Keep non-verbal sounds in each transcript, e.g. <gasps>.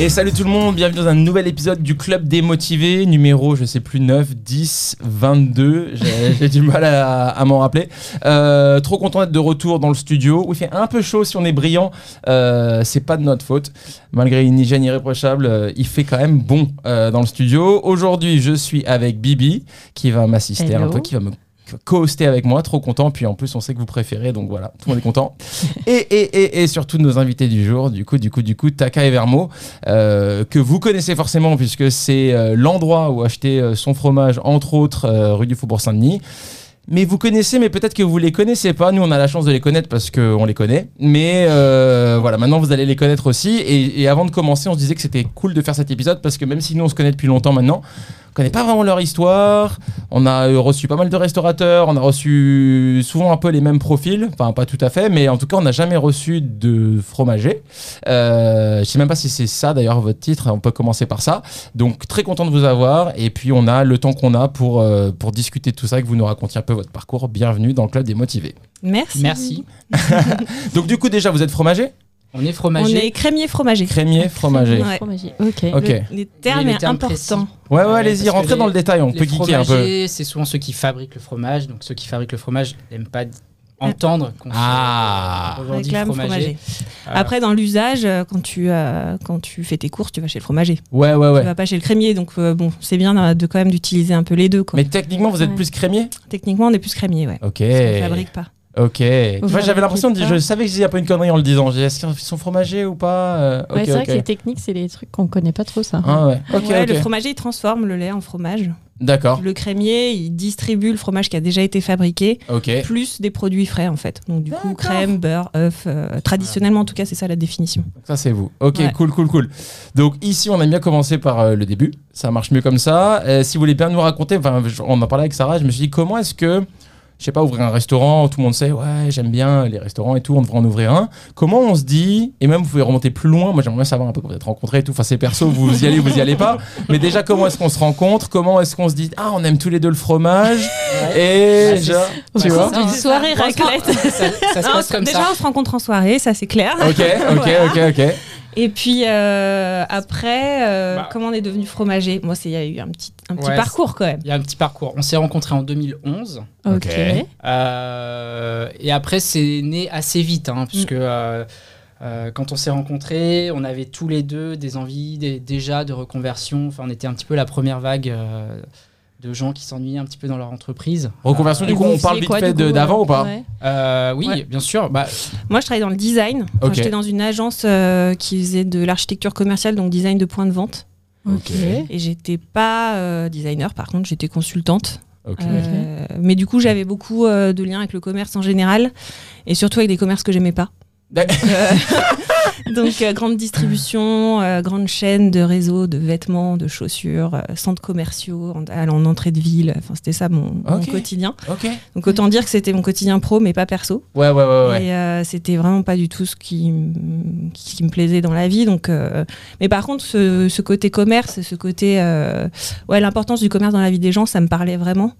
Et salut tout le monde, bienvenue dans un nouvel épisode du Club des Motivés, numéro je sais plus 9, 10, 22, j'ai- <laughs> j'ai du mal à, à m'en rappeler. Euh, trop content d'être de retour dans le studio, où il fait un peu chaud si on est brillant, euh, c'est pas de notre faute. Malgré une hygiène irréprochable, euh, il fait quand même bon euh, dans le studio. Aujourd'hui je suis avec Bibi, qui va m'assister un Hello. peu, qui va me co-hoster avec moi, trop content, puis en plus on sait que vous préférez, donc voilà, tout le monde est content. Et, et, et, et surtout nos invités du jour, du coup, du coup, du coup, Taka et Vermo, euh, que vous connaissez forcément puisque c'est euh, l'endroit où acheter euh, son fromage, entre autres euh, rue du Faubourg Saint-Denis. Mais vous connaissez, mais peut-être que vous les connaissez pas. Nous, on a la chance de les connaître parce qu'on les connaît. Mais euh, voilà, maintenant vous allez les connaître aussi. Et, et avant de commencer, on se disait que c'était cool de faire cet épisode parce que même si nous on se connaît depuis longtemps maintenant, on connaît pas vraiment leur histoire. On a euh, reçu pas mal de restaurateurs, on a reçu souvent un peu les mêmes profils. Enfin, pas tout à fait, mais en tout cas, on n'a jamais reçu de fromager. Euh, je sais même pas si c'est ça d'ailleurs votre titre, on peut commencer par ça. Donc très content de vous avoir et puis on a le temps qu'on a pour, euh, pour discuter de tout ça et que vous nous racontiez un peu votre parcours. Bienvenue dans le club des motivés. Merci. Merci. Donc du coup déjà vous êtes fromager On est On fromager. est crémier fromager. Crémier, fromager. Ouais. Fromager. Ok. Ok. Le- les termes les est termes important. Ouais, ouais, Ouais, allez-y, parce que rentrez les- dans le détail, on Les peut geeker un peu. fromagers, c'est souvent ceux qui fabriquent le fromage. Donc ceux qui fabriquent le fromage n'aiment pas d- entendre qu'on se- Ah. qu'on leur dit Réclame fromager. Ah. fromager. Voilà. Après, dans l'usage, euh, quand tu euh, quand tu fais tes courses, tu vas chez le fromager. Ouais, ouais, Tu ouais. vas pas chez le crémier, donc euh, bon, c'est bien euh, de quand même d'utiliser un peu les deux. Quoi. Mais techniquement vous êtes Ouais. plus crémier Techniquement, on est plus crémier, ouais. Ok. Parce Eh. qu'on fabrique pas. Ok. Tu vois, j'avais fabriquez l'impression, de, pas. je savais que je disais un peu une connerie en le disant. J'ai dit, est-ce qu'ils sont fromagers ou pas Euh, Ouais, Ok, c'est vrai ok. que les techniques, c'est les trucs qu'on connaît pas trop, ça. Ah ouais. Ok, Ouais, ok. Le fromager, il transforme le lait en fromage. Oh. D'accord. Le crémier, il distribue le fromage qui a déjà été fabriqué, Ok. plus des produits frais en fait. Donc du coup, D'accord. crème, beurre, œuf. euh, traditionnellement, en tout cas, c'est ça la définition. Ça, c'est vous. Ok, Ouais. cool, cool, cool. Donc, ici, on aime bien commencer par euh, le début. Ça marche mieux comme ça. Euh, si vous voulez bien nous raconter, enfin, je- on en parlait avec Sarah, je me suis dit, comment est-ce que, je sais pas, ouvrir un restaurant, tout le monde sait, ouais, j'aime bien les restaurants et tout, on devrait en ouvrir un. Comment on se dit, et même vous pouvez remonter plus loin, moi j'aimerais bien savoir un peu comment vous êtes rencontrés et tout, enfin, c'est perso, vous y allez, vous y allez pas. Mais déjà, comment est-ce qu'on se rencontre Comment est-ce qu'on se dit, ah, on aime tous les deux le fromage Et Ah, c'est genre, Ouais, tu c'est vois ça, Une c'est ça. soirée Franchement, raclette. Ça, ça se <laughs> Non, passe comme déjà, ça. on se rencontre en soirée, ça c'est clair. Ok, ok, Voilà. ok, ok. Et puis euh, après, euh, Bah. comment on est devenu fromager Moi, c'est- il y a eu un petit, un petit Ouais, parcours quand même. Il y a un petit parcours. On s'est rencontrés en 2011. Ok. Euh, et après, c'est né assez vite, hein, puisque euh, euh, quand on s'est rencontrés, on avait tous les deux des envies des- déjà de reconversion. Enfin, on était un petit peu la première vague euh, de gens qui s'ennuyaient un petit peu dans leur entreprise. Reconversion, Euh, du coup, euh, on parle vite fait de- d'avant ou pas euh, oui, Ouais. bien sûr. Bah, Moi, je travaillais dans le design. Enfin, Ok. J'étais dans une agence euh, qui faisait de l'architecture commerciale, donc design de points de vente. Ok. Et j'étais pas euh, designer, par contre, j'étais consultante. Ok. Euh, mais du coup, j'avais beaucoup euh, de liens avec le commerce en général, et surtout avec des commerces que j'aimais pas. D'ac- Donc, euh, grande distribution, euh, grande chaîne de réseaux de vêtements, de chaussures, euh, centres commerciaux en, allant en entrée de ville. Enfin, c'était ça mon, mon Ok. quotidien. Ok. Donc, autant dire que c'était mon quotidien pro, mais pas perso. Ouais, ouais, ouais, ouais. Et euh, c'était vraiment pas du tout ce qui, m- qui me plaisait dans la vie. Donc, euh, mais par contre, ce, ce côté commerce, ce côté. euh, ouais, l'importance du commerce dans la vie des gens, ça me parlait vraiment.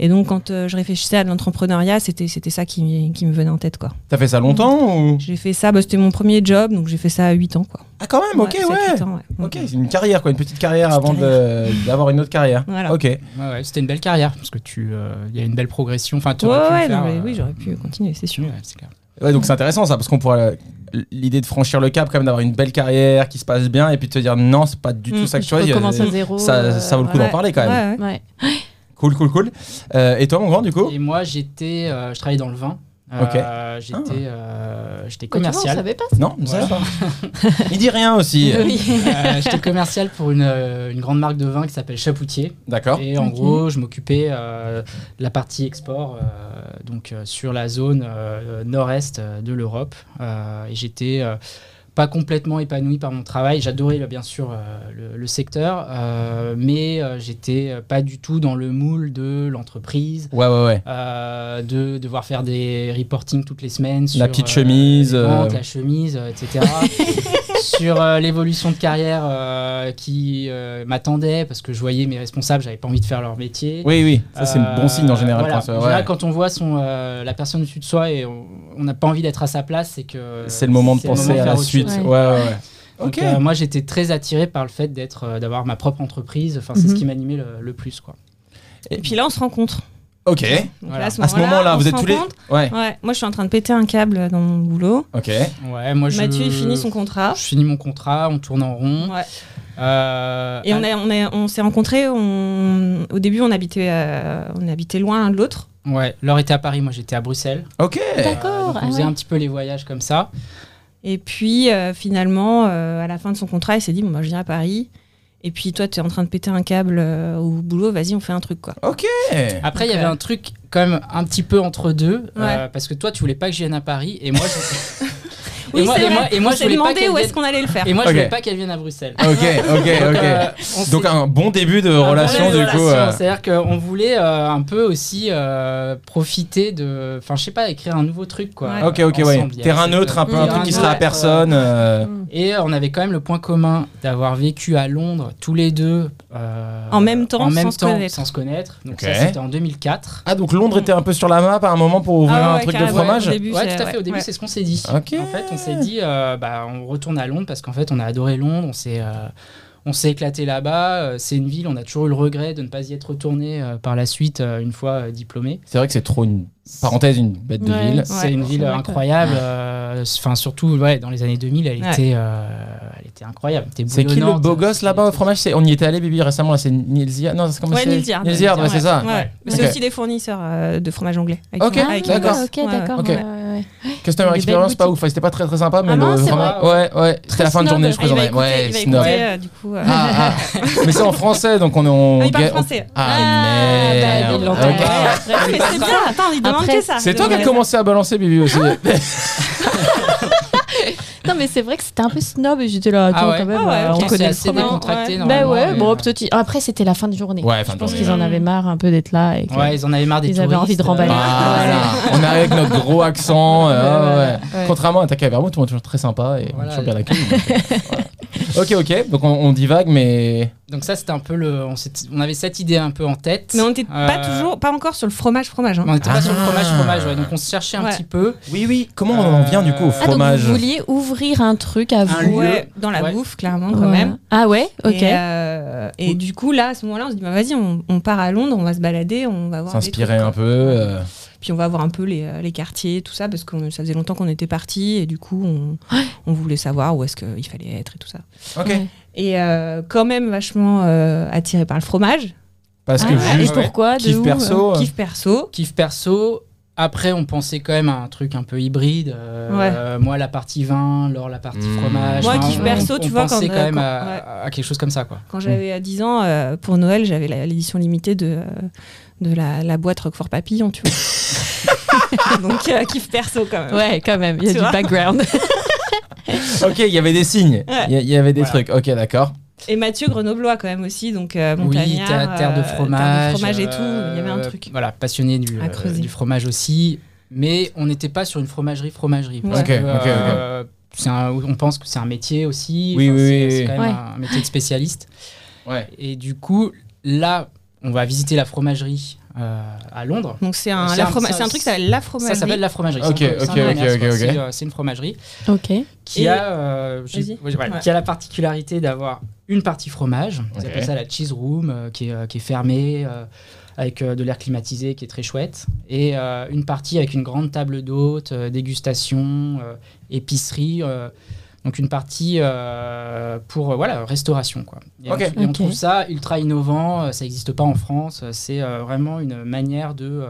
Et donc, quand euh, je réfléchissais à l'entrepreneuriat, c'était c'était ça qui, qui me venait en tête, quoi. T'as fait ça longtemps ou J'ai fait ça, bah, c'était mon premier job, donc j'ai fait ça à 8 ans, quoi. Ah quand même, ok, Ouais, ouais. 7-8 ans, ouais. euh, Ok, c'est une carrière quoi, une petite carrière Petite avant de- d'avoir une autre carrière. Voilà. Ok. ouais, ouais, c'était une belle carrière parce que tu, euh, il y a une belle progression. Enfin, tu Ouais, aurais pu le ouais, faire, non, mais euh, oui, j'aurais pu continuer, c'est sûr. ouais, c'est clair. Ouais, donc c'est intéressant ça parce qu'on pourra l'idée de franchir le cap quand même d'avoir une belle carrière qui se passe bien et puis de te dire non c'est pas du tout Mm, ça que je On choisis. commence à zéro. ça, ça vaut le coup d'en ouais. parler quand même. Ouais, ouais. d'en Ouais. Cool, cool, cool. Euh, et toi mon grand du coup Et moi, j'étais, euh, je travaillais dans le vin. Ok. Euh, J'étais, euh, Bah, j'étais Commercial. commercial. savait pas. Non, vous savez Ouais. pas. Il dit rien aussi. <laughs> Euh, j'étais commercial pour une, euh, une grande marque de vin qui s'appelle Chapoutier. D'accord. Et en Ok. gros, je m'occupais euh, de la partie export, euh, donc euh, sur la zone euh, nord-est euh, de l'Europe. Euh, et j'étais euh, pas complètement épanoui par mon travail. J'adorais euh, bien sûr euh, le, le secteur, euh, mais euh, j'étais euh, pas du tout dans le moule de l'entreprise. Ouais, ouais, ouais. euh, de devoir faire des reportings toutes les semaines sur euh, petite chemise, les ventes, euh. la chemise, euh, etc. <laughs> sur euh, l'évolution de carrière euh, qui euh, m'attendait parce que je voyais mes responsables, j'avais pas envie de faire leur métier. Oui, oui. Ça c'est Euh, un bon signe en général. voilà. quand ça- En général, ouais. quand on voit son, euh, la personne au-dessus de soi et on on n'a pas envie d'être à sa place, c'est que C'est le moment de c'est le penser moment à faire la autre suite. chose. Ouais, chose. ouais, ouais. Donc, Ok. euh, moi, j'étais très attiré par le fait d'être, euh, d'avoir ma propre entreprise. Enfin, c'est Mhm. ce qui m'animait le, le plus, quoi. Et puis là, on se rencontre. Ok. Donc Voilà. là, à ce À ce moment-là, moment-là, on vous se êtes tous les. rencontre. Ouais. Ouais, moi, je suis en train de péter un câble dans mon boulot. Ok. Ouais, moi, je- Mathieu, il finit son contrat. Je finis mon contrat, on tourne en rond. Ouais. Euh, Et ah, on, a- on, a- on s'est rencontrés. On... Au début, on habitait, euh, on habitait loin l'un de l'autre. Ouais, Laure était à Paris, moi j'étais à Bruxelles. Ok. D'accord, donc ah on faisait ouais. un petit peu les voyages comme ça. Et puis, euh, finalement, euh, à la fin de son contrat, il s'est dit Bon, bah, Je viens à Paris. Et puis, toi, tu es en train de péter un câble euh, au boulot. Vas-y, on fait un truc, quoi. Ok. Après, il y Ok. avait un truc quand même un petit peu entre deux, euh, Ouais. parce que toi, tu voulais pas que je vienne à Paris, et <laughs> moi, je, Oui, et moi, c'est et vrai. moi, et moi, on je s'est voulais pas demandé qu'elle où est-ce vienne, qu'on allait le faire. et moi, je Ok. voulais pas qu'elle vienne à Bruxelles. Ok, ok, Donc, ok. <laughs> euh, on Donc s'est- un bon début de un relation vrai du relation, coup. euh, C'est-à-dire qu'on voulait euh, un peu aussi euh, profiter de, enfin, je sais pas, écrire un nouveau truc, quoi. Ouais. Ok, ok, ouais. ensemble. Il y avait Terrain cette- euh, neutre, un peu un Terrain truc qui neutre, sera à ouais. personne. euh, Et euh, on avait quand même le point commun d'avoir vécu à Londres tous les deux euh, En même temps, en même sans se temps, connaître. sans se connaître. Donc Ok. ça, c'était en 2004. Ah donc Londres était un peu sur la map à un moment pour ouvrir Ah un ouais, truc de carrément, fromage. au début, Ouais, c'est- tout à fait. Au ouais, début, ouais. c'est ce qu'on s'est dit. Ok. En fait, on s'est dit, euh, bah, on retourne à Londres parce qu'en fait, on a adoré Londres. On s'est, euh, on s'est éclaté là-bas. Euh, C'est une ville. On a toujours eu le regret de ne pas y être retourné euh, par la suite euh, une fois euh, diplômé. C'est vrai que c'est trop une parenthèse, une bête de Ouais. ville. C'est Ouais, une c'est ville vrai que- incroyable. euh, Enfin, surtout, ouais, dans les années 2000, elle Ouais. était, euh, elle était incroyable. Elle était C'est qui le bouillonnante. beau gosse C'était- là-bas au fromage C'est- On y était allé, Bibi, récemment. là, C'est Nilsia. Non, c'est comment Ouais, c'est Nilsiard. Nilsiard, ouais, c'est ça. Ouais. Ouais. Mais C'est Ok. aussi des fournisseurs euh, de fromage anglais. Avec Ok, qui- Ah, avec qui on d'accord. bosse. Ok, Ouais, ouais. d'accord. Ok. ouais, ouais, ouais. Customer Des expérience, belles pas boutiques. ouf. Enfin, C'était pas très très sympa, mais Ah le non, c'est fromage- Ouais, ouais. C'était Très la fin de journée, snob. je Ah, il pense. va Ouais, écouter, ouais, il va snob. écouter, euh, du coup. euh, <laughs> <laughs> Ah, ah. Mais c'est en français, donc on est en. Ah, il parle ga- français. Ah, bah, merde. il l'entend. Ok. Ouais, Ah, mais c'est bien, attends, il demande Après, que ça. C'est Il toi qui as demande commencé à balancer, Bibi aussi. Non, mais c'est vrai que c'était un peu snob. et J'étais là, attends, ouais. quand même, Ah ouais, euh, ok. on C'est connaît le assez problème. problème. décontracté. Ouais. Bah normalement, ouais, mais, bon, euh, petit. Après, c'était la fin de journée. Ouais, fin je de pense journée, qu'ils en ouais. avaient marre un peu d'être là. Et que- Ouais, ils en avaient marre des Ils avaient touristes, envie de euh, remballer. Ah, Voilà, on arrive avec notre gros accent. euh, ouais, ouais. Ouais. Contrairement à Takavermo, tout le monde est toujours très sympa et on est Voilà. toujours bien accueilli. donc, euh, voilà. Ok, ok, donc on, on divague, mais. Donc ça, c'était un peu le. On, s'est- on avait cette idée un peu en tête. Mais on n'était pas Euh, toujours, pas encore sur le fromage, fromage. hein. On n'était Ah. pas sur le fromage, fromage. ouais. Donc on se cherchait un Ouais. petit peu. Oui, oui, comment on en vient du coup au Ah, donc fromage vous vouliez ouvrir un truc à Un vous lieu. Ouais, dans la Ouais. bouffe, clairement, quand Ouais. même. Ah ouais, ok. Et, euh, et du coup, là, à ce moment-là, on se dit, bah, vas-y, on, on part à Londres, on va se balader, on va voir. des S'inspirer trucs, un peu. quoi. euh, Puis on va voir un peu les, euh, les quartiers, tout ça, parce que ça faisait longtemps qu'on était partis, et du coup, on, on voulait savoir où est-ce qu'il fallait être et tout ça. Ok. Ouais. Et euh, quand même vachement euh, attiré par le fromage, Parce que Ah, vu- et juste. ouais. pourquoi de Kiff où, perso. euh, kiff perso. Kiff perso. Après, on pensait quand même à un truc un peu hybride. Euh, Moi, la partie vin, Laure, la partie Mmh. fromage. Moi, Enfin, kiff on- perso, on tu vois, pensait quand- quand, même euh, quand- à, ouais. à quelque chose comme ça, quoi. Quand j'avais euh, 10 ans, euh, pour Noël, j'avais la- l'édition limitée de, euh, de la, la boîte Roquefort Papillon, tu vois. <laughs> Donc, euh, kiff perso quand même. <laughs> Ouais, quand même, il y a Tu du vois background. Ok, il y avait des signes. Ouais. Il y, il y avait des Voilà. trucs. Ok, d'accord. Et Mathieu Grenoblois quand même aussi, donc euh, Oui, montagnard, terre, terre euh, de fromage. fromage et tout, euh, il y avait un truc. Voilà, passionné du, À euh, creuser. du fromage aussi. Mais on n'était pas sur une fromagerie, fromagerie. parce Ouais. euh, Ok, ok, ok. c'est un- on pense que c'est un métier aussi. Oui, oui, c'est- oui, C'est oui. quand même Ouais. un métier de spécialiste. Ouais. Et du coup, là, on va visiter la fromagerie euh, à Londres. Donc c'est un, C'est la un- froma- c'est un- c'est un truc, ça s'appelle la fromagerie. Ça s'appelle la fromagerie. Ok, C'est un- c'est un ok, ok, commerce, ok, quoi. ok. C'est, euh, C'est une fromagerie <laughs> ok. qui, Et- a, euh, j'ai- Vas-y. ouais, voilà, Ouais. qui a la particularité d'avoir une partie fromage. Ils Ok. appellent ça la cheese room, euh, qui, est, euh, qui est fermée, euh, avec euh, de l'air climatisé, qui est très chouette. Et euh, une partie avec une grande table d'hôte, euh, dégustation, euh, épicerie. euh, donc une partie euh, pour euh, voilà restauration quoi. Et, Ok. on, et on Ok. trouve ça ultra innovant, euh, ça n'existe pas en France. euh, C'est euh, vraiment une manière de euh,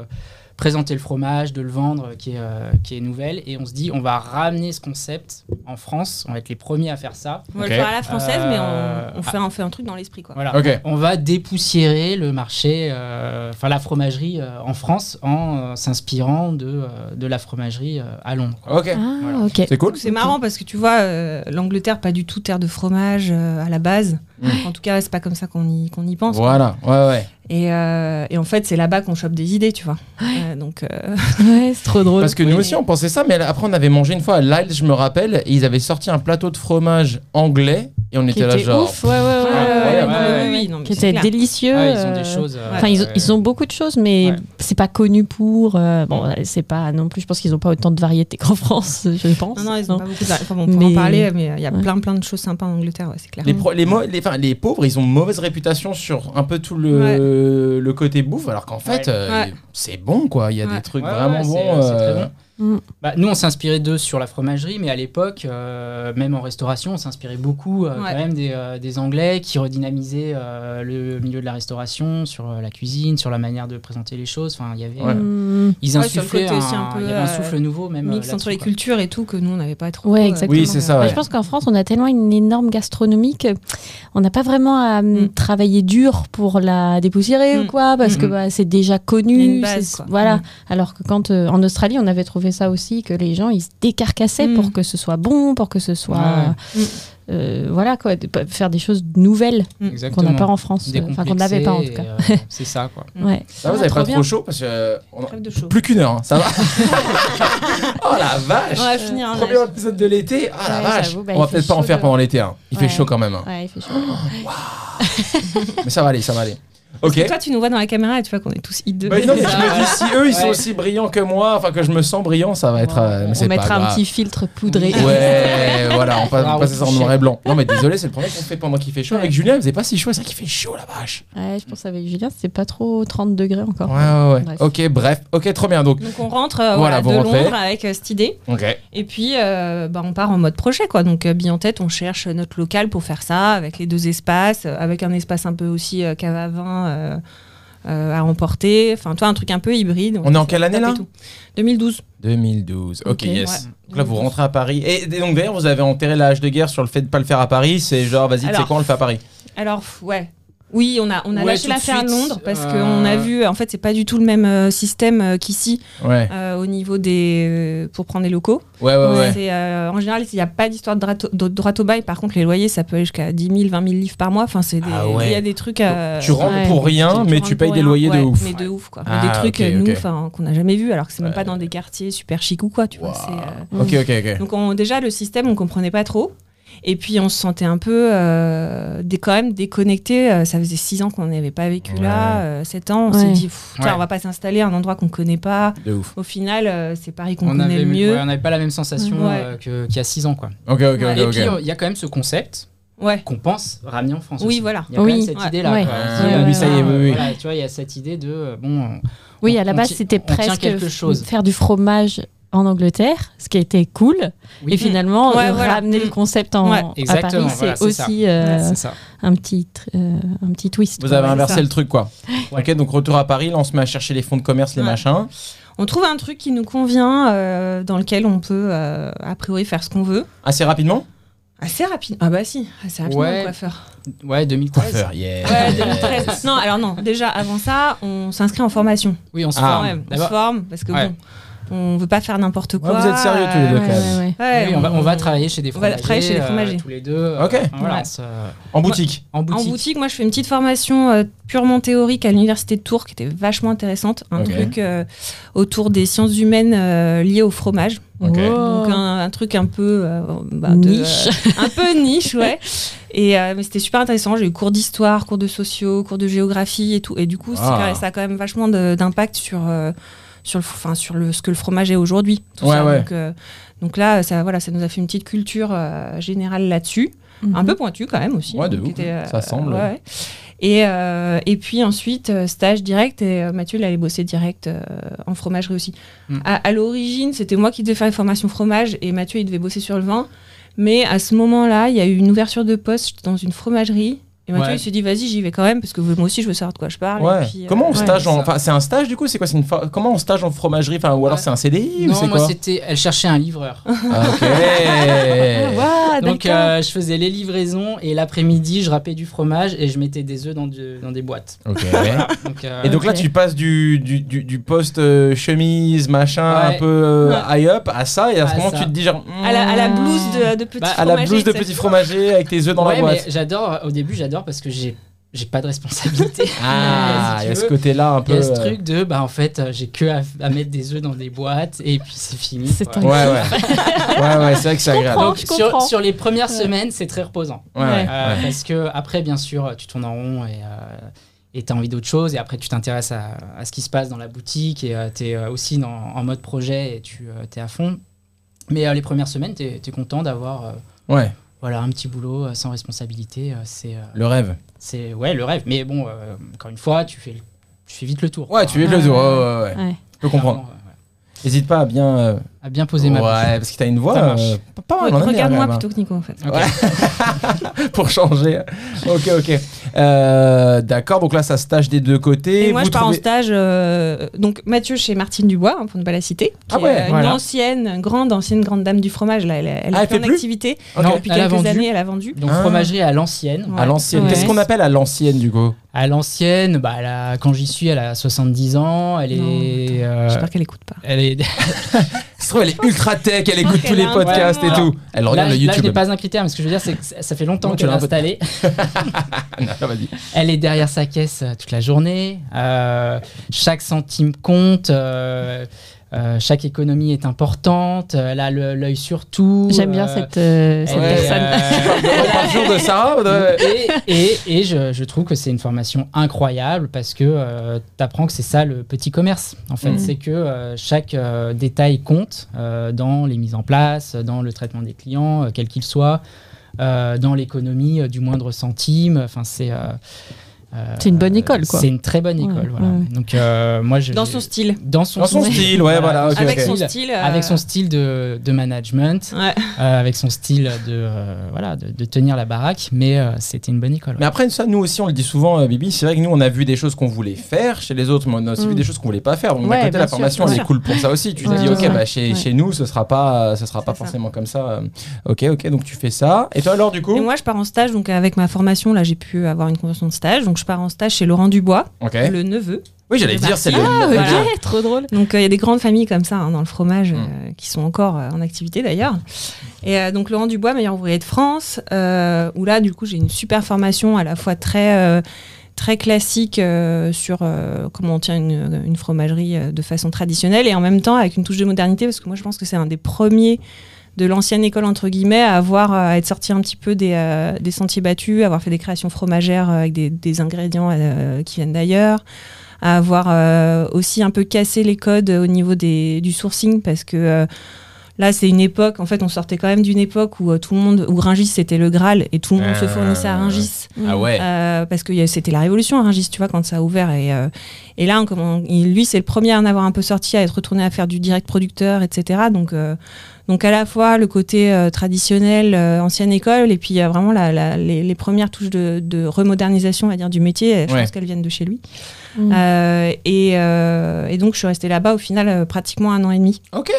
présenter le fromage, de le vendre, euh, qui est, euh, qui est nouvelle. Et on se dit, on va ramener ce concept en France. On va être les premiers à faire ça. On va Ok. le faire à la française, mais Euh, on, on fait, un- on fait un truc dans l'esprit. quoi. Voilà. Ok. On va dépoussiérer le marché, euh, enfin la fromagerie euh, en France, en euh, s'inspirant de, euh, de la fromagerie euh, à Londres. quoi. Ok. Ah, ok. C'est cool. Donc C'est marrant parce que tu vois, euh, l'Angleterre, pas du tout terre de fromage euh, à la base. Mm. En tout cas, c'est pas comme ça qu'on y, qu'on y pense. Voilà. Ouais, ouais. Et, euh, et en fait, c'est là-bas qu'on chope des idées, tu vois. Euh, <laughs> donc, euh, Ouais, c'est trop drôle. Parce que Oui, nous mais- aussi, on pensait ça, mais après, on avait mangé une fois à Lyle, je me rappelle, et ils avaient sorti un plateau de fromage anglais, et on Qui était là, était genre. ouf, ouais, ouais, ouais. ouais, incroyable. non, mais oui, oui, non, mais qui c'est était clair. délicieux. Ah, ils ont euh, des choses. euh, Enfin, ils, ont, euh, ils ont beaucoup de choses, mais Ouais. c'est pas connu pour. euh, bon, euh, c'est pas non plus. Je pense qu'ils ont pas autant de variétés qu'en <laughs> France, je pense. Non, non, ils ont Non. pas beaucoup de... Enfin, bon, on pourra Mais- en parler, mais il y a Ouais. plein, plein de choses sympas en Angleterre, ouais, c'est clair. Les, pro- les, mau- les- enfin, les pauvres, ils ont mauvaise réputation sur un peu tout le, le côté bouffe, alors qu'en fait, Ouais. euh, Ouais. c'est bon, quoi. Il y a Ouais. des trucs ouais, vraiment ouais, c'est- bons. c'est très euh, bon. Mm. Bah, nous, on s'inspirait d'eux sur la fromagerie, mais à l'époque, euh, même en restauration, on s'inspirait beaucoup euh, Ouais. quand même des, euh, des Anglais qui redynamisaient euh, le milieu de la restauration, sur euh, la cuisine, sur la manière de présenter les choses. Enfin, il y avait, Ouais. euh, Mm. ils Ouais, sur le insufflaient côté aussi un, un peu, il y avait un euh, souffle nouveau, même Mix euh, entre les là-dessus, cultures et tout, que nous, on n'avait pas trop. Ouais, euh, exactement. Oui, c'est ça. Bah, Ah ouais. je pense qu'en France, on a tellement une énorme gastronomie que on n'a pas vraiment à hum, Mm. travailler dur pour la dépoussiérer Mm. ou quoi, parce que Mm-hmm. Mm. bah, c'est déjà Il y a connu. une base, c'est- quoi. Voilà. Mm. Alors que quand euh, en Australie, on avait trouvé ça aussi, que les gens ils se décarcassaient Mm. pour que ce soit bon, pour que ce Ah soit Ouais. Mm. euh, voilà quoi, de pas- faire des choses nouvelles Mm. qu'on quoi. n'a pas Exactement. en France, euh, enfin qu'on n'avait pas en tout cas. Décomplexé, et, euh, c'est ça, quoi. euh, Ouais. Ça, vous Ah, avez trop pas bien. trop chaud parce que euh, on a- Trêve de chaud. plus qu'une heure, hein, <laughs> ça va. oh la vache On va finir. hein, Premier épisode de l'été, ah la Ouais, vache j'avoue, bah, On va il peut-être fait pas en chaud faire dehors. pendant l'été, hein. il fait Ouais. chaud quand même, hein. Ouais, il fait chaud. mais ça va aller, ça va aller. Parce Ok. que toi, tu nous vois dans la caméra et tu vois qu'on est tous hideux. Bah non, mais je me dis, si eux ils sont Ouais. aussi brillants que moi, enfin que je me sens brillant, ça va être. euh, mais on c'est pas mettra un grave. petit filtre poudré. Ouais, voilà, on passe, Ah, on passe ça en retouché. noir et blanc. Non, mais désolé, c'est le premier qu'on fait pendant qu'il fait chaud. Avec Julien, il faisait pas si chaud, c'est vrai qu'il fait chaud la vache. <laughs> Ouais, je pense avec Julien, c'est pas trop 30 degrés encore. Ouais, ouais, ouais. Bref. Ok, bref, ok, trop bien. Donc, Donc on rentre euh, Voilà, voilà, vous de rentrez. Londres avec euh, cette idée. ok. Et puis euh, bah, on part en mode projet. quoi. Donc euh, bien en tête, on cherche notre local pour faire ça, avec les deux espaces, euh, avec un espace un peu aussi euh, cave à vin euh, euh, à emporter. Enfin, toi, un truc un peu hybride. On est en quelle année là Tape et tout. 2012. 2012. Ok, Ok, yes. ouais. Donc là, vous rentrez à Paris. Et, et donc d'ailleurs, vous avez enterré la hache de guerre sur le fait de pas le faire à Paris. C'est genre, vas-y, tu sais Alors. quoi, on le fait à Paris. Alors, f- ouais. Oui, on a, on a Ouais, lâché tout de l'affaire à suite, Londres parce euh, qu'on a vu, en fait, c'est pas du tout le même euh, système euh, qu'ici Ouais, euh, au niveau des. euh, pour prendre les locaux. ouais, ouais. ouais. C'est, euh, en général, il n'y a pas d'histoire de, drato- de droit au bail. Par contre, les loyers, ça peut aller jusqu'à 10 000, 20 000 livres par mois. Enfin, c'est des- il Ah ouais. y a des trucs. Donc, euh, tu rentres ouais. pour rien, mais rentres tu payes pour des rien. loyers Ouais, de ouf. Mais de ouf, quoi. Ah, des trucs, ok, euh, nous, ok. enfin, qu'on n'a jamais vus, alors que c'est même Ouais. pas dans des quartiers super chic ou quoi. Tu vois, c'est, euh, Ok, ok, ok. donc on- déjà le système, on comprenait pas trop. Et puis on se sentait un peu euh, dé- quand même déconnecté. Euh, ça faisait six ans qu'on n'avait pas vécu Ouais. là, euh, sept ans. On Ouais. s'est dit, Pff, putain, Ouais. on va pas s'installer à un endroit qu'on connaît pas. De ouf. Au final, euh, c'est Paris <laughs> qu'on On connaît avait, le mieux. ouais, on n'avait pas la même sensation Ouais. euh, que- qu'il y a 6 ans, quoi. Ok, ok, ok. Ouais. ok. Et puis, il y a quand même ce concept Ouais. qu'on pense ramener en France. Oui, aussi. voilà. Il y a quand Oui. même cette Ouais. idée-là. Ouais. quoi. Ah, On se dit, oui, euh, ça y est, oui, oui. voilà, tu vois, il y a cette idée de euh, bon. on- Oui, on- à la on base, tient- c'était on tient presque quelque chose. faire du fromage en Angleterre, ce qui était cool. Oui. Et finalement, Ouais, de voilà. ramener le concept en, Ouais. à Exactement, Paris, voilà, c'est c'est ça. aussi euh, C'est ça. un, petit, tr- euh, un petit twist. Vous avez Ouais, inversé c'est ça. le truc, quoi. Ouais. Ok, donc retour à Paris, là, on se met à chercher les fonds de commerce, les Ouais. machins. On trouve un truc qui nous convient, euh, dans lequel on peut euh, a priori faire ce qu'on veut. Assez rapidement Assez rapide. Ah bah si, assez rapidement Ouais. le coiffeur. Ouais, 2013. yeah. Ouais, <laughs> 2013. non, alors non, déjà avant ça, on s'inscrit en formation. Oui, on se Ah. Quand forme. même, on se D'abord, forme parce que Ouais. bon, on veut pas faire n'importe Ouais, quoi. vous êtes sérieux tous les deux, Ouais, quand même. ouais, ouais. ouais, oui, on, va, on va travailler chez des On va fromagers. travailler chez des euh, fromagers. tous les deux. Ok. euh, voilà, Ouais. on se- euh, <laughs> En boutique. en En boutique. boutique, moi, je fais une petite formation euh, purement théorique à l'université de Tours qui était vachement intéressante. Un Ok. truc euh, autour des sciences humaines euh, liées au fromage. Ok. Wow. Donc, un, un truc un peu. euh, bah, de- Niche. un peu <laughs> niche, ouais. Et euh, mais c'était super intéressant. J'ai eu cours d'histoire, cours de sociaux, cours de géographie et tout. Et du coup, c'est Ah. quand même- ça a quand même vachement de- d'impact sur. euh, sur, le, enfin, sur le, ce que le fromage est aujourd'hui. tout Ouais, ça. ouais. Donc, euh, donc là, ça, voilà, ça nous a fait une petite culture euh, générale là-dessus. un peu pointu quand même aussi. Mhm. Ouais, de donc, ouf, qui était, euh, ça semble. ouais, ouais. Et, euh, et puis ensuite, euh, stage direct, et euh, Mathieu, il allait bosser direct euh, en fromagerie aussi. Mm. À, à l'origine, c'était moi qui devais faire les formations fromage, et Mathieu, il devait bosser sur le vin. Mais à ce moment-là, il y a eu une ouverture de poste dans une fromagerie. Et Mathieu, Ouais. il se dit, vas-y, j'y vais quand même, parce que moi aussi, je veux savoir de quoi je parle. Ouais. et puis, euh, Comment on ouais. stage en. ça. Enfin, c'est un stage du coup C'est quoi c'est une fa- Comment on stage en fromagerie enfin, Ou alors Ouais. c'est un CDI ou Non, c'est moi, quoi c'était. Elle cherchait un livreur. Ah, Ok Ah, wow, Donc, d'accord. euh, je faisais les livraisons et l'après-midi, je râpais du fromage et je mettais des œufs dans, du- dans des boîtes. Ok. Donc, euh, Et donc là, Ok. tu passes du, du, du, du poste euh, chemise, machin, Ouais. un peu euh, high-up à ça, et à ce À moment, ça. tu te dis genre. hmm, À la, à la blouse de, de petit Bah, à la fromager, blouse de ça. petit fromager avec tes œufs dans ouais, la mais boîte. j'adore. Au début, j'adore parce que j'ai j'ai pas de responsabilité. <laughs> Ah, Si tu il y a ce veux. côté-là un Il peu. y a ce euh, truc de, bah en fait, euh, j'ai que à, à mettre des œufs dans des boîtes et puis c'est fini. C'est quoi. Ouais, un ouais. ouais, ouais, c'est vrai que c'est agréable. comprends. Donc, Oh, Je sur, comprends. sur les premières Ouais. semaines, c'est très reposant. Ouais, ouais, Euh, ouais. Parce que après, bien sûr, tu tournes en rond et euh, et t'as envie d'autre chose. Et après, tu t'intéresses à, à ce qui se passe dans la boutique et tu t'es euh, aussi dans- en mode projet et tu euh, t'es à fond. Mais euh, les premières semaines, t'es es content d'avoir euh, Ouais, voilà un petit boulot euh, sans responsabilité. euh, c'est euh, le rêve. c'est ouais le rêve. Mais bon, euh, encore une fois, tu fais le- tu fais vite le tour. Ouais, tu es le Ah, tour. Ouais, ouais, ouais. Ouais. Je peux comprendre. Clairement, euh, ouais, ouais. N'hésite pas à bien. euh, À bien poser Ouais, ma bouche. parce que t'as une voix. Ça marche. euh, pas- pas mal, on aime bien, Regarde-moi quand même, plutôt que Nico en fait. Ok. hein, <laughs> Pour changer. ok, ok. Euh, D'accord, donc là, ça se tâche des deux côtés. Et moi, Vous je pars en trouvez- stage, euh, donc Mathieu chez Martine Dubois, hein, pour ne pas la citer, qui Ah ouais, est, euh, voilà. une ancienne, grande, ancienne grande dame du fromage. Là, elle, elle Ah, elle est fait plus en plus activité Ok. Non, depuis elle a quelques vendu. années. Elle a vendu. Donc Ah. fromagerie à l'ancienne. À l'ancienne. Ouais. Qu'est-ce qu'on appelle à l'ancienne, du coup À l'ancienne, bah, elle a- quand j'y suis, elle a 70 ans. Elle Non, est. euh, J'espère qu'elle écoute pas. elle est... Ça se trouve, elle est ultra tech, elle pense écoute tous qu'elle les a un podcasts et bon tout. Elle regarde là, le je- là, je YouTube. n'ai pas un critère, mais ce que je veux dire, c'est que ça ça fait longtemps Non, tu qu'elle est l'as un peu- installée. Ah, vas-y. Elle est derrière sa caisse euh, toute la journée. euh, chaque centime compte. euh, euh, chaque économie est importante. euh, Elle a le- l'œil sur tout. J'aime bien euh, cette, euh, cette elle est, personne. euh, <laughs> On parle toujours de Sarah ou de- et, et- et je, je trouve que c'est une formation incroyable parce que tu apprends que c'est ça le petit commerce. En fait, Mm. c'est que euh, chaque euh, détail compte euh, dans les mises en place, dans le traitement des clients, euh, quel qu'il soit, euh, dans l'économie euh, du moindre centime. Enfin, c'est. euh, euh, C'est une bonne école, quoi. C'est une très bonne école, Ouais, voilà. ouais. Donc, euh, moi, je. Dans son style. Dans son, Dans son style, ouais, voilà. ok, Avec ok. son style, style. euh, Avec son style de, de management. Ouais. Euh, avec son style de, euh, voilà, de, de tenir la baraque, mais euh, c'était une bonne école. ouais. Mais après, ça, nous aussi, on le dit souvent, euh, Bibi, c'est vrai que nous, on a vu des choses qu'on voulait faire chez les autres, mais on a aussi Mm. vu des choses qu'on voulait pas faire. Donc, d'un Ouais, côté, bien la sûr, formation, bien elle est sûr. cool pour ça aussi. Tu te Ouais, dis, ouais, ok, ouais. bah, chez, Ouais. chez nous, ce sera pas, ce sera pas C'est ça. forcément comme ça. euh, Ok, ok, donc tu fais ça. Et toi, alors, du coup Et moi, je pars en stage, donc avec ma formation, là, j'ai pu avoir une convention de stage. Donc, je pars en stage chez Laurent Dubois, Ok. le neveu. Oui, j'allais Bah, dire, c'est le. Ah, ok, Voilà. <laughs> trop drôle. Donc, euh, il y a des grandes familles comme ça hein, dans le fromage euh, Mm. qui sont encore euh, en activité d'ailleurs. Et euh, donc, Laurent Dubois, meilleur ouvrier de France, euh, où là, du coup, j'ai une super formation à la fois très. euh, très classique euh, sur euh, comment on tient une, une fromagerie euh, de façon traditionnelle et en même temps avec une touche de modernité parce que moi je pense que c'est un des premiers de l'ancienne école entre guillemets à avoir euh, à être sorti un petit peu des, euh, des sentiers battus, à avoir fait des créations fromagères euh, avec des, des ingrédients euh, qui viennent d'ailleurs, à avoir euh, aussi un peu cassé les codes au niveau des, du sourcing parce que euh, Là, c'est une époque, en fait, on sortait quand même d'une époque où euh, tout le monde, où Ringis, c'était le Graal, et tout le monde se fournissait à Ringis. Ah ouais. Euh, parce que y a- c'était la révolution à Rungis, tu vois, quand ça a ouvert. Et, euh, et là, on commen- il- lui, c'est le premier à en avoir un peu sorti, à être retourné à faire du direct producteur, etc. Donc, euh, donc à la fois le côté euh, traditionnel, euh, ancienne école, et puis il y a vraiment la- la- les, les premières touches de, de remodernisation, on va dire, du métier. Je Ouais. pense qu'elles viennent de chez lui. Mmh. Mm. Euh, et, euh, et donc, je suis restée là-bas, au final, euh, pratiquement un an et demi. Ok.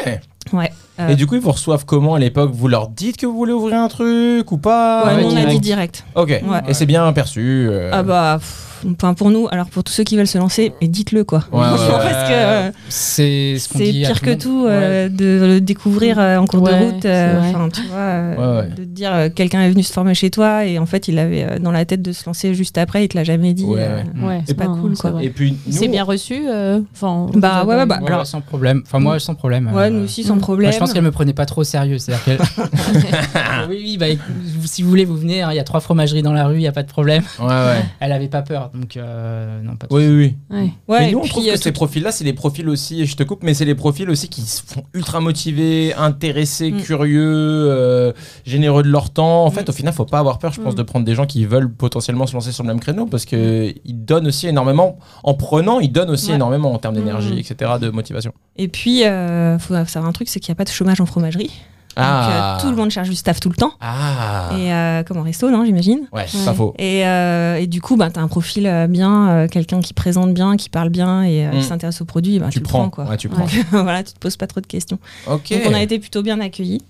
Ouais. Et du coup, ils vous reçoivent comment à l'époque Vous leur dites que vous voulez ouvrir un truc ou pas Ouais, Ah ouais, nous, on a direct. dit direct. Ok. Ouais. Et c'est bien perçu. euh, Ah bah, pff, enfin, pour nous, alors pour tous ceux qui veulent se lancer, mais dites-le quoi. <laughs> Ouais, ouais, ouais. Parce que. euh, c'est ce qu'on C'est dit à pire que le monde. tout euh, de le découvrir euh, en cours Ouais, de route. euh, c'est vrai. Enfin, tu vois, euh, Ouais, ouais. de te dire euh, quelqu'un est venu se former chez toi et en fait il avait euh, dans la tête de se lancer juste après, il te l'a jamais dit. Ouais, euh, ouais. Ouais. Ouais, C'est pas non, cool, c'est quoi. vrai. Et puis, nous, C'est bien reçu. euh, Enfin, Bah, vous ouais, avez- ouais, bah, Ouais, alors- ouais, sans problème. Enfin, moi, sans problème. Ouais, euh, nous aussi sans Mm. problème. moi, je pense qu'elle me prenait pas trop au sérieux. C'est-à-dire qu'elle- <laughs> oui, oui, bah, écoute, vous- si vous voulez, vous venez. hein, Il y a trois fromageries dans la rue, il n'y a pas de problème. Ouais, ouais. Elle avait pas peur. Donc, euh, non, pas de Oui, oui, oui. Ouais. <laughs> Ouais, mais nous, et on puis, trouve euh, que ces profils-là, c'est les profils aussi, et je te coupe, mais c'est les profils aussi qui se font ultra motivés, intéressés, Mm. curieux, euh, généreux de leur temps. En fait, au final, faut pas avoir peur, je pense, Mm. de prendre des gens qui veulent potentiellement se lancer sur le même créneau, parce que ils donnent aussi énormément, en prenant, ils donnent aussi Mm. Ouais. énormément en termes d'énergie, Mm. etc., de motivation. Et puis, euh, faut savoir un truc, c'est qu'il n'y a pas de chômage en fromagerie. Donc, euh, tout le monde cherche du staff tout le temps. Ah Et euh, comme en resto, non, j'imagine. Ouais, c'est pas Ouais. faux. Et, euh, et du coup, bah, tu as un profil euh, bien, euh, quelqu'un qui présente bien, qui parle bien et euh, Mm. qui s'intéresse au produit, bah, tu, tu, le prends, prends. quoi. Ouais, tu prends. <laughs> voilà, tu te poses pas trop de questions. Ok. Donc on a été plutôt bien accueillis.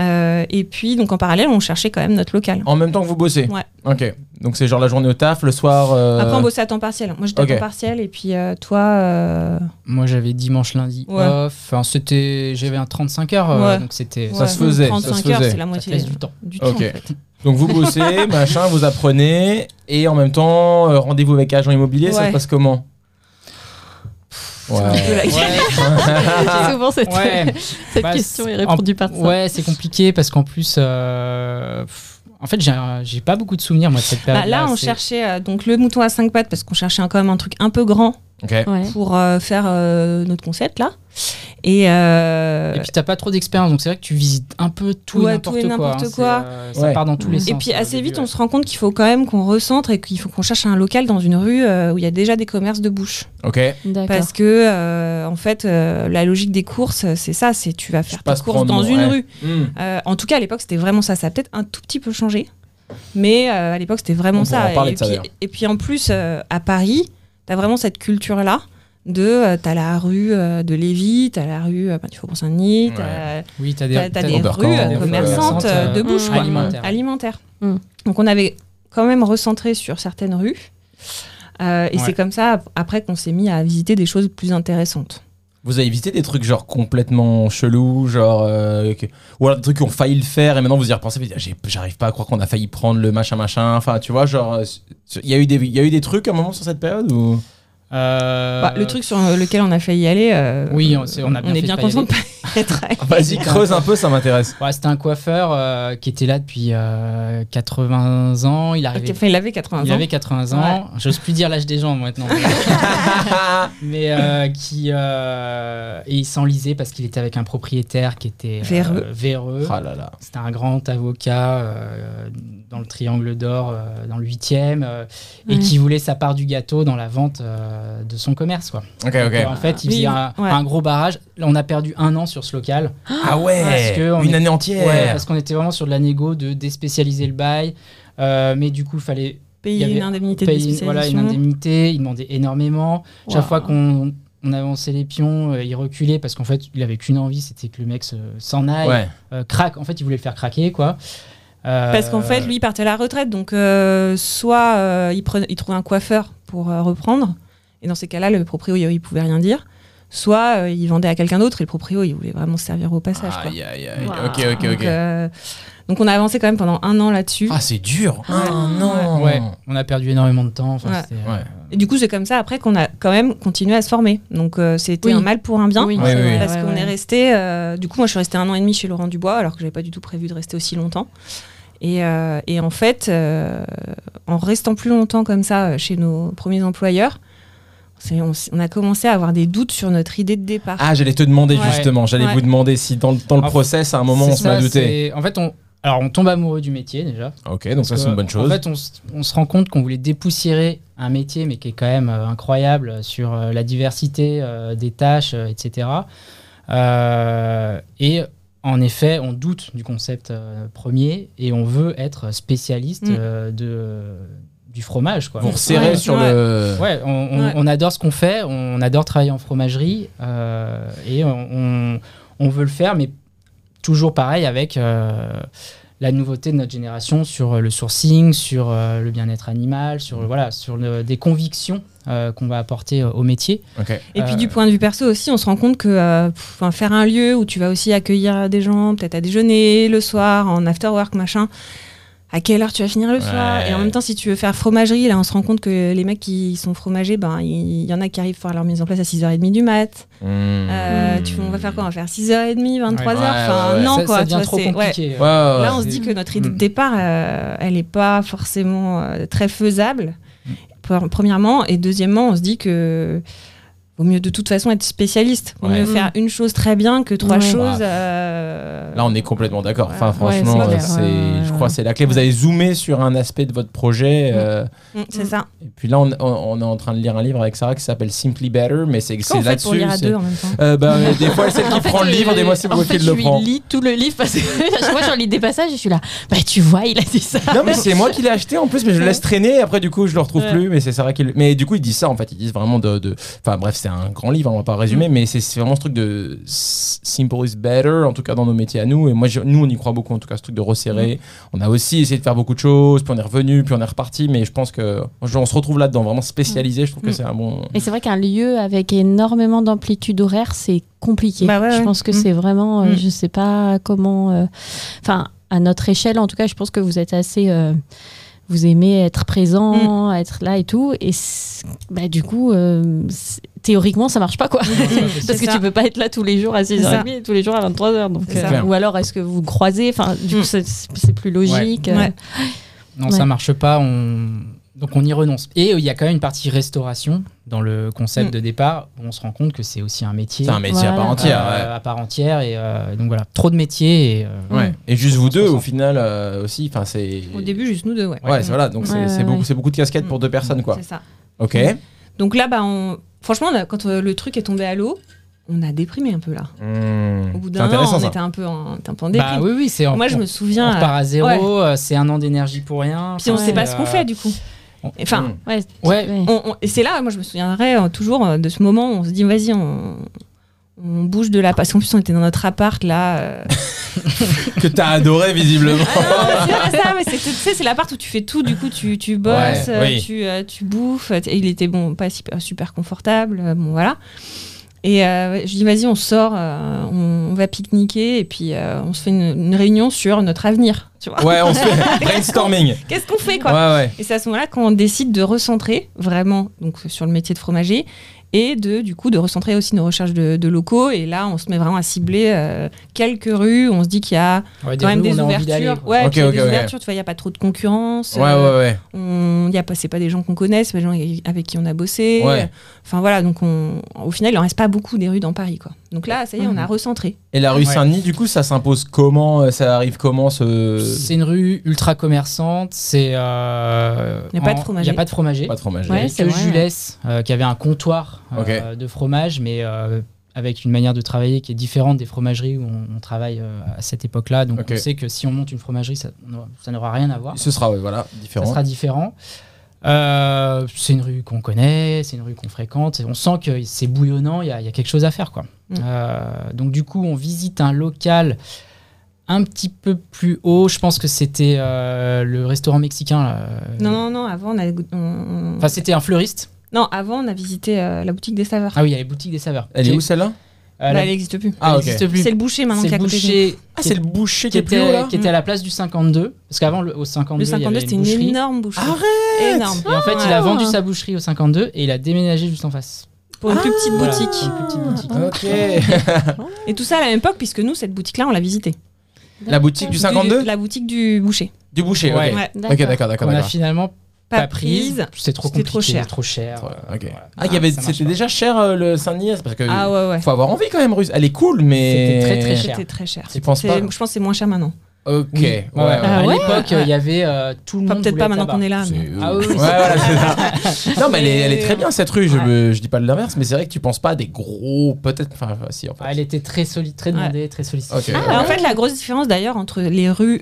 Euh, et puis, donc en parallèle, on cherchait quand même notre local. En même temps que vous bossez Ouais. Ok. Donc c'est genre la journée au taf, le soir. euh, Après, on bossait à temps partiel. Moi, j'étais ok. à temps partiel. Et puis, euh, toi. euh, Moi, j'avais dimanche, lundi Ouais. off. Enfin, c'était, j'avais un 35 heures, euh, Ouais. donc c'était. Ça se faisait, ça se 35 faisait. heures, c'est la Ça te moitié laisse <laughs> du temps. du temps. Ok. en fait. Donc vous <laughs> bossez, machin, vous apprenez, et en même temps, euh, rendez-vous avec agent immobilier, ça Ouais. se passe comment un peu la- Euh, <laughs> Ouais. Souvent, cette, Ouais. cette Bah, question est c'est- répondue par ça. Ouais, c'est compliqué parce qu'en plus, euh, pff, en fait, j'ai un- j'ai pas beaucoup de souvenirs moi de cette Bah, période. là, on cherchait euh, donc le mouton à 5 pattes parce qu'on cherchait un- quand même un truc un peu grand Ok. Ouais. pour euh, faire euh, notre concept là. Et, euh, Et puis t'as pas trop d'expérience, donc c'est vrai que tu visites un peu tout Ouais, et tout et n'importe n'importe quoi. hein. quoi. C'est, euh, Ça Ouais. part dans tous les sens. Et puis euh, au assez début, vite, ouais. on se rend compte qu'il faut quand même qu'on recentre et qu'il faut qu'on cherche un local dans une rue euh, où il y a déjà des commerces de bouche. Ok. D'accord. Parce que euh, en fait, euh, la logique des courses, euh, c'est ça, c'est tu vas faire pas tes se courses prendre, dans ouais. une rue. Hmm. Euh, en tout cas, à l'époque, c'était vraiment ça. Ça a peut-être un tout petit peu changé, mais euh, à l'époque, c'était vraiment On pourra ça. en parler et, de ça, puis, d'ailleurs. et puis en plus, euh, à Paris, t'as vraiment cette culture là. De, euh, t'as la rue euh, de Lévis, t'as la rue euh, bah, du Faubourg-Saint-Denis, t'as Oui, t'as T'as des, t'as des Oberkampf, rues euh, des commerçantes commerçantes, euh, de euh, bouche, quoi. alimentaires. Alimentaires. Mm. Donc on avait quand même recentré sur certaines rues. Euh, et Ouais. c'est comme ça, ap- après, qu'on s'est mis à visiter des choses plus intéressantes. Vous avez visité des trucs genre complètement chelous, genre euh, que- ou alors des trucs qui ont failli le faire et maintenant vous y repensez, vous dites Ah, j'ai- j'arrive pas à croire qu'on a failli prendre le machin machin. Enfin, tu vois, genre euh, il y a eu des il y a eu des trucs à un moment sur cette période ou Euh, Bah, le truc sur lequel on a failli aller, euh, Oui, on- c'est- on a bien est fait de bien pas y content de pas y être allé. Ah, Vas-y, creuse un peu, ça m'intéresse. Ouais, c'était un coiffeur euh, qui était là depuis euh, 80 ans. Ah, Il arrivait. Enfin, il avait 80 Il ans. avait 80 ans. J'ose plus dire l'âge des gens <laughs> maintenant. mais euh, qui euh, et il s'enlisait parce qu'il était avec un propriétaire qui était euh, Véreux. véreux. <laughs> Ah là là. C'était un grand avocat euh, dans le Triangle d'Or, euh, dans le 8e, euh, et Ouais. qui voulait sa part du gâteau dans la vente euh, de son commerce. Quoi. Ok, Donc, euh, ok. en fait, il Oui, faisait un, ouais. un gros barrage. Là, on a perdu un an sur ce local. Ah ouais. Parce que on Une est- année Ouais, entière. parce qu'on était vraiment sur de la négo, de déspécialiser le bail. Euh, mais du coup, il fallait il y Payer avait une indemnité de payer une- voilà, une spécialisation. indemnité. Il demandait énormément. Chaque Wow. fois qu'on on avançait les pions, euh, il reculait parce qu'en fait, il avait qu'une envie, c'était que le mec se- s'en aille, Ouais. euh, craque. En fait, il voulait le faire craquer, quoi. Euh, Parce qu'en fait, lui, il partait à la retraite. Donc, euh, soit euh, il, prenait- il trouvait un coiffeur pour euh, reprendre. Et dans ces cas-là, le proprio, il, il pouvait rien dire. Soit euh, il vendait à quelqu'un d'autre et le proprio, il voulait vraiment se servir au passage. quoi. Aïe, aïe, aïe. Wow. Ah, Ok, ok, donc, ok. euh, donc, on a avancé quand même pendant un an là-dessus. Ah, c'est dur. Ah, Ah non. Ouais, on a perdu énormément de temps. Enfin, Ouais. c'était, euh, Ouais. Et du coup, c'est comme ça après qu'on a quand même continué à se former. Donc, euh, c'était Oui. un mal pour un bien. Oui, Ouais, c'est oui, vrai, oui. Parce ouais, qu'on ouais. est resté. euh, du coup, moi, je suis restée un an et demi chez Laurent Dubois, alors que j'avais pas du tout prévu de rester aussi longtemps. Et, euh, et en fait, euh, en restant plus longtemps comme ça euh, chez nos premiers employeurs, c'est- on, s- on a commencé à avoir des doutes sur notre idée de départ. Ah, j'allais te demander Ouais. justement, j'allais Ouais. vous demander si dans le, dans le Ah, process, à un moment, on c'est se ça, m'a douté. c'est- En fait, on, alors, on tombe amoureux du métier déjà. Ok, donc ça, Parce c'est une que, bonne chose. En fait, on, s- on se rend compte qu'on voulait dépoussiérer un métier, mais qui est quand même euh, incroyable euh, sur euh, la diversité euh, des tâches, euh, etc. Euh, et en effet, on doute du concept euh, premier et on veut être spécialiste Mm. euh, de, du fromage. Quoi. Vous resserrez Ouais. sur Ouais. le. Ouais, on, on- Ouais. on adore ce qu'on fait, on adore travailler en fromagerie euh, et on, on- on veut le faire, mais toujours pareil avec euh, la nouveauté de notre génération sur euh, le sourcing, sur euh, le bien-être animal, sur Mm. euh, voilà, sur le- des convictions euh, qu'on va apporter euh, au métier. Ok. Et puis Euh, du point de vue perso aussi, on se rend compte que euh, pff, enfin, faire un lieu où tu vas aussi accueillir des gens, peut-être à déjeuner, le soir, en after work, machin, à quelle heure tu vas finir le soir Ouais. Et en même temps, si tu veux faire fromagerie, là on se rend compte que les mecs qui sont fromagers, ben, il y en a qui arrivent à faire leur mise en place à 6h30 du mat. Euh, Mmh. tu, on va faire quoi On va faire 6h30, Ouais, 23h ouais, Enfin ouais. non ça, quoi, ça tu devient vois, trop c'est- ouais. compliqué. euh. Ouais, ouais, Ah, ouais. Là, on se dit que notre idée de Mm. départ, euh, elle n'est pas forcément euh, très faisable, Mm. pre- premièrement. Et deuxièmement, on se dit que vaut mieux de toute façon être spécialiste. Vaut Ouais. mieux Mm. faire une chose très bien que trois Ouais. choses. Bah, euh, Là, on est complètement d'accord. Enfin, Ouais, franchement, c'est euh, clair. c'est, Ouais, ouais, ouais. je crois que c'est la clé. Vous avez zoomé sur un aspect de votre projet. euh, Mm, C'est ça. et puis là, on, on- on est en train de lire un livre avec Sarah qui s'appelle Simply Better, mais c'est, Comment c'est on fait pour là-dessus. lire à c'est- deux en même temps <laughs> Euh, bah, mais des fois, celle qui En fait, prend le euh, livre, des fois, c'est en moi fait, qui le prend. Je lui lis tout le livre parce que je vois, j'en lis des passages et je suis là. Bah, tu vois, il a dit ça. Non <laughs> mais c'est moi qui l'ai acheté en plus mais je le laisse traîner et après du coup je le retrouve Ouais. plus mais c'est Sarah qui le... mais du coup ils disent ça en fait ils disent vraiment de de- enfin bref c'est un grand livre, hein, on va pas résumer, Mm. mais c'est c'est vraiment ce truc de s- simple is better, en tout cas dans nos métiers à nous. Et moi, je- nous, on y croit beaucoup, en tout cas, ce truc de Mm. resserrer. On a aussi essayé de faire beaucoup de choses, puis on est revenu, puis on est reparti, mais je pense que genre, on se retrouve là-dedans, vraiment spécialisé. Je trouve que Mm. c'est un bon. Et c'est vrai qu'un lieu avec énormément d'amplitude horaire, c'est compliqué. Bah ouais, je ouais. pense que Mm. c'est vraiment, euh, Mm. je sais pas comment. euh, Enfin, à notre échelle, en tout cas, je pense que vous êtes assez. euh, vous aimez être présent, être là et tout. Et c'est- bah, du coup, euh, c'est- théoriquement, ça marche pas quoi. Parce que ça. tu peux pas être là tous les jours à 6h30 et tous les jours à 23h. Donc, C'est euh, ça. ou alors, est-ce que vous croisez Enfin, du coup, Mm. c'est c'est plus logique. Ouais. euh, Ouais. Non, Ouais. ça marche pas. On... Donc on y renonce. Et euh, il y a quand même une partie restauration dans le concept Mm. de départ. où on se rend compte que c'est aussi un métier C'est un métier à part Voilà. entière. euh, ouais. à part entière. Et euh, donc voilà, trop de métiers. Et, euh, mm. Ouais. Et juste vous deux, au 60%. final, euh, aussi, enfin, c'est. Au début, juste nous deux, ouais. Ouais, c'est- voilà, donc c'est Ouais, c'est ouais, beaucoup, ouais. Mm. c'est beaucoup de casquettes pour deux personnes, quoi. C'est ça. Ok. Donc là, bah, on... franchement, on a- quand euh, le truc est tombé à l'eau, on a déprimé un peu là. Hmm. Au bout C'est d'un an, intéressant, on ça. était un peu en, on était un peu en Bah déprime. oui, oui, c'est Moi, je on- me souviens. on euh, repart à zéro, ouais. euh, c'est un an d'énergie pour rien. Puis on Ouais. sait pas ce Euh, qu'on fait du coup. on- Enfin, Mm. ouais, Ouais. On- on- et c'est là, moi je me souviendrai euh, toujours euh, de ce moment où on se dit vas-y, on, on bouge de là. Parce qu'en plus on était dans notre appart là. euh. que t'as adoré, visiblement. Ah non, mais c'est pas ça, mais c'est- tu sais, c'est l'appart où tu fais tout, du coup tu, tu bosses, Ouais, euh, oui. tu, euh, tu bouffes. euh, et il était bon, pas super, super confortable, euh, bon voilà. Et euh, je dis vas-y, on sort, euh, on, on va pique-niquer et puis euh, on se fait une, une réunion sur notre avenir. Tu vois Ouais, on se fait brainstorming. Qu'est-ce qu'on fait quoi Ouais, ouais. Et c'est à ce moment-là qu'on décide de recentrer vraiment donc euh, sur le métier de fromager et de du coup de recentrer aussi nos recherches de, de locaux. Et là, on se met vraiment à cibler euh, quelques rues. où On se dit qu'il y a Ouais, quand même rues, des on a envie d'aller, ouvertures. quoi. Ouais, Ok, puis il y a ok, des ok. ouvertures. Tu vois, il n'y a pas trop de concurrence. Ouais, euh, ouais, ouais. On, il y a pas, c'est pas des gens qu'on connaît, c'est pas des gens avec qui on a bossé. Ouais. Enfin voilà, donc on, au final, il en reste pas beaucoup des rues dans Paris, quoi. Donc là, ça y est, Mhm. on a recentré. Et la rue Ouais. Saint-Denis, du coup, ça s'impose comment euh, Ça arrive comment ce. Euh, C'est une rue ultra commerçante. C'est. euh, Il y a pas en- de fromager. Il n'y a pas de fromager. Pas trop magique. Il y avait Ouais, c'est que vrai, Jules, euh, qui avait un comptoir euh, de fromage, mais euh, avec une manière de travailler qui est différente des fromageries où on, on travaille euh, à cette époque-là. Donc Ok. on sait que si on monte une fromagerie, ça n'aura- ça n'aura rien à voir. Ce sera, ouais, voilà, Ça différent. sera différent. Euh, c'est une rue qu'on connaît, c'est une rue qu'on fréquente. et on sent que c'est bouillonnant, il y, a- il y a quelque chose à faire. Quoi. Mm. Euh, donc du coup, on visite un local un petit peu plus haut. Je pense que c'était euh, le restaurant mexicain. là. euh, Non, non, non. Avant, on a, on- on- Enfin, c'était un fleuriste. non, avant, on a visité euh, la boutique des saveurs. Ah oui, il y a les boutiques des saveurs. Elle est Qui- où celle-là euh, Là, la- elle n'existe plus. Ah, elle ok. n'existe plus. C'est le boucher maintenant C'est qui est à côté de nous. boucher Ah, c'est le boucher qui qui est plus haut était, euh, là qui était à la place du 52. Parce qu'avant, le- au 52, Le il y 52, avait c'était une une, boucherie. énorme boucherie. Arrête énorme. Et en fait, il Ah. a vendu sa boucherie au 52 et il a déménagé juste en face. Pour une plus petite Voilà, boutique. pour Ah. une petite boutique. Ok. Et tout ça à la même époque, puisque nous, cette boutique-là, on l'a visitée. la boutique du 52 Du- La boutique du boucher. Du boucher, Ouais. ok. Ok, d'accord, d'accord, On Ah, a d'accord. finalement Pas, Eh, pas prise. prise. C'est trop C'était compliqué. trop cher. Trop cher. Ouais, ok. euh, Ah, il y avait- ça marche c'était pas. déjà cher euh, le Saint-Denis Parce que. Ah ouais, ouais. Faut avoir envie quand même, Russe. Elle est cool, mais. C'était très, très cher. C'était très cher. Tu penses C'est- pas Je pense que c'est moins cher maintenant. Ok, Oui. ouais, Ouais, ouais. Ah À ouais. l'époque, euh, il y avait euh, tout le Enfin, monde. peut-être pas voulait maintenant être qu'on est là. C'est- mais- Ah oui, Ouais, oui, voilà, c'est ça. Non, mais elle est, elle est très bien cette rue. Je, Ouais. me- je dis pas l'inverse, mais c'est vrai que tu penses pas à des gros. Peut-être. Enfin, si, en fait. Ah, Elle était très solide, très demandée, très sollicitée. Ok. Ah, En fait, la grosse différence d'ailleurs entre les rues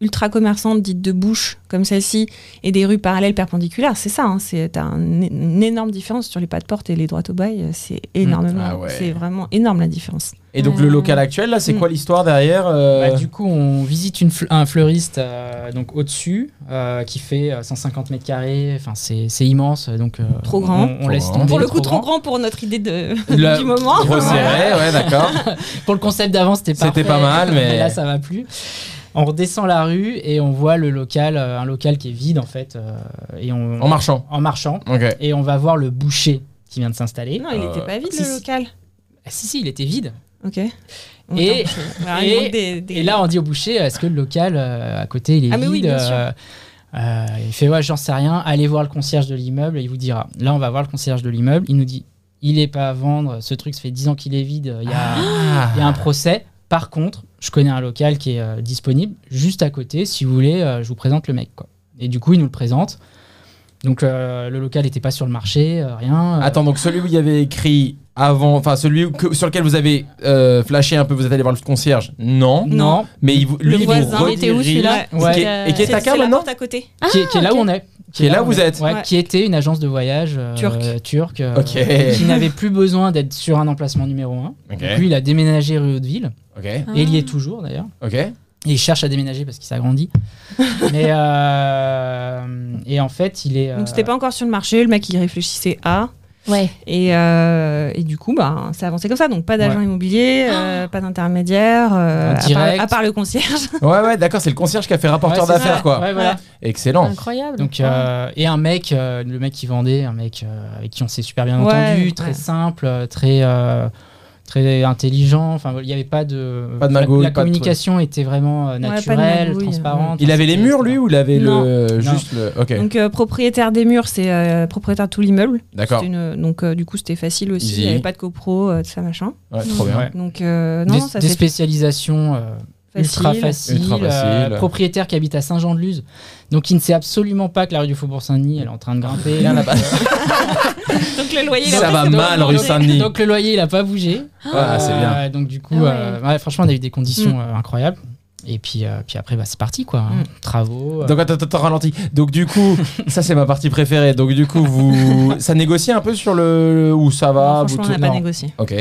ultra commerçantes dites de bouche comme celle-ci et des rues parallèles perpendiculaires, c'est ça. hein, c'est t'as un é- une énorme différence sur les pas de porte et les droits au bail. euh, C'est Mmh. énormément. Ah ouais. C'est vraiment énorme la différence. Et donc, le local actuel, là, c'est quoi l'histoire derrière euh, Bah, du coup, on visite une fle- un fleuriste euh, donc au-dessus euh, qui fait euh, 150 mètres carrés. Enfin, c'est c'est immense. Donc, euh, Trop Mmh. on- grand. On, Trop laisse grand. tomber. Pour le coup, trop grand pour notre idée de La- du moment. Resserré, <laughs> ouais, d'accord. Pour le concept d'avant, c'était pas. C'était pas <laughs> mal, mais- là, ça va plus. On redescend la rue et on voit le local, euh, un local qui est vide en fait, euh, et on En marchant. en marchant Ok. et on va voir le boucher qui vient de s'installer. Non, il Euh, n'était pas vide si, si. le local. Ah, si si, il était vide. Ok. Et- Attends, je- Alors, il et- manque des- des- <laughs> Et là, on dit au boucher, est-ce que le local euh, à côté, il est Ah, mais vide oui, bien sûr. euh, euh, Il fait, ouais, j'en sais rien. Allez voir le concierge de l'immeuble, il vous dira. Là, on va voir le concierge de l'immeuble. Il nous dit, il est pas à vendre. Ce truc, ça fait 10 ans qu'il est vide. Il y a, Ah. il y a un procès. Par contre, je connais un local qui est euh, disponible juste à côté. Si vous voulez, euh, je vous présente le mec. Quoi. Et du coup, il nous le présente. Donc euh, le local n'était pas sur le marché, euh, rien. Euh, Attends, donc celui où il y avait écrit avant, enfin celui où- que- sur lequel vous avez euh, flashé un peu, vous êtes allé voir le concierge Non. Non. Mais il vous- lui, Le il vous voisin, il redirige- était où, celui-là Qui Ouais. est- Et qui est C'est euh, Taka c'est la maintenant porte à côté. qui, est- qui est là ok. où on est. Ah, Qui est là où on vous êtes. Ouais, Ouais. Qui était une agence de voyage euh, Turque. turque, euh, Ok. qui n'avait plus besoin d'être sur un emplacement numéro 1. Ok. Ah. Lui, il a déménagé rue Hauteville, Ok. et il y est toujours d'ailleurs. Ok. Et il cherche à déménager parce qu'il <laughs> s'agrandit. Mais euh, et en fait, il est. euh, Donc c'était pas encore sur le marché, le mec il réfléchissait à. Ouais. Et, euh, et du coup, bah, c'est avancé comme ça. Donc pas d'agent Ouais. immobilier, euh, pas d'intermédiaire, euh, En à, part, direct. à part le concierge. Ouais, ouais, d'accord, c'est le concierge qui a fait ouais, rapporteur c'est ça. d'affaires, quoi. Ouais, voilà. Excellent. Ah, Incroyable. Donc Ouais. euh, et un mec, euh, le mec qui vendait, un mec euh, avec qui on s'est super bien Ouais, entendu, très ouais. simple, euh, très euh, très intelligent. Enfin, il n'y avait pas de. Pas de la- magouille, La, pas de communication était vraiment euh, pas de naturelle, magouille. transparente. Il avait les C'était- murs, lui, ou il avait Non. le. Non. Juste le. Ok, Donc euh, propriétaire des murs, c'est euh, propriétaire de tout l'immeuble. d'accord. C'est une- Donc euh, du coup c'était facile aussi. Easy. Il n'y avait pas de copro, euh, tout ça machin. Ouais, trop bien. Ouais. Donc euh, non, Des, non, ça des s'est fait spécialisations. euh, facile. Ultra facile, Ultra euh, facile. propriétaire qui habite à Saint-Jean-de-Luz, donc il ne sait absolument pas que la rue du Faubourg-Saint-Denis elle est en train de grimper. <laughs> Rien là-bas. Donc le loyer, il a Ça pas va fait de- mal, rue Saint-Denis. Donc le loyer, il a pas bougé. Ah, c'est bien. Euh, Donc du coup, Ah ouais. euh, ouais, franchement, on a eu des conditions euh, incroyables. Et puis, euh, puis après, bah, c'est parti, quoi. hein. Mm. Travaux. euh, Donc attends, attends, attends, ralentis. Donc du <laughs> coup, ça c'est ma partie préférée. Donc du coup, vous, ça négocie un peu sur le où ça va. Non, vous franchement, on tout- n'a pas non. négocié. Mm. Ok.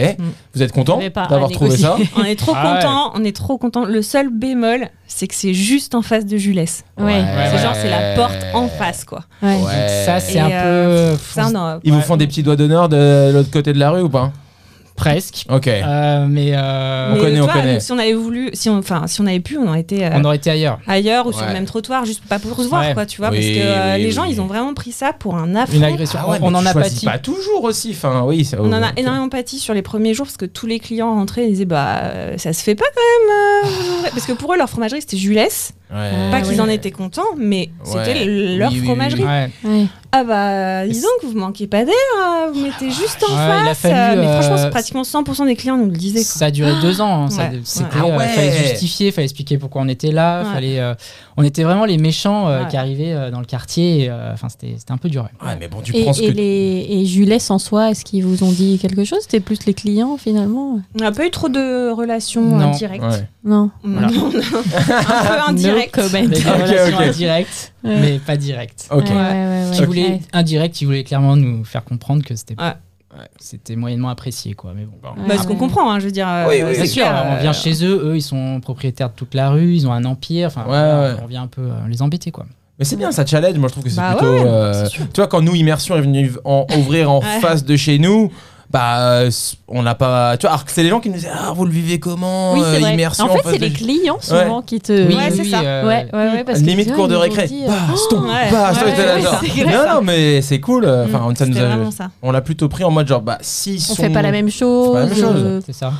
Vous êtes content Il y avait pas à d'avoir trouvé ça négocier. On est trop Ah ouais. content, on est trop content. Le seul bémol, c'est que c'est juste en face de Julès. Ouais. Ouais. C'est genre c'est la porte en face quoi. Ouais. <laughs> Ouais. donc ça, c'est Et, un euh, peu. Ça, on a- Ils vous Ouais. font des petits doigts d'honneur de l'autre côté de la rue ou pas Presque. Ok. Ah, Euh, mais euh, On Mais, connaît, tu on vois, connaît. donc, si on avait voulu, si on, enfin, si on avait pu, on aurait été euh, on aurait été ailleurs. ailleurs ou sur Ouais. le même trottoir, juste pas pour se voir, Ouais. quoi, tu vois, Oui, parce que euh, oui, les oui, gens, oui. ils ont vraiment pris ça pour un affront. Une agression. Ah ouais, on mais en tu a choisis pâti. Pas toujours aussi. Enfin, oui. ça- On en a ok. énormément pâti sur les premiers jours parce que tous les clients rentraient et disaient bah euh, ça se fait pas quand même euh, Ah. vous ouvrez- parce que pour eux leur fromagerie c'était Julès Eh Ouais. pas qu'ils oui. en étaient contents mais Ouais. c'était leur Oui, oui, oui, fromagerie Ouais. Ouais. Ah bah dis donc, vous manquez pas d'air, euh, vous mettez juste en Ouais, il a face. fallu, euh, mais euh, franchement, c'est pratiquement 100% des clients nous le disaient. quoi. Ça a duré deux ans. hein, ça- Ouais. C'était, Ah euh, ouais. fallait se justifier, fallait expliquer pourquoi on était là. Ouais. Fallait, euh, on était vraiment les méchants euh, Ouais. qui arrivaient euh, dans le quartier. et, euh, Enfin, c'était, c'était un peu dur. ouais. Ouais, mais bon, tu Et, prends ce et que. les, et Julès en soi, est-ce qu'ils vous ont dit quelque chose C'était plus les clients finalement On n'a pas eu trop de relations Non, euh, directes. Ouais. Non. On- <laughs> Voilà. on a- un peu indirect. Mais des <laughs> Ok, relations ok. indirectes, Ouais. mais pas directes. Ok. Ouais, ouais, ouais, qui ouais. voulait indirect, il voulait clairement nous faire comprendre que c'était Ouais. ouais, c'était moyennement apprécié quoi. Mais bon. Ouais. Bah, ce qu'on comprend, hein, je veux dire. euh, Oui, oui, c'est Bien sûr, clair, on vient euh, chez eux, eux ils sont propriétaires de toute la rue, ils ont un empire, enfin Ouais, voilà, ouais. on vient un peu euh, les embêter quoi. Mais c'est bien, ça challenge. Moi, je trouve que c'est Bah plutôt. ouais, euh, c'est tu sûr. vois, quand nous, Immersion est venu en ouvrir en Ouais. face de cez nous. Bah, euh, on n'a pas. Tu vois, alors que c'est les gens qui nous disent Ah, vous le vivez comment Oui, euh, c'est vrai. Immersion en fait, face c'est de les chez- clients souvent qui te. Oui, ouais, oui, c'est ça. euh, ouais, ouais, parce que Limite tu vois, cours de ils nous ont récré. dit, euh, Bah, stop, Ouais. bah, stop, Ouais, t'es là, ouais, genre. c'est grave, Mm. Non, ça. non, mais c'est cool. Enfin, on- ça mm, c'était nous a- vraiment ça. on l'a plutôt pris en mode genre, bah, si. on fait pas la même chose. la même chose. euh, c'est ça.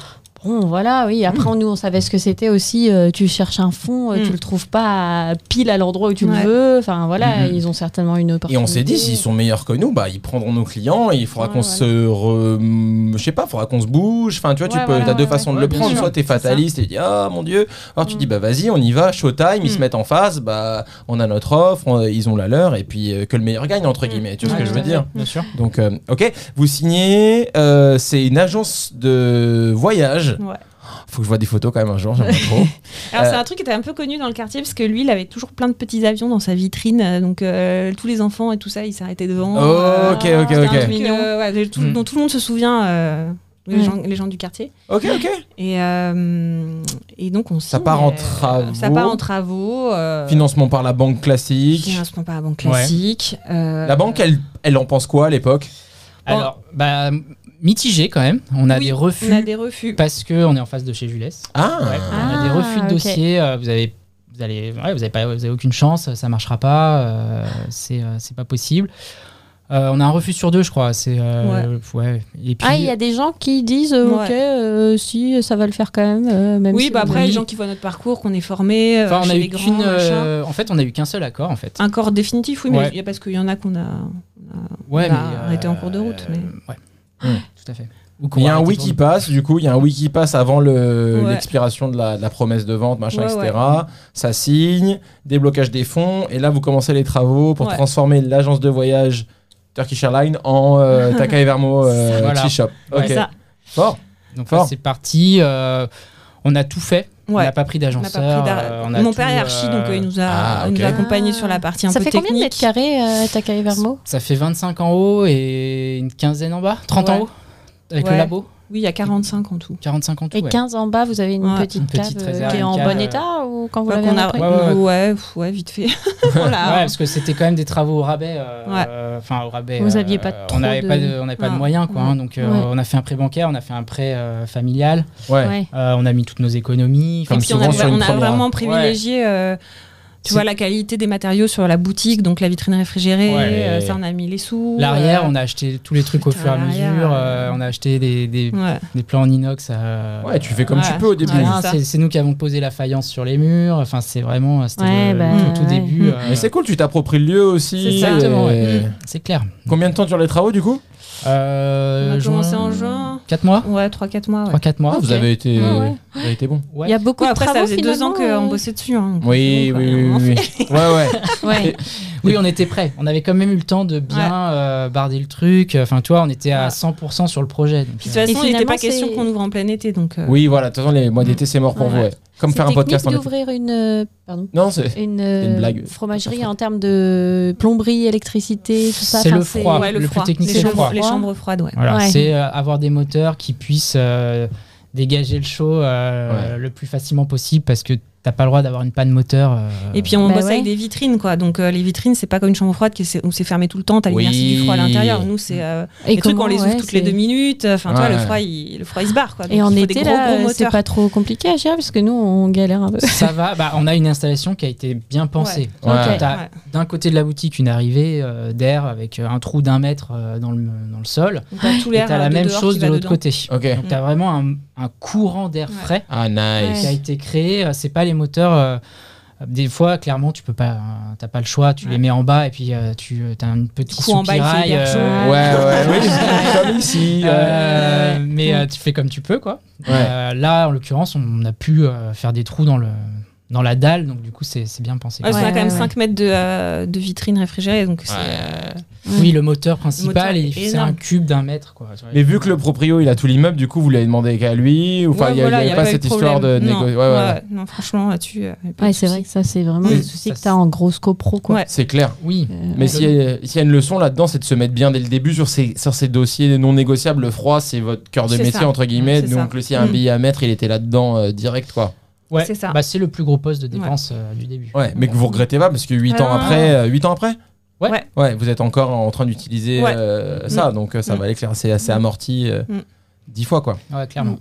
bon, voilà, oui. Après, nous, on savait ce que c'était aussi. euh, tu cherches un fond, euh, Mm. tu le trouves pas à- pile à l'endroit où tu Ouais. le veux. Enfin, voilà, Mhm. ils ont certainement une Et opportunité. on s'est dit, s'ils sont meilleurs que nous, bah, ils prendront nos clients et il faudra Ouais, qu'on voilà. se. re- Je sais pas, faudra qu'on se bouge. Enfin, tu vois, tu Ouais, peux, voilà, t'as deux ouais, façons de ouais. le Ouais, bien prendre. sûr. Soit t'es C'est ça. fataliste et tu dis, ah mon dieu. Alors tu Mm. dis, bah, vas-y, on y va, showtime, ils se Mm. mettent en face, bah, on a notre offre, on- ils ont la leur et puis euh, que le meilleur gagne, entre guillemets. Tu vois Ouais, ce que je tout veux à fait, dire Bien sûr. Donc, euh, ok, vous signez, euh, c'est une agence de voyage. Ouais. Faut que je vois des photos quand même un jour, j'aime pas trop. Alors, Euh, c'est un truc qui était un peu connu dans le quartier parce que lui, il avait toujours plein de petits avions dans sa vitrine. euh, Donc, euh, tous les enfants et tout ça, ils s'arrêtaient devant. euh, Oh, ok, ok, c'était un ok. truc, euh, ouais, tout- Mm. dont tout le monde se souvient, euh, les, Ouais. gens, les gens du quartier. Ok, ok. Et, euh, et donc on Ça signe, part en euh, travaux. Ça part en travaux. euh, Financement par la banque classique. Financement par la banque classique. euh, La banque, elle, elle en pense quoi à l'époque Bon. Alors, bah mitigé quand même. On a oui, des refus On a des refus. parce que on est en face de chez Jules. Ah Ouais, Euh, on a des Ah, refus de ok. dossiers. euh, vous avez, vous allez, ouais, vous avez pas, vous avez aucune chance. Ça marchera pas. euh, c'est, euh, c'est pas possible. Euh, on a un refus sur deux, je crois. C'est euh, ouais. Et puis, Ah, il y a des gens qui disent euh, Ouais. ok, euh, si ça va le faire quand même. euh, même Oui, si- bah après, Oui. les gens qui voient notre parcours, qu'on est formé, enfin, on a eu euh, les grands, Ah, qu'une. machin. euh, en fait, on a eu qu'un seul accord, en fait. Un corps définitif, oui, Ouais. mais il y a- parce qu'il y en a qu'on a. bah, on a- Ouais, euh, on a arrêté en cours de route, mais- Ah. ouais. Hmm. Tout à fait. Ou qu'on Il y a un arrête wiki tourner. pass, du coup, il y a un wiki pass avant le- Ouais. l'expiration de, la, de la promesse de vente, machin, Ouais, etc. Ça signe, déblocage des fonds, et là, vous commencez les travaux pour Ouais. transformer l'agence de voyage Turkish Airlines en euh, Taka Evermo euh, Ça. Voilà. Tea Shop. Ouais, Ok. ça. Fort. Donc Fort. là, c'est parti. euh, on a tout fait. On Ouais. n'a pas pris On d'agenceur. n'a pas pris d'ar- euh, on a Mon tout, père est archi, donc euh, euh, il nous a, Ah, il nous a ok. accompagnés sur la partie un Ça peu fait combien de technique. mètres carrés, euh, Takai Vermo Ça fait 25 en haut et une quinzaine en bas. 30 en Ouais. haut avec le Ouais. labo. Oui, il y a 45 en tout. 45 en tout. Et ouais. 15 en bas, vous avez une Ouais. petite, Une petite cave euh, réserve, qui est une en cave, bon euh, état ou quand vous Ouais, l'avez qu'on a- repris Ouais, ouais, ouais. Ouais, pff, ouais, vite fait. <laughs> Ouais, voilà. parce que c'était quand même des travaux au rabais. euh, Ouais. euh, Enfin, au rabais. Vous euh, aviez pas trop on n'avait de- pas de, on n'avait pas de Ah. moyens, quoi. hein, donc, euh, Ouais. on a fait un prêt bancaire, on a fait un prêt euh, familial. Ouais. Ouais. euh, on a mis toutes nos économies. Comme Et puis on souvent a, sur une on a première. vraiment privilégié. euh, C'est- tu vois la qualité des matériaux sur la boutique, donc la vitrine réfrigérée, Ouais. euh, ça on a mis les sous. L'arrière, euh, on a acheté tous les trucs au Putain, fur et à l'arrière, mesure. euh, euh, on a acheté des, des, ouais. des plans en inox. euh, Ouais, tu fais comme tu Ouais. peux au début. Ouais. Hein, c'est ça. c'est c'est nous qui avons posé la faïence sur les murs. Enfin, c'est vraiment euh, c'était Ouais, le, bah, le tout, tout ouais. début. Mm. euh, Mais c'est cool, tu t'appropries le lieu aussi. C'est ça. Exactement, et- ouais. Mm. c'est clair. Combien de temps durent les travaux, du coup Euh, on a commencé juin- en juin. Quatre mois. Ouais, 3-4 mois. ouais. 3-4 mois. Ah, Vous avez été, Ah ouais. vous avez été bon. Ouais. Il y a beaucoup Ouais, de après, travaux ça faisait deux ans finalement, qu'on euh, bossait dessus. hein, donc Oui, c'est bon, oui, quoi, oui, on en oui. fait. oui. Ouais, ouais. ouais. Oui, on était prêts. On avait quand même eu le temps de bien Ouais. euh, barder le truc. Enfin, toi, on était à Ouais. 100% sur le projet. donc, Puis de euh, toute façon, Et il n'était finalement, pas c'est- question qu'on ouvre en plein été. Donc, euh, Oui, voilà. De toute façon, les mois d'été, c'est mort pour Ouais. vous. ouais. Comme C'est faire un podcast en technique été. d'ouvrir une, euh, pardon, Non, c'est. une, euh, blague. fromagerie en termes de plomberie, électricité, tout ça. C'est Enfin, le froid. ouais, le plus technique, les c'est le chambres, froid. les chambres froides, ouais. Voilà, Ouais. c'est euh, avoir des moteurs qui puissent euh, dégager le chaud euh, le plus facilement possible parce que t'as pas le droit d'avoir une panne moteur. euh, Et puis on Bah bosse ouais. avec des vitrines, quoi. Donc euh, les vitrines, c'est pas comme une chambre froide qui est- où c'est fermé tout le temps, t'as Oui. l'inertie du froid à l'intérieur. Nous, c'est euh, Et les trucs, comment, on les ouvre ouais, toutes les c'est- deux minutes. Enfin, toi, Ouais. le froid, il, le froid, il se barre, quoi. Donc, Et en il faut été, des gros, là, gros euh, c'est moteurs. pas trop compliqué à gérer parce que nous, on galère un peu. <laughs> Ça va, bah, on a une installation qui a été bien pensée. Ouais. Donc, Ouais. t'as Ouais. D'un côté de la boutique, une arrivée euh, d'air avec euh, un trou d'un mètre euh, dans, le, dans le sol. Donc, t'as tout Et l'air. t'as euh, la de même dehors chose qui de va l'autre dedans. Mm. côté. Ok. Donc t'as vraiment un, un courant d'air Ouais. frais Ah, nice. qui a été créé. euh, C'est pas les moteurs. euh, des fois, clairement, tu peux pas, euh, t'as pas le choix. Tu les Ouais. mets en bas et puis euh, tu as une petite coup en bas, il fait soupiraille. hyper chaud. Ouais, ouais, <laughs> oui, c'est <laughs> comme ici. ouais. Euh, Ouais. mais euh, tu fais comme tu peux quoi. Ouais. Euh, là en l'occurrence on a pu euh, faire des trous dans le dans la dalle donc du coup c'est c'est bien pensé. Ouais, parce qu'on Ouais, a quand même ouais. 5 mètres de, euh, de vitrine réfrigérée, donc c'est. Ouais. euh, Oui le moteur principal moteur est il- c'est énorme. un cube d'un mètre quoi. Mais vu que le proprio il a tout l'immeuble, du coup vous l'avez demandé qu'à lui, ou enfin ouais, il n'y voilà, avait y a pas eu cette de histoire de problème. Non, négociation. Ouais, ouais, ouais. non, franchement, là-dessus. euh, y a pas Ouais, de c'est souci. vrai que ça, c'est vraiment le souci ça, que t'as en grosse copro, quoi. Ouais. C'est clair. Oui. Euh, Mais ouais. s'il y, a- s'il y a une leçon là-dedans, c'est de se mettre bien dès le début sur ces, sur ces dossiers non négociables. Le froid, c'est votre cœur de C'est métier, ça. entre guillemets. C'est ça. Donc, s'il y a un Mm. billet à mettre, il était là-dedans euh, direct, quoi. Ouais, C'est ça. Bah, c'est le plus gros poste de dépense euh, du début. Ouais, mais que vous regrettez pas, parce que 8 Ah, ans non, après, euh, huit ans après Ouais. Ouais. vous êtes encore en train d'utiliser Ouais. euh, ça, donc euh, ça Mm. va aller clair, c'est assez amorti euh, Mm. dix fois, quoi. Ouais, clairement.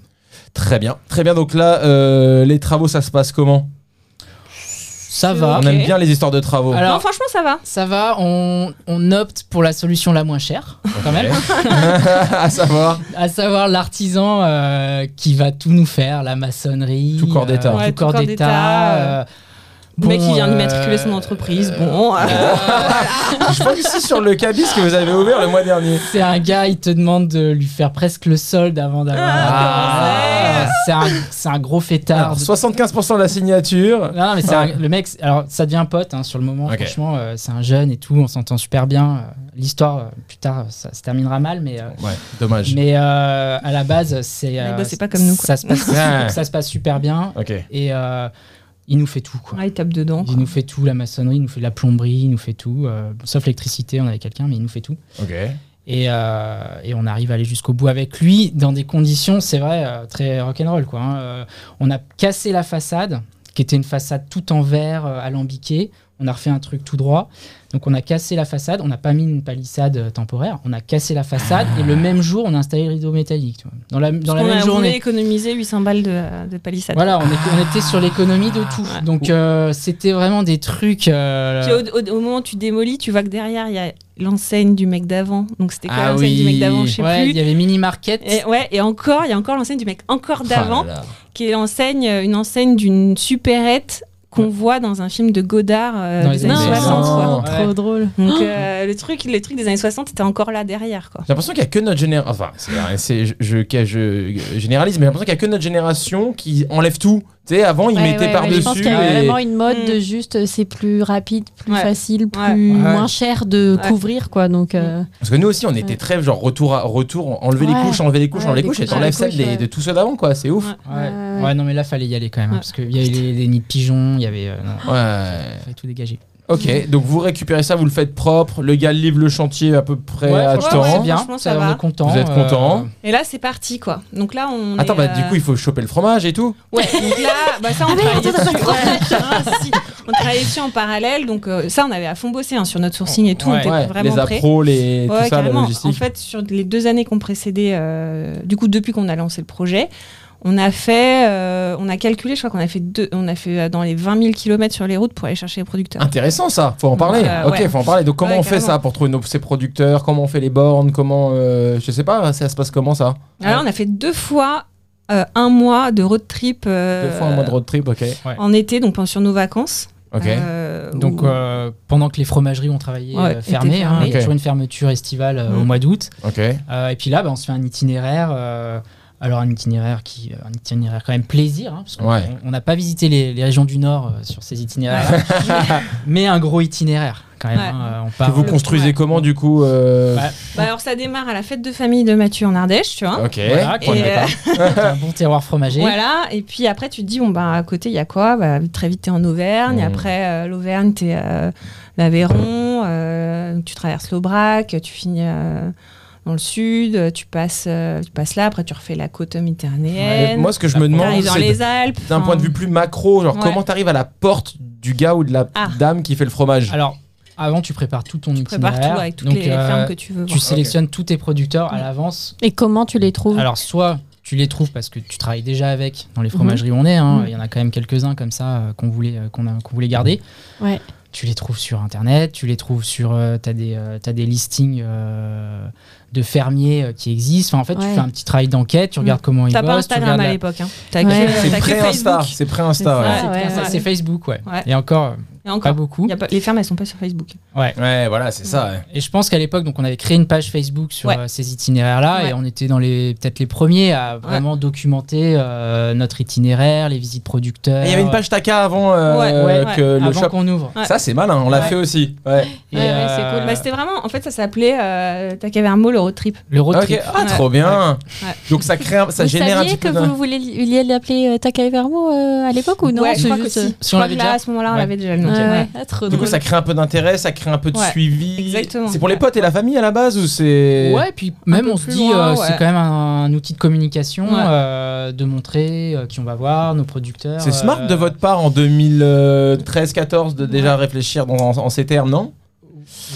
Très bien, très bien. Donc là, euh, les travaux, ça se passe comment Ça C'est va. Ok. On aime bien les histoires de travaux. Alors- non, franchement, ça va. Ça va, on, on opte pour la solution la moins chère, quand même. <laughs> à savoir. À savoir l'artisan euh, qui va tout nous faire, la maçonnerie. euh, Tout corps d'État. tout Ouais, corps tout corps d'État. d'État, euh, Le mec, bon, il vient de euh, matriculer son entreprise. Bon. euh, Je crois que c'est sur le cabis que vous avez ouvert le mois dernier. C'est un gars, il te demande de lui faire presque le solde avant d'avoir. Ah, c'est un, c'est un gros fêtard. Alors, 75% de la signature. Non, non, mais c'est un- le mec, c'est- alors ça devient un pote hein, sur le moment, Ok. franchement, euh, c'est un jeune et tout, on s'entend super bien. euh, L'histoire, euh, plus tard, ça se terminera mal, mais, euh, Ouais, dommage. mais euh, à la base, c'est. euh, bah, c'est pas comme nous, quoi. Ça <laughs> se passe, Ouais. <laughs> ça se passe super bien Ok. et euh, il nous fait tout, quoi. ouais, il tape dedans. Il quoi. nous fait tout, la maçonnerie, il nous fait de la plomberie, il nous fait tout, euh, sauf l'électricité, on avait quelqu'un, mais il nous fait tout. Ok. Et, euh, et on arrive à aller jusqu'au bout avec lui dans des conditions, c'est vrai, euh, très rock'n'roll. Quoi, hein. Euh, on a cassé la façade, qui était une façade tout en verre, euh, alambiquée. On a refait un truc tout droit. Donc on a cassé la façade, on n'a pas mis une palissade euh, temporaire, on a cassé la façade et le même jour on a installé le rideau métallique. tu vois. Dans la, dans Parce la qu'on même a journée. voulu économiser 800 balles de, de palissade. Voilà, on était, on était sur l'économie de tout. Ouais. Donc euh, c'était vraiment des trucs. euh, Puis au, au- au moment où tu démolis, tu vois que derrière, il y a l'enseigne du mec d'avant. Donc c'était quoi Ah l'enseigne oui. du mec d'avant Je sais ouais, plus. il y avait mini market. Et, ouais, et encore, il y a encore l'enseigne du mec encore d'avant, euh, Ah là là. qui est l'enseigne, une enseigne d'une supérette qu'on voit dans un film de Godard euh, Dans des les années années 60. quoi. Non. Trop Ouais. drôle. Donc euh, le truc, les trucs des années 60 étaient encore là derrière, quoi. J'ai l'impression qu'il n'y a que notre génération. Enfin, c'est- hein, c'est- je, je, je- je généralise, mais j'ai l'impression qu'il n'y a que notre génération qui enlève tout. Tu sais, avant, ils Ouais, mettaient ouais, ouais, Je pense par-dessus. qu'il y a et- vraiment une mode Mm. de juste euh, c'est plus rapide, plus Ouais. facile, plus Ouais. moins cher de Ouais. couvrir quoi. Donc euh, Parce que nous aussi, on Ouais. était très genre retour, à, retour enlever Ouais. les couches, enlever les couches, Ouais, enlever les les couches, et couches, t'enlèves ouais, les celles couches, des- ouais. de tout ceux d'avant, quoi. C'est ouf. Ouais. Ouais. Ouais. Ouais, non, mais là, fallait y aller quand même. hein, Ouais. Parce qu'il y avait les, les nids de pigeons, il y avait. euh, non, Ouais. fallait tout dégager. Ok, donc vous récupérez ça, vous le faites propre. Le gars livre le chantier à peu près à franchement, temps. ouais, c'est bien. franchement, ça on va. est content. euh, Vous êtes content. hein Et là, c'est parti, quoi. Donc là, on. Attends, bah, est, du euh, coup, il faut choper le fromage et tout. Ouais, donc là, bah, ça, on Ah merde, travaillait t'as pas dessus. le Ouais, ah, si. On travaillait dessus en parallèle, donc euh, ça, on avait à fond bossé hein, sur notre sourcing et tout, on Ouais. était Ouais, vraiment les prêts. appros, les... Ouais, tout ça, la carrément. logistique. En fait, sur les deux années qu'on précédait, euh, du coup, depuis qu'on a lancé le projet, on a fait, euh, on a calculé, je crois qu'on a fait deux, on a fait euh, dans les 20 000 km sur les routes pour aller chercher les producteurs. Intéressant ça, faut en parler. Euh, ok, ouais. faut en parler. Donc comment Ouais, on fait carrément. ça pour trouver nos, ses producteurs Comment on fait les bornes Comment, euh, je sais pas, ça se passe comment ça Alors, on a fait deux fois euh, un mois de road trip. euh, Deux fois un mois de road trip, ok. En été, donc pendant- sur nos vacances. Ok. euh, Donc, où- euh, pendant que les fromageries ont travaillé Ouais, euh, étaient fermées, hein, il y fermées. a toujours une fermeture estivale euh, au Mm. mois d'août. Ok. Euh, et puis là, bah, on se fait un itinéraire. euh, alors un itinéraire qui, euh, un itinéraire quand même plaisir, hein, parce qu'on Ouais. on- on n'a pas visité les, les régions du Nord euh, sur ces itinéraires, <laughs> mais un gros itinéraire quand même. Ouais. hein, on Que part. vous bah, le- construisez ouais. comment du coup euh, Bah, Bah, hein, alors, ça démarre à la fête de famille de Mathieu en Ardèche, tu vois. Ok. Voilà, Et, point de euh, départ. <laughs> T'as un bon terroir fromager. Voilà, et puis après tu te dis, bon bah à côté il y a quoi bah, Très vite t'es en Auvergne, Mm. après euh, l'Auvergne t'es euh, l'Aveyron, euh, tu traverses l'Aubrac, tu finis euh, dans le sud, euh, tu passes, euh, tu passes là, après tu refais la côte Et méditerranéenne, Moi, ce que je Bah, me demande, t'arrives dans c'est les Alpes. d'un point de vue plus macro, genre Ouais. comment t'arrives à la porte du gars ou de la Ah. dame qui fait le fromage Alors avant, tu prépares tout ton Tu prépares itinéraire. tout avec toutes Donc, les euh, fermes que tu veux. tu voir. sélectionnes tous tes producteurs à l'avance et comment tu les trouves Alors, soit tu les trouves parce que tu travailles déjà avec dans les Mhm. fromageries où on est, hein, il y en a quand même quelques-uns comme ça euh, qu'on voulait, euh, qu'on a- qu'on voulait garder. Ouais. Tu les trouves sur internet, tu les trouves sur. tu as, des listings euh, de fermiers euh, qui existent. Enfin, en fait, tu Ouais. fais un petit travail d'enquête, tu regardes comment ils Mm. T'as pas bossent. tu Instagram regardes à la- l'époque, hein. t'as Ouais. que, C'est t'as que pré-Insta. Facebook. C'est pré-Insta, C'est ouais. ça. Ouais, ouais, ça, ouais. C'est Facebook, ouais. Ouais. Et encore, euh, Et pas encore, beaucoup. y a pas- les fermes elles sont pas sur Facebook. Ouais. Ouais, voilà, c'est ça. Euh, ouais. Et je pense qu'à l'époque, donc on avait créé une page Facebook sur Ouais. euh, ces itinéraires-là, Ouais. et on était dans les peut-être les premiers à vraiment documenter euh, notre itinéraire, les visites producteurs. Et Il y avait une page Taka avant euh, Ouais, ouais, que le avant shop. qu'on ouvre. Ouais. Ça, c'est malin, on l'a Ouais. fait aussi. Ouais. Et, euh, Ouais, ouais, c'est cool. Bah, c'était vraiment, en fait ça s'appelait euh, T'as qu'à Vermo, le road trip. le road Ok, trip. Ah, Ouais. trop bien. Ouais. Donc ça crée, un- ça vous génère un saviez petit que peu. vous voulez vouliez l'appeler euh, Taka et Vermo euh, à l'époque ou non ouais, je C'est crois que juste, si. euh, Je on crois l'avait que là, déjà à ce moment-là, on Ouais. l'avait déjà le nom. ouais, Ouais. ouais. Ah, trop Du coup, drôle. ça crée un peu d'intérêt, ça crée un peu de Ouais, suivi. exactement. C'est pour les potes et la famille à la base ou c'est Ouais, puis même peu on se plus dit, loin, euh, ouais. c'est quand même un, un outil de communication, Ouais. euh, de montrer euh, qui on va voir, nos producteurs. C'est smart euh, de votre part en 2013-14 de déjà réfléchir dans- en, en ces termes, non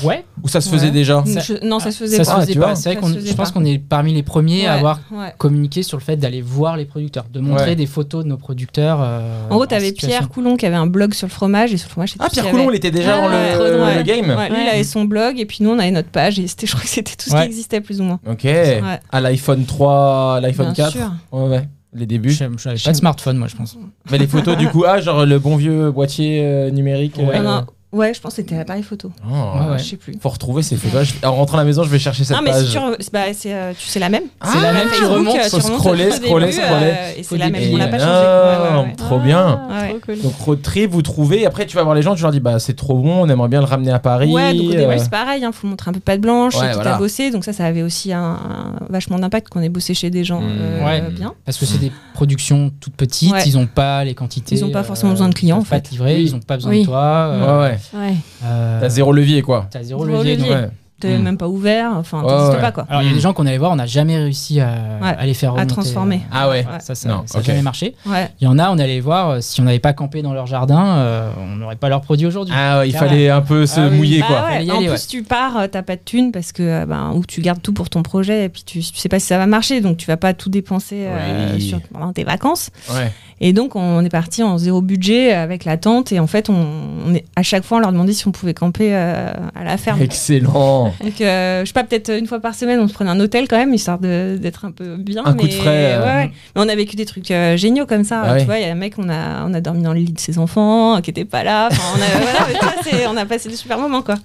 Ouais, Ou ça se Ouais. faisait déjà Une Ça- che- non, ça se faisait ça pas, se faisait tu pas. vois. C'est Ça vrai qu'on, se faisait je pense pas. qu'on est parmi les premiers à Ouais. avoir euh, Ouais. communiqué sur le fait d'aller voir les producteurs, de montrer Ouais. des photos de nos producteurs. euh, En gros, t'avais situation. Pierre Coulon qui avait un blog sur le fromage et sur le fromage, c'est Ah, tout ce Pierre qu'il y Coulon, avait. il était déjà Ah, dans le, trop drôle. le game Ouais, lui, il Ouais. avait son blog et puis nous, on avait notre page et c'était, je crois que c'était tout ce Ouais. qui existait plus ou moins. Ok. Ouais. À l'iPhone 3, l'iPhone Bien 4 sûr. Ouais, ouais. Les Je débuts. sais- je n'avais pas de smartphone, moi, je pense. Mais les photos, du coup, ah, genre le bon vieux boîtier euh, numérique. euh, Ah, non. Ouais, je pense que c'était l'appareil photo. Oh, ouais. Ouais. Je sais plus. Faut retrouver ces photos. Je- En rentrant à la maison, je vais chercher cette non, mais page. c'est sûr, c'est- bah, c'est, euh, tu sais la même. Ah, C'est la même qui Facebook, remonte. euh, tu faut remontes scroller, au scroller, début, euh, scroller. et c'est la même, Et on l'a pas non, changé. Ouais, ouais, ouais. Trop bien. Ah, trop Ouais. cool. Donc road trip, vous trouvez. Après, tu vas voir les gens, tu leur dis, bah c'est trop bon, on aimerait bien le ramener à Paris. Ouais, donc au euh, début c'est pareil, hein, faut montrer un peu de pâte blanche, Ouais, et tout voilà. à bosser, donc ça, ça avait aussi un, un vachement d'impact qu'on ait bossé chez des gens Mmh. euh, Ouais. bien. Parce que c'est des productions toutes petites, Ouais. ils n'ont pas les quantités. Ils ont pas forcément besoin de clients, Ils peuvent en pas fait. te livrer, Oui. ils n'ont pas besoin Oui. de toi. Ouais, euh, ouais. Ouais. euh, T'as zéro levier, quoi. t'as zéro Zéro levier. donc, levier. ouais. T'avais Mmh. même pas ouvert, enfin, Ouais, t'existais ouais. pas quoi. Alors, il y a Mm. des gens qu'on allait voir, on n'a jamais réussi à, Ouais, à les faire remonter. euh, transformer. Ah ouais. Ouais. Ça, ça Non, ça a ok. jamais marché. Ouais. Il y en a, on allait voir, euh, si on n'avait pas campé dans leur jardin, euh, on n'aurait pas leurs produits aujourd'hui. Ah ouais, il Carrément. fallait un peu se Ah oui. mouiller, Bah quoi. ouais, Fallait y En aller, plus, ouais. tu pars, euh, t'as pas de thunes parce que euh, ben, ou tu gardes tout pour ton projet et puis tu, tu sais pas si ça va marcher, donc tu vas pas tout dépenser euh, Oui. sur pendant tes vacances. Ouais. Et donc on est parti en zéro budget avec la tente et en fait on, on est à chaque fois on leur demandait si on pouvait camper euh, à la ferme. Excellent. Évidemment. Donc, euh, je sais pas, peut-être une fois par semaine, on se prenait un hôtel quand même, histoire de- d'être un peu bien. Un mais... coup de frais, euh, ouais, mm. ouais. Mais on a vécu des trucs euh, géniaux comme ça. Bah tu ouais. vois, il y a un mec, on a, on a dormi dans le lit de ses enfants, euh, qui n'était pas là. Enfin, on, a, <laughs> voilà, mais tu vois, c'est- on a passé des super moments, quoi.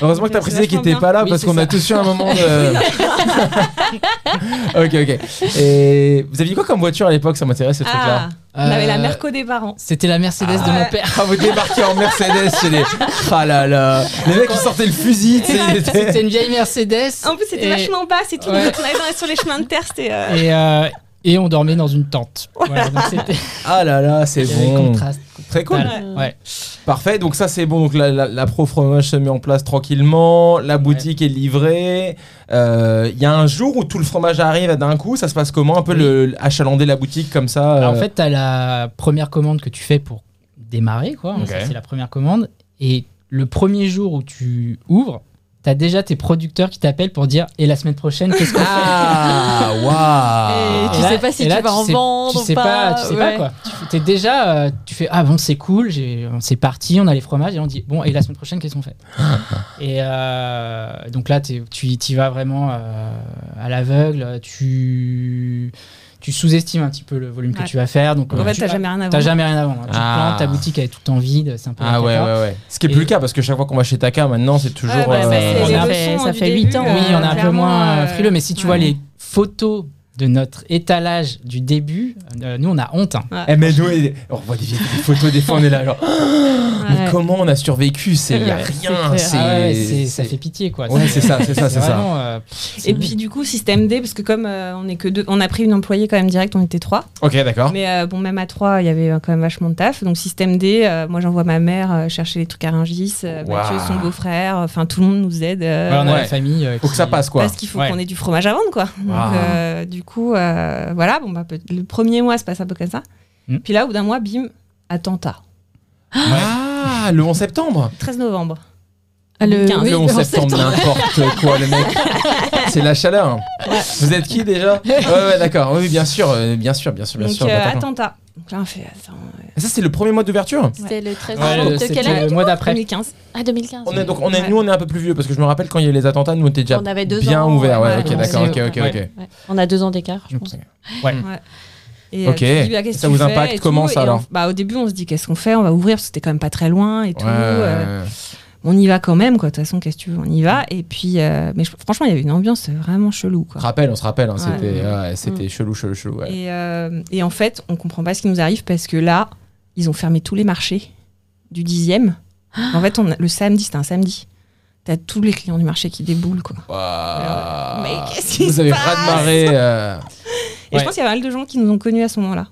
Heureusement que t'as C'est précisé qu'il vachement n'était pas là Oui, parce c'est qu'on a ça. tous eu un moment de. <laughs> ok, ok. Et vous aviez quoi comme voiture à l'époque Ça m'intéresse ce Ah, truc-là. on avait la Euh, Merco des parents. C'était la Mercedes de Ah. mon <laughs> père. Ah, vous débarquez en Mercedes chez les. Ah là là Les mecs qui sortaient le fusil, tu sais, <laughs> ils étaient- <laughs> C'était une vieille Mercedes. En plus, c'était et- vachement bas, c'est tout. Ouais. Donc, on allait dans- sur les chemins de terre, c'était. euh, Et, euh, et on dormait dans une tente. Voilà, donc <laughs> c'était Ah là là, c'est il y avait bon. contraste. Très cool. total. Ouais. Ouais. Parfait, donc ça c'est bon, donc la, la, la Pro Fromage se met en place tranquillement, la boutique est livrée, Euh, il y a un jour où tout le fromage arrive d'un coup, ça se passe comment Un peu Oui. le, achalander la boutique comme ça Alors, en euh, fait, t'as la première commande que tu fais pour démarrer, quoi. Ok. Ça, C'est la première commande. Et le premier jour où tu ouvres, t'as déjà tes producteurs qui t'appellent pour dire et la semaine prochaine, qu'est-ce <laughs> qu'on fait Ah, Et waouh tu ah, Et là- sais pas si et là, tu vas en sais- vendre tu ou sais pas. tu sais ouais. pas quoi. Tu t'es déjà, euh, tu fais ah bon c'est cool, j'ai- on- c'est parti, on a les fromages et on dit bon et la semaine prochaine qu'est-ce qu'on <laughs> fait Et euh, donc là t'es- tu y vas vraiment euh, à l'aveugle, tu tu sous-estimes un petit peu le volume que Ouais. tu vas faire, donc En euh, fait, tu- t'as jamais rien à T'as voir. jamais rien avant. hein. Tu te Ah. plantes, ta boutique elle est tout le temps vide, c'est un peu. Ah la ouais, cata. ouais, ouais. Ce qui est plus Et- le cas parce que chaque fois qu'on va chez Taka maintenant, c'est toujours. Ouais, bah, ça, euh, c'est on les <laughs> a- leçons, ça du fait huit début, ans. hein, euh, Oui, on est un peu clairement, moins euh, euh, frileux, mais si tu ouais. vois les photos de notre étalage du début, euh, nous on a honte. hein. Eh, mais nous, et- on revoit des, vieilles photos des fois, on est là genre. <gasps> Mais Ouais. comment on a survécu C'est y a Ouais, c'est rien. clair. C'est Ah ouais, c'est- ça fait pitié quoi. Ouais, c'est ça, c'est ça, c'est ça. vraiment, euh, Et puis du coup, système D, parce que comme euh, on est que deux, on a pris une employée quand même direct, on était trois. Ok, d'accord. Mais euh, bon, même à trois, il y avait euh, quand même vachement de taf. Donc système D, euh, moi j'envoie ma mère euh, chercher les trucs à Ringis, euh, Waouh. Mathieu, son beau-frère, euh, enfin tout le monde nous aide. euh, voilà, on a Ouais. la famille. euh, Faut que qui- ça passe quoi. Parce qu'il faut Ouais. qu'on ait du fromage à vendre, quoi. Donc, Waouh. euh, du coup, euh, voilà, bon, bah, peut- le premier mois se passe un peu comme ça. Mm. Puis là, au bout d'un mois, bim, attentat. Ah, le 11 septembre 13 novembre. Ah, le, Quinze. oui, Le 11 on septembre, s'est- n'importe quoi, le mec. C'est la chaleur. hein. Vous êtes qui déjà Ouais, ouais, d'accord. Oui, bien sûr, euh, bien sûr, bien sûr, bien Donc sûr. bah, euh, d'accord. attentat. Donc là, on fait, attends, Ça, c'est le premier mois d'ouverture C'était le 13 Ouais, novembre le- de quelle c'était année le mois d'après. 2015. Ah, 2015. On est donc on est Ouais. nous on est un peu plus vieux parce que je me rappelle quand il y a eu les attentats nous on était déjà On avait deux bien ans, ouvert ouais, ouais, ok ouais, d'accord ok ouais. ok ok Ouais. Ouais. On a deux ans d'écart, je pense. Et euh, Ok. tu te dis, bah, qu'est-ce Ça que tu vous fais impacte et tout. comment, ça, Et on- alors bah, Au début, on se dit qu'est-ce qu'on fait On va ouvrir, parce que c'était quand même pas très loin et tout. Ouais. euh, on y va quand même, quoi. De toute façon, qu'est-ce que tu veux On y va. Et puis, euh, mais je- franchement, il y avait une ambiance vraiment chelou, quoi. rappel on se rappelle hein, c'était Ouais. ouais, c'était chelou chelou chelou ouais. Mm. Et, euh, et en fait, on comprend pas ce qui nous arrive parce que là, ils ont fermé tous les marchés du dixième. En fait, on a- le samedi, c'était un samedi. T'as tous les clients du marché qui déboulent, quoi. Waouh. Mais qu'est-ce qui Ah, vous se avez passe ras de marée euh, Et Ouais. je pense qu'il y a pas mal de gens qui nous ont connus à ce moment-là.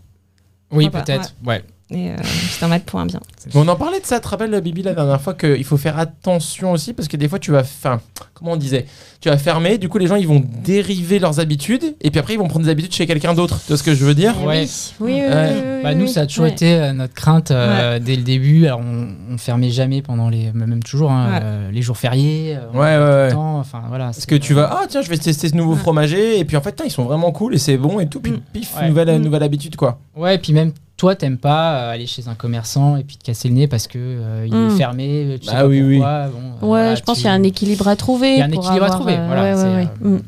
Oui, Sympa, peut-être. Ouais. Et euh, c'était un mal pour un bien. Mais on en parlait de ça, te rappelles Bibi la dernière fois qu'il faut faire attention aussi parce que des fois tu vas, enfin, comment on disait, tu vas fermer, du coup les gens ils vont dériver leurs habitudes et puis après ils vont prendre des habitudes chez quelqu'un d'autre, tu vois ce que je veux dire Ah Ouais. Oui, oui, oui, Ouais. oui, oui, Bah, oui, nous, oui. ça a toujours Ouais. été euh, notre crainte euh, dès le début. Alors, on, on fermait jamais pendant les, même toujours hein, Ouais. euh, les jours fériés. euh, on Ouais ouais ouais. avait le temps, Enfin voilà. euh, Parce que tu vas, ah tiens, je vais tester ce nouveau Ouais. fromager, et puis en fait, tain, ils sont vraiment cool et c'est bon et tout, puis Mm. pif, Ouais. nouvelle, Mm. nouvelle habitude quoi. Ouais, et puis même toi, t'aimes pas euh, aller chez un commerçant et puis te casser le nez parce que euh, il Mm. est fermé. Tu sais Bah pas oui, oui. pourquoi, bon, euh, Ouais, voilà, je pense tu- qu'il y a un équilibre à trouver. Il y a un pour équilibre à avoir, trouver, euh, voilà, ouais, c'est, ouais, euh, ouais. Mm.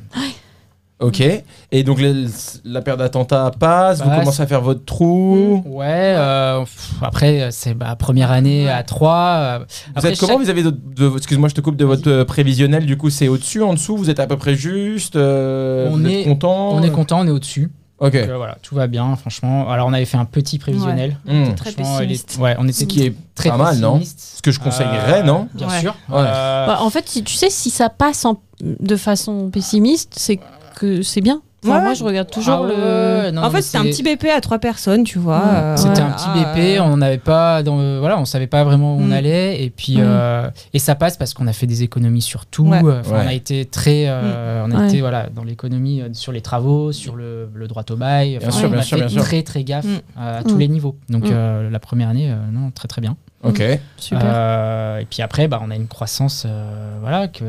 Ok, et donc le- la paire d'attentats passe, vous Passe. commencez à faire votre Mm. trou. Ouais, euh, pff, après, euh, c'est bah, première année à euh, 3. Vous êtes comment Vous avez de, de- excuse-moi, je te coupe de votre euh, prévisionnel, du coup, c'est au-dessus, en dessous, vous êtes à peu près juste, euh, On vous est- êtes content On est content, on est au-dessus. Ok, Donc, euh, voilà, tout va bien, franchement. Alors, on avait fait un petit prévisionnel. Hmm. Très Franchement, elle est- pessimiste. Ouais, on ce était qui est très pas mal, non pessimiste. Ce que je conseillerais, Euh, non Bien Ouais. sûr. Ouais. Euh, Bah, en fait, si tu sais, si ça passe en- de façon pessimiste, c'est que c'est bien. Enfin, Ouais. Moi, je regarde toujours ah le. ouais, non, en non, mais fait, c'était un c'est- petit BP à trois personnes, tu vois. Ouais. euh, C'était un voilà, petit BP, euh, on n'avait pas, dans, euh, voilà, on savait pas vraiment où on Mm. allait, et puis Mm. euh, et ça passe parce qu'on a fait des économies sur tout. Ouais. euh, enfin, On a Ouais. été très, euh, on a Ouais. été voilà dans l'économie euh, sur les travaux, sur le, le droit au bail. Bien Enfin, sûr, on bien a sûr, fait bien sûr. Très très gaffe Mm. euh, à tous Mm. les niveaux. Donc Mm. euh, la première année, euh, non, très très bien. ok. Super. Euh, et puis après, bah, on a une croissance, euh, voilà, que,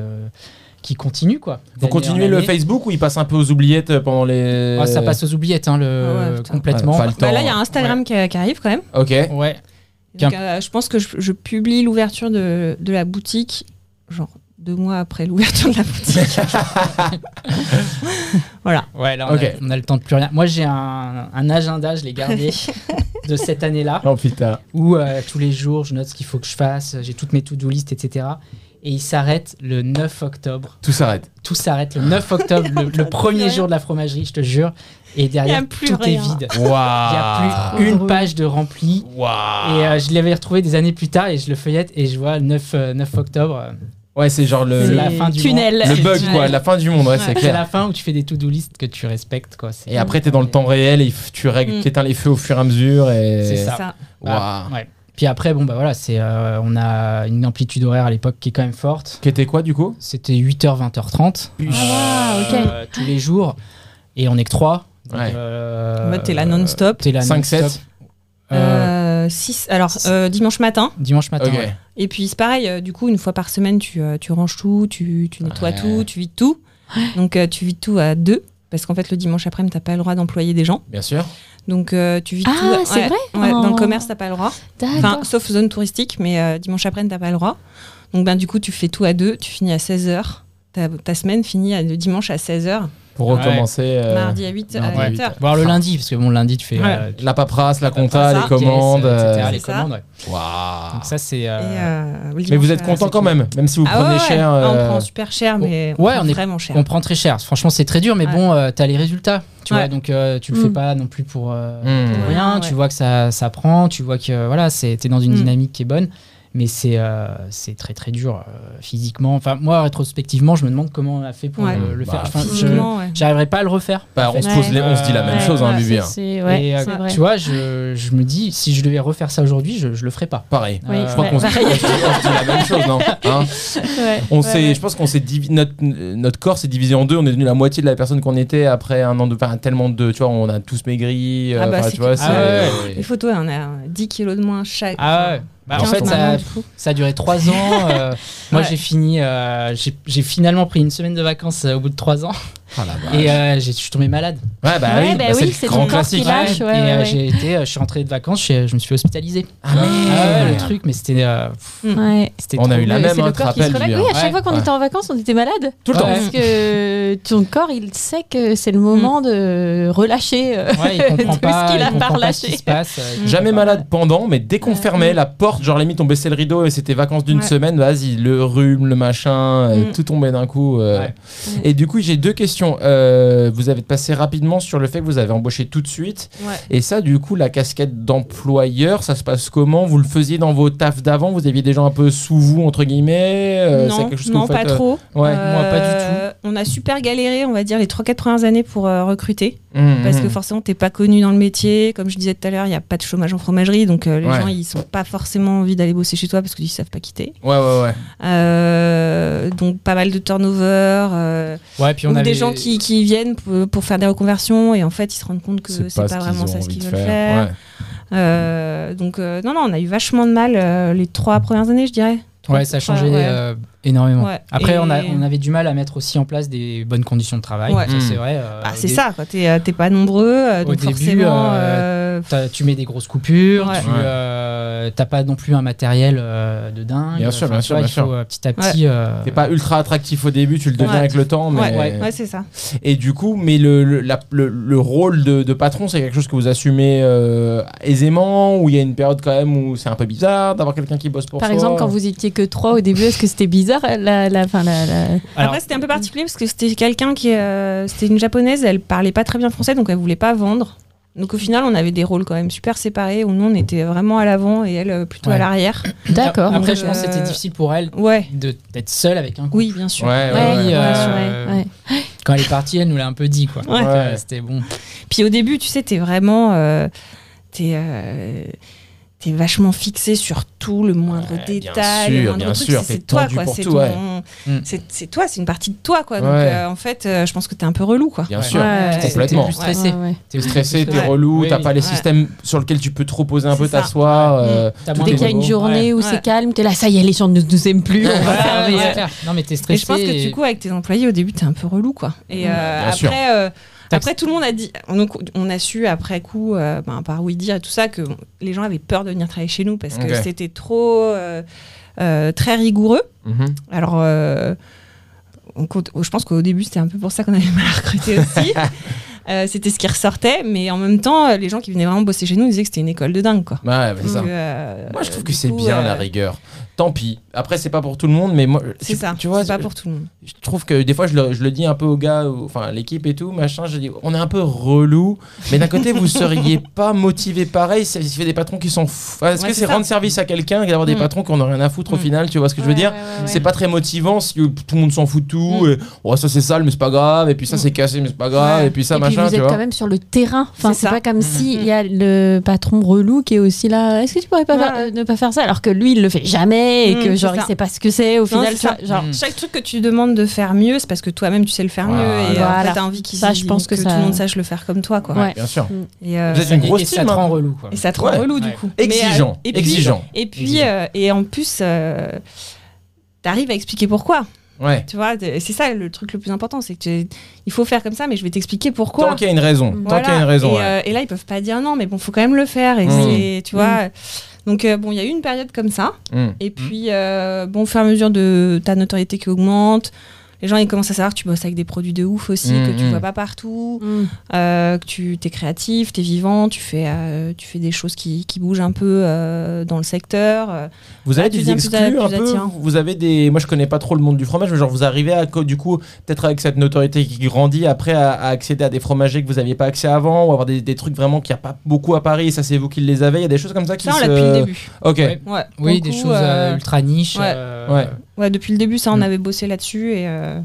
qui continue quoi. Vous d'année continuez en le année. Facebook ou il passe un peu aux oubliettes euh, pendant les. Ah, ça passe aux oubliettes, hein, le Ah ouais, putain. complètement. Ouais, pas le bah, temps. là, il y a Instagram qui, qui arrive quand même. Ok. ouais. Donc, euh, je pense que je, je publie l'ouverture de, de la boutique, genre deux mois après l'ouverture de la boutique. voilà. Ouais, là, on, Ok. a, on a le temps de plus rien. Moi, j'ai un, un agenda, je <laughs> l'ai gardé de cette année-là, Oh putain. où euh, tous les jours, je note ce qu'il faut que je fasse, euh, j'ai toutes mes to-do list, etc. Et il s'arrête le 9 octobre. Tout <laughs> s'arrête. Tout s'arrête le 9 octobre, le, le premier jour de la fromagerie, je te jure. Et derrière, plus tout est rien. vide. Waouh. Il n'y a plus une page de rempli. Waouh. Et euh, je l'avais retrouvé des années plus tard et je le feuillette et je vois 9, euh, 9 octobre. euh, Ouais, c'est genre le, c'est le, la fin du tunnel. monde. le bug, quoi. La fin du monde, ouais, Ouais. c'est C'est clair. la fin où tu fais des to-do list que tu respectes. Quoi. C'est- Et après, t'es dans le temps réel et il f- tu règles, Mm. t'éteins les feux au fur et à mesure. Et... C'est ça. Bah, Waouh. ouais. Puis après, bon, bah voilà, c'est, euh, on a une amplitude horaire à l'époque qui est quand même forte. Qui était quoi du coup C'était 8h, 20h30. Euh, Ah, ok. Euh, Tous les jours. Et on est que 3. Ouais. Bah, t'es là non-stop. Euh, T'es là 5-7 non-stop. Euh, Euh, six- alors, euh, dimanche matin. dimanche matin. Ok. ouais. Et puis, c'est pareil, euh, du coup, une fois par semaine, tu, euh, tu ranges tout, tu, tu nettoies Ouais. tout, tu vides tout. Donc, euh, tu vides tout à deux. Parce qu'en fait, le dimanche après-midi, t'as pas le droit d'employer des gens. Bien sûr. Donc, euh, tu vides Ah, tout. c'est vrai ouais, Dans Oh. le commerce, t'as pas le droit. Enfin, D'accord. sauf zone touristique, mais euh, dimanche après-midi, t'as pas le droit. Donc, ben, du coup, tu fais tout à deux, tu finis à 16h. Ta, ta semaine finit à- le dimanche à 16h, Pour Ouais. recommencer. euh, mardi à 8h. mardi à 8. Voir le lundi, parce que bon, lundi, tu fais. Ouais. euh, tu La paperasse, la paperasse, compta, la les caisse, commandes. etc., euh, les C'est ça. commandes, ouais. Waouh. Donc ça, c'est. euh, Mais vous êtes content quand même, même si vous Ah prenez ouais, ouais. cher. Ah, euh, on prend super cher, mais Ouais, on on prend est- vraiment cher. On prend très cher. Franchement, c'est très dur, mais Ouais. bon, euh, t'as les résultats. Tu Ouais. vois, donc euh, tu le fais Mm. pas non plus pour, euh, Mm. pour Ouais, rien. ouais. Tu vois que ça, ça prend. Tu vois que euh, voilà, c'est- t'es dans une Mm. dynamique qui est bonne. Mais c'est euh, c'est très très dur euh, physiquement. Enfin, moi, rétrospectivement, je me demande comment on a fait pour Ouais. euh, le, Bah, faire. Enfin, je- Physiquement, ouais. J'arriverai pas à le refaire. Bah, en on, fait. se pose les- on se dit la même Ouais, chose, hein, ouais, Bibi. hein. ça, c'est- ouais, Et, euh, c'est vrai. tu vois, je, je me dis, si je devais refaire ça aujourd'hui, je, je le ferais pas. Pareil. Oui, Je crois ouais. qu'on se on se dit la même chose, non Hein Ouais. On Ouais, s'est- ouais. je pense qu'on s'est divi- notre, notre corps s'est divisé en deux. On est devenu la moitié de la personne qu'on était après un an de enfin, tellement de, tu vois, on a tous maigri. euh, Ah bah, enfin, c'est tu vois, clair. Ah c'est- Les photos, on a 10 kilos de moins chaque. Ah ouais. Bah, en Quinze fait, maintenant, ça, du coup. Ça a duré trois ans. euh, moi, Ouais. j'ai fini. euh, j'ai j'ai finalement pris une semaine de vacances euh, au bout de trois ans. Ah la vache. Et euh, j'ai- je suis tombé malade. Ouais, bah, Ouais, oui, bah bah, c'est oui, le c'est grand ton corps classique. qui lâche, et ouais, ouais, euh, ouais. j'ai été. euh, je suis rentré de vacances. Je, je me suis fait hospitaliser. Ah, Ah ouais, merde. le truc, mais c'était. euh, pff, Ouais. c'était On trop- a eu la Ouais, même, c'est hein, le te corps qui se rappelles, relâche. Bibi, Oui, hein. à chaque Ouais. fois qu'on Ouais. était en vacances, on était malade. Tout le Ouais. temps. Parce que ton corps, il sait que c'est le moment de relâcher. <laughs> euh. <laughs> Ouais, il comprend Tout pas. ce qu'il il a comprend pas pas ce qui relâché. se passe. euh, Mm. Jamais malade pendant, mais dès qu'on Ouais. fermait la porte, genre limite on baissait le rideau et c'était vacances d'une Mmh. Ouais. semaine, bah, vas-y, le rhume, le machin, euh, Mm. tout tombait d'un coup. euh. Ouais. Mmh. Et du coup, j'ai deux questions. Euh, vous avez passé rapidement sur le fait que vous avez embauché tout de suite. Ouais. Et ça, du coup, la casquette d'employeur, ça se passe comment Vous le faisiez dans vos tafs d'avant Vous aviez des gens un peu sous vous, entre guillemets euh, c'est non, quelque chose que non vous pas faites, euh, trop. Ouais, moi, pas du Euh, On a super galéré, on va dire, les 3-4 premières années pour euh, recruter. Mmh, Parce mmh. que forcément, t'es pas connu dans le métier. Comme je disais tout à l'heure, il n'y a pas de chômage en fromagerie. Donc euh, les Ouais. gens, ils sont pas forcément envie d'aller bosser chez toi parce qu'ils savent pas quitter. Ouais, ouais, ouais. Euh, donc pas mal de turnover. euh, Ouais, puis on ou avait des gens qui, qui viennent pour, pour faire des reconversions et en fait ils se rendent compte que c'est pas, ce qu'ils vraiment ont ça ce envie qu'ils de veulent faire. ouais. Euh, donc euh, non, non, on a eu vachement de mal euh, les trois premières années, je dirais. Ouais, ça a Trois, changé ouais. euh, énormément. Ouais. Après, Et- on, a, on avait du mal à mettre aussi en place des bonnes conditions de travail. Ouais. ça, Mm. c'est vrai. euh, Bah, au c'est dé- ça, quoi. T'es, euh, t'es pas nombreux, euh, Au donc début, forcément. euh, T'as- tu mets des grosses coupures, Ouais. tu Ouais. euh, t'as pas non plus un matériel euh, de dingue. Bien sûr, bien tu sûr, vois, bien il faut, euh, petit à petit. euh, T'es pas ultra attractif au début, tu le deviens Ouais. avec le temps, mais. Ouais, ouais, c'est ça. Et du coup, mais le, le, la- le, le rôle de, de patron, c'est quelque chose que vous assumez euh, aisément, ou il y a une période quand même où c'est un peu bizarre d'avoir quelqu'un qui bosse pour Par soi exemple, quand vous étiez que trois au début, est-ce que c'était bizarre euh, la, la, fin, la, la- Alors, Après, c'était un peu particulier parce que c'était quelqu'un qui. euh, c'était une japonaise, elle parlait pas très bien français, donc elle voulait pas vendre. Donc au final, on avait des rôles quand même super séparés où nous on était vraiment à l'avant et elle euh, plutôt à Ouais. l'arrière. D'accord. Après, Donc, je pense que c'était euh, difficile pour elle Ouais, de- d'être seule avec un couple. oui, bien sûr. Ouais, ouais, ouais. Oui, euh, ouais, ouais. Quand elle est partie, elle nous l'a un peu dit, quoi. Ouais. Donc, euh, Ouais. C'était bon. Puis au début, tu sais, t'es vraiment. euh, t'es. euh, t'es vachement fixé sur tout, le moindre Ouais, bien détail. sûr, le moindre bien truc, sûr, c'est- t'es c'est toi, tendu quoi. pour C'est tout, ton- ouais. Mm. c'est- c'est toi, c'est une partie de toi, quoi. Donc Ouais. euh, en fait, euh, je pense que t'es un peu relou, quoi. Bien sûr. Ouais. C'était Complètement. plus stressé. Ouais, ouais. T'es stressé, t'es Ouais. relou, Oui, t'as oui. pas les Ouais. systèmes sur lesquels tu peux te reposer un peu, C'est ça. t'asseoir. euh, T'as tout moins est Dès qu'il y a beau. une journée où Ouais. c'est calme, t'es là, ça y est, les gens ne nous aiment plus. on va Ouais, fermer. ouais, c'est clair. Non, mais t'es Et stressé. je pense que et- du coup, avec tes employés, au début, t'es un peu relou, quoi. Et euh, bien sûr. après, euh, T'as- après, tout le monde a dit. Donc, on a su après coup, euh, ben, par oui dire et tout ça, que les gens avaient peur de venir travailler chez nous parce que Ok. c'était trop. euh, euh, très rigoureux. Mhm. Alors, euh, on compte- je pense qu'au début, c'était un peu pour ça qu'on avait mal recruté <laughs> aussi. Euh, c'était ce qui ressortait, mais en même temps, euh, les gens qui venaient vraiment bosser chez nous disaient que c'était une école de dingue, quoi. Ouais, bah, c'est ça. Donc, euh, Moi, je trouve que du c'est coup, bien euh, la rigueur. Tant pis. Après, c'est pas pour tout le monde, mais moi, C'est tu- ça, Tu vois, c'est pas je- pour tout le monde. je trouve que des fois je le, je le dis un peu aux gars, aux- enfin à l'équipe et tout, machin, je dis on est un peu relou, mais d'un côté vous <laughs> seriez pas motivé pareil, c'est fait des patrons qui sont fous. Est-ce Ouais, que c'est c'est ça. rendre service à quelqu'un et d'avoir des Mm. patrons qu'on a rien à foutre au Mm. final, tu vois ce que je veux dire C'est pas très motivant si euh, tout le monde s'en fout de tout, Mm. et, oh ça c'est sale mais c'est pas grave, et puis ça Mm. c'est cassé mais c'est pas grave, Ouais. et puis ça et puis machin, vous tu êtes vois. quand même sur le terrain. Enfin, C'est c'est ça. pas comme Mhm. s'il y a le patron relou qui est aussi là. Est-ce que tu pourrais pas faire- Ouais. euh, ne pas faire ça alors que lui il le fait jamais et Mhm, que c'est genre il ça. sait pas ce que c'est au final. c'est Mhm. tu vois, genre, Mm. Chaque truc que tu demandes de faire mieux, c'est parce que toi-même tu sais le faire Voilà. mieux et Voilà. tu t'as envie qu'ils Ça, je pense que ça- tout le monde sache le faire comme toi, quoi. Ouais. Bien sûr. Et, euh, Vous êtes une grosse et ça team, te hein. rend relou. Quoi. et ça te rend Ouais. relou du Ouais. coup. Mais, euh, Exigeant, et puis- exigeant. Et puis, Exigeant. euh, et en plus, euh, t'arrives à expliquer pourquoi. Ouais. Tu vois, t'es- c'est ça le truc le plus important, c'est que tu- il faut faire comme ça, mais je vais t'expliquer pourquoi. Tant qu'il y a une raison, tant Voilà. qu'il y a une raison. Et, ouais. euh, et là, ils peuvent pas dire non, mais bon, faut quand même le faire. Et Mm. c'est- Hmm. tu vois. Donc euh, bon, il y a eu une période comme ça. Mm. Hmm. Et puis, euh, bon, au fur et à mesure de ta notoriété qui augmente, les gens ils commencent à savoir que tu bosses avec des produits de ouf aussi, Hmm, Mm, que tu mm. vois pas partout, Mhm. euh, que tu es créatif, tu es vivant, tu fais, euh, tu fais des choses qui, qui bougent un peu euh, dans le secteur. euh. Vous avez Ah, tu des viens plus exclus à- plus un peu attirant. Vous avez des. Moi, je connais pas trop le monde du fromage, mais genre, vous arrivez à, co- du coup, peut-être avec cette notoriété qui grandit, après, à, à accéder à des fromagers que vous n'aviez pas accès avant, ou avoir des, des trucs vraiment qu'il n'y a pas beaucoup à Paris, et ça, c'est vous qui les avez. Il y a des choses comme ça qui Ça, on l'a se- depuis le début. Ok. Ouais. Ouais. Oui, Pour des le coup, choses Hmm. euh, euh, ultra niches. ouais. euh, Ouais. ouais, depuis le début, ça, on Mm. avait bossé là-dessus. Et, euh,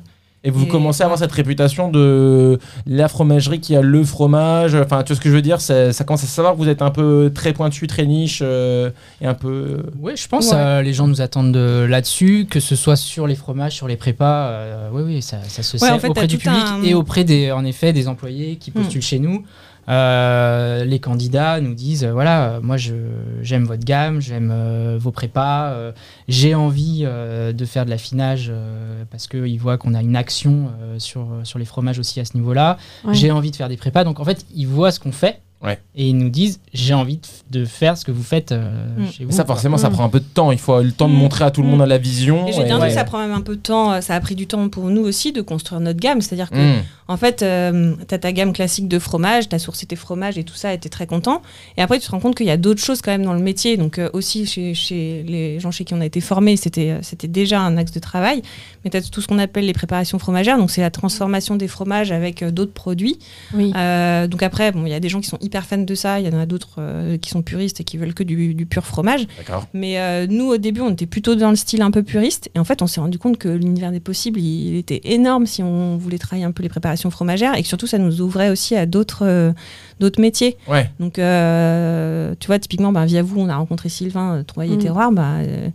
Et vous Et- commencez à avoir cette réputation de la fromagerie qui a le fromage. Enfin, tu vois ce que je veux dire c'est- Ça commence à se savoir que vous êtes un peu très pointu, très niche, euh, et un peu. Ouais, je pense Ouais. euh, les gens nous attendent de- là-dessus, que ce soit sur les fromages, sur les prépas. euh, oui, oui, ça, ça se Ouais, sait en fait, auprès t'as du tout public un- et auprès des, en effet, des employés qui postulent chez nous. Euh, les candidats nous disent euh, voilà, euh, moi je- j'aime votre gamme, j'aime euh, vos prépas, euh, j'ai envie euh, de faire de l'affinage euh, parce qu'ils voient qu'on a une action euh, sur, sur les fromages aussi à ce niveau-là. Ouais. J'ai envie de faire des prépas. Donc en fait, ils voient ce qu'on fait. Ouais. Et ils nous disent, j'ai envie de, f- de faire ce que vous faites euh, Mm. chez vous. Ça, quoi. forcément, ça Mm. prend un peu de temps. Il faut le temps de Mm. montrer à tout le Mm. monde la Oh, vision. et j'ai bien et- vu que ça prend même un peu de temps. euh, Ça a pris du temps pour nous aussi de construire notre gamme. C'est-à-dire Hmm. que Mm. En fait, euh, t'as ta gamme classique de fromage, t'as sourcé tes fromages et tout ça, et t'es très content. Et après, tu te rends compte qu'il y a d'autres choses quand même dans le métier. Donc euh, aussi chez, chez les gens chez qui on a été formés, c'était euh, c'était déjà un axe de travail. Mais t'as tout ce qu'on appelle les préparations fromagères. Donc c'est la transformation des fromages avec euh, d'autres produits. Oui. Euh, donc après, bon, il y a des gens qui sont hyper fans de ça. Il y en a d'autres euh, qui sont puristes et qui veulent que du, du pur fromage. D'accord. Mais euh, nous, au début, on était plutôt dans le style un peu puriste. Et en fait, on s'est rendu compte que l'univers des possibles, il, il était énorme si on voulait travailler un peu les préparations fromagères. Et que surtout, ça nous ouvrait aussi à d'autres euh, d'autres métiers. Ouais. Donc, euh, tu vois, typiquement, bah, via vous, on a rencontré Sylvain, euh, Trouvaille et Mm. Terroir. Bah, euh,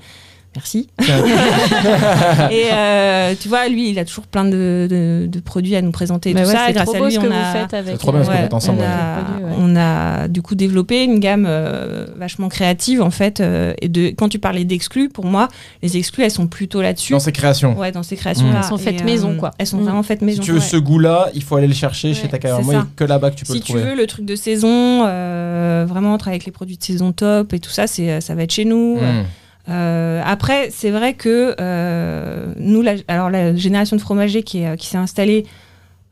merci. <laughs> et euh, tu vois, lui, il a toujours plein de, de- de produits à nous présenter. et Bah tout ouais, ça, c'est Et grâce trop à beau lui, ce on que a... vous faites avec. trop bien ce euh, que vous faites ensemble, On ouais. a, produits, ouais. on a, du coup développé une gamme euh, vachement créative en fait. euh, et de, quand tu parlais d'exclus, pour moi, les exclus elles sont plutôt là-dessus. Dans ses créations. Ouais, dans ces créations là. Elles sont faites maison, quoi. Elles sont Mm. vraiment faites Si maison. tu veux ouais. ce goût-là, il faut aller le chercher Ouais, chez c'est Takayama. ça. Il n'y a que là-bas que tu peux Si le tu trouver. veux le truc de saison, euh, vraiment on travaille avec les produits de saison top et tout ça, c'est euh, ça va être chez nous. Mm. Euh, après, c'est vrai que euh, nous, la, alors la génération de fromagers qui, est- qui s'est installée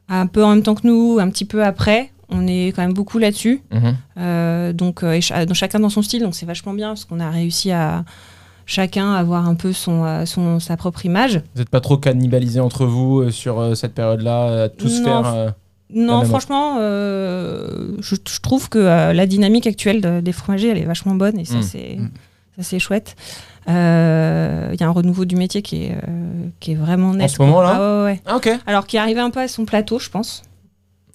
un peu en même temps que nous, un petit peu après, on est quand même beaucoup là-dessus. Mhm. Euh, donc, euh, et cha- dans- chacun dans son style, donc c'est vachement bien parce qu'on a réussi à chacun avoir un peu son, euh, son sa propre image. Vous n'êtes pas trop cannibalisé entre vous euh, sur euh, cette période-là, euh, à tous Non, faire. euh, Non, même franchement, euh, je, je trouve que euh, la dynamique actuelle de- des fromagers, elle est vachement bonne et ça, Mm. c'est Mm. ça, c'est chouette. Euh, Il y a un renouveau du métier qui est, euh, qui est vraiment en net. ce moment-là Ah ouais, ouais. Ah, ok. Alors qui arrivait un peu à son plateau, je pense.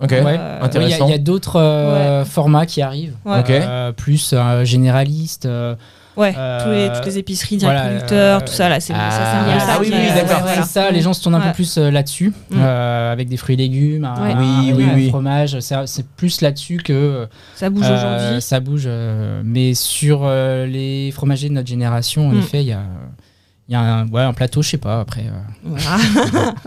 Ok. Ouais. Euh, Oui, Il y a- Intéressant. il y a, d'autres euh, formats qui arrivent, Ouais. Ok. Euh, plus euh, généralistes. euh, Ouais, Euh, tous les, toutes les épiceries, directs voilà, producteurs, euh, tout ça, là, c'est ah, ça, c'est un peu ah ça oui, qui, oui, euh, d'accord. voilà. C'est ça, les gens se tournent un Ouais. peu plus euh, là-dessus, Mm. euh, avec des fruits et légumes, un, Ouais. Oui, un- oui, un oui. fromage. c'est- C'est plus là-dessus que euh, Ça bouge aujourd'hui. ça bouge. euh, mais sur euh, les fromagers de notre génération, en Mm. effet, il y a, il y a un, ouais, un plateau, je sais pas. Après, euh, Voilà. <laughs>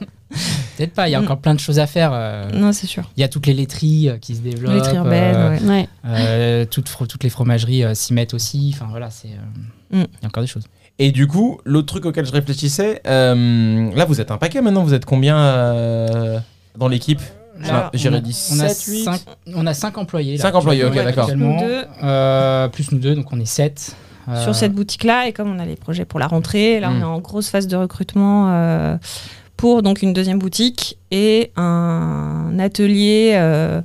peut-être pas. Il y a Mm. encore plein de choses à faire. euh, non, c'est sûr. Il y a toutes les laiteries euh, qui se développent. Les urbaine, euh, ouais. Ouais. euh, toutes, fro- toutes les fromageries euh, s'y mettent aussi. Enfin voilà, c'est. euh, Il Mm. y a encore des choses. Et du coup, l'autre truc auquel je réfléchissais, euh, là vous êtes un paquet maintenant, vous êtes combien euh, dans l'équipe Alors, J'ai- J'irais on a- dit on a 7, 8. cinq- On a 5 employés. là, Cinq employés, actuellement, ok, d'accord. actuellement. Plus nous deux. Euh, plus nous deux, donc on est Euh, 7. sur cette boutique-là. Et comme on a les projets pour la rentrée, là, on Mm. est en grosse phase de recrutement euh, pour donc une deuxième boutique et un atelier, euh,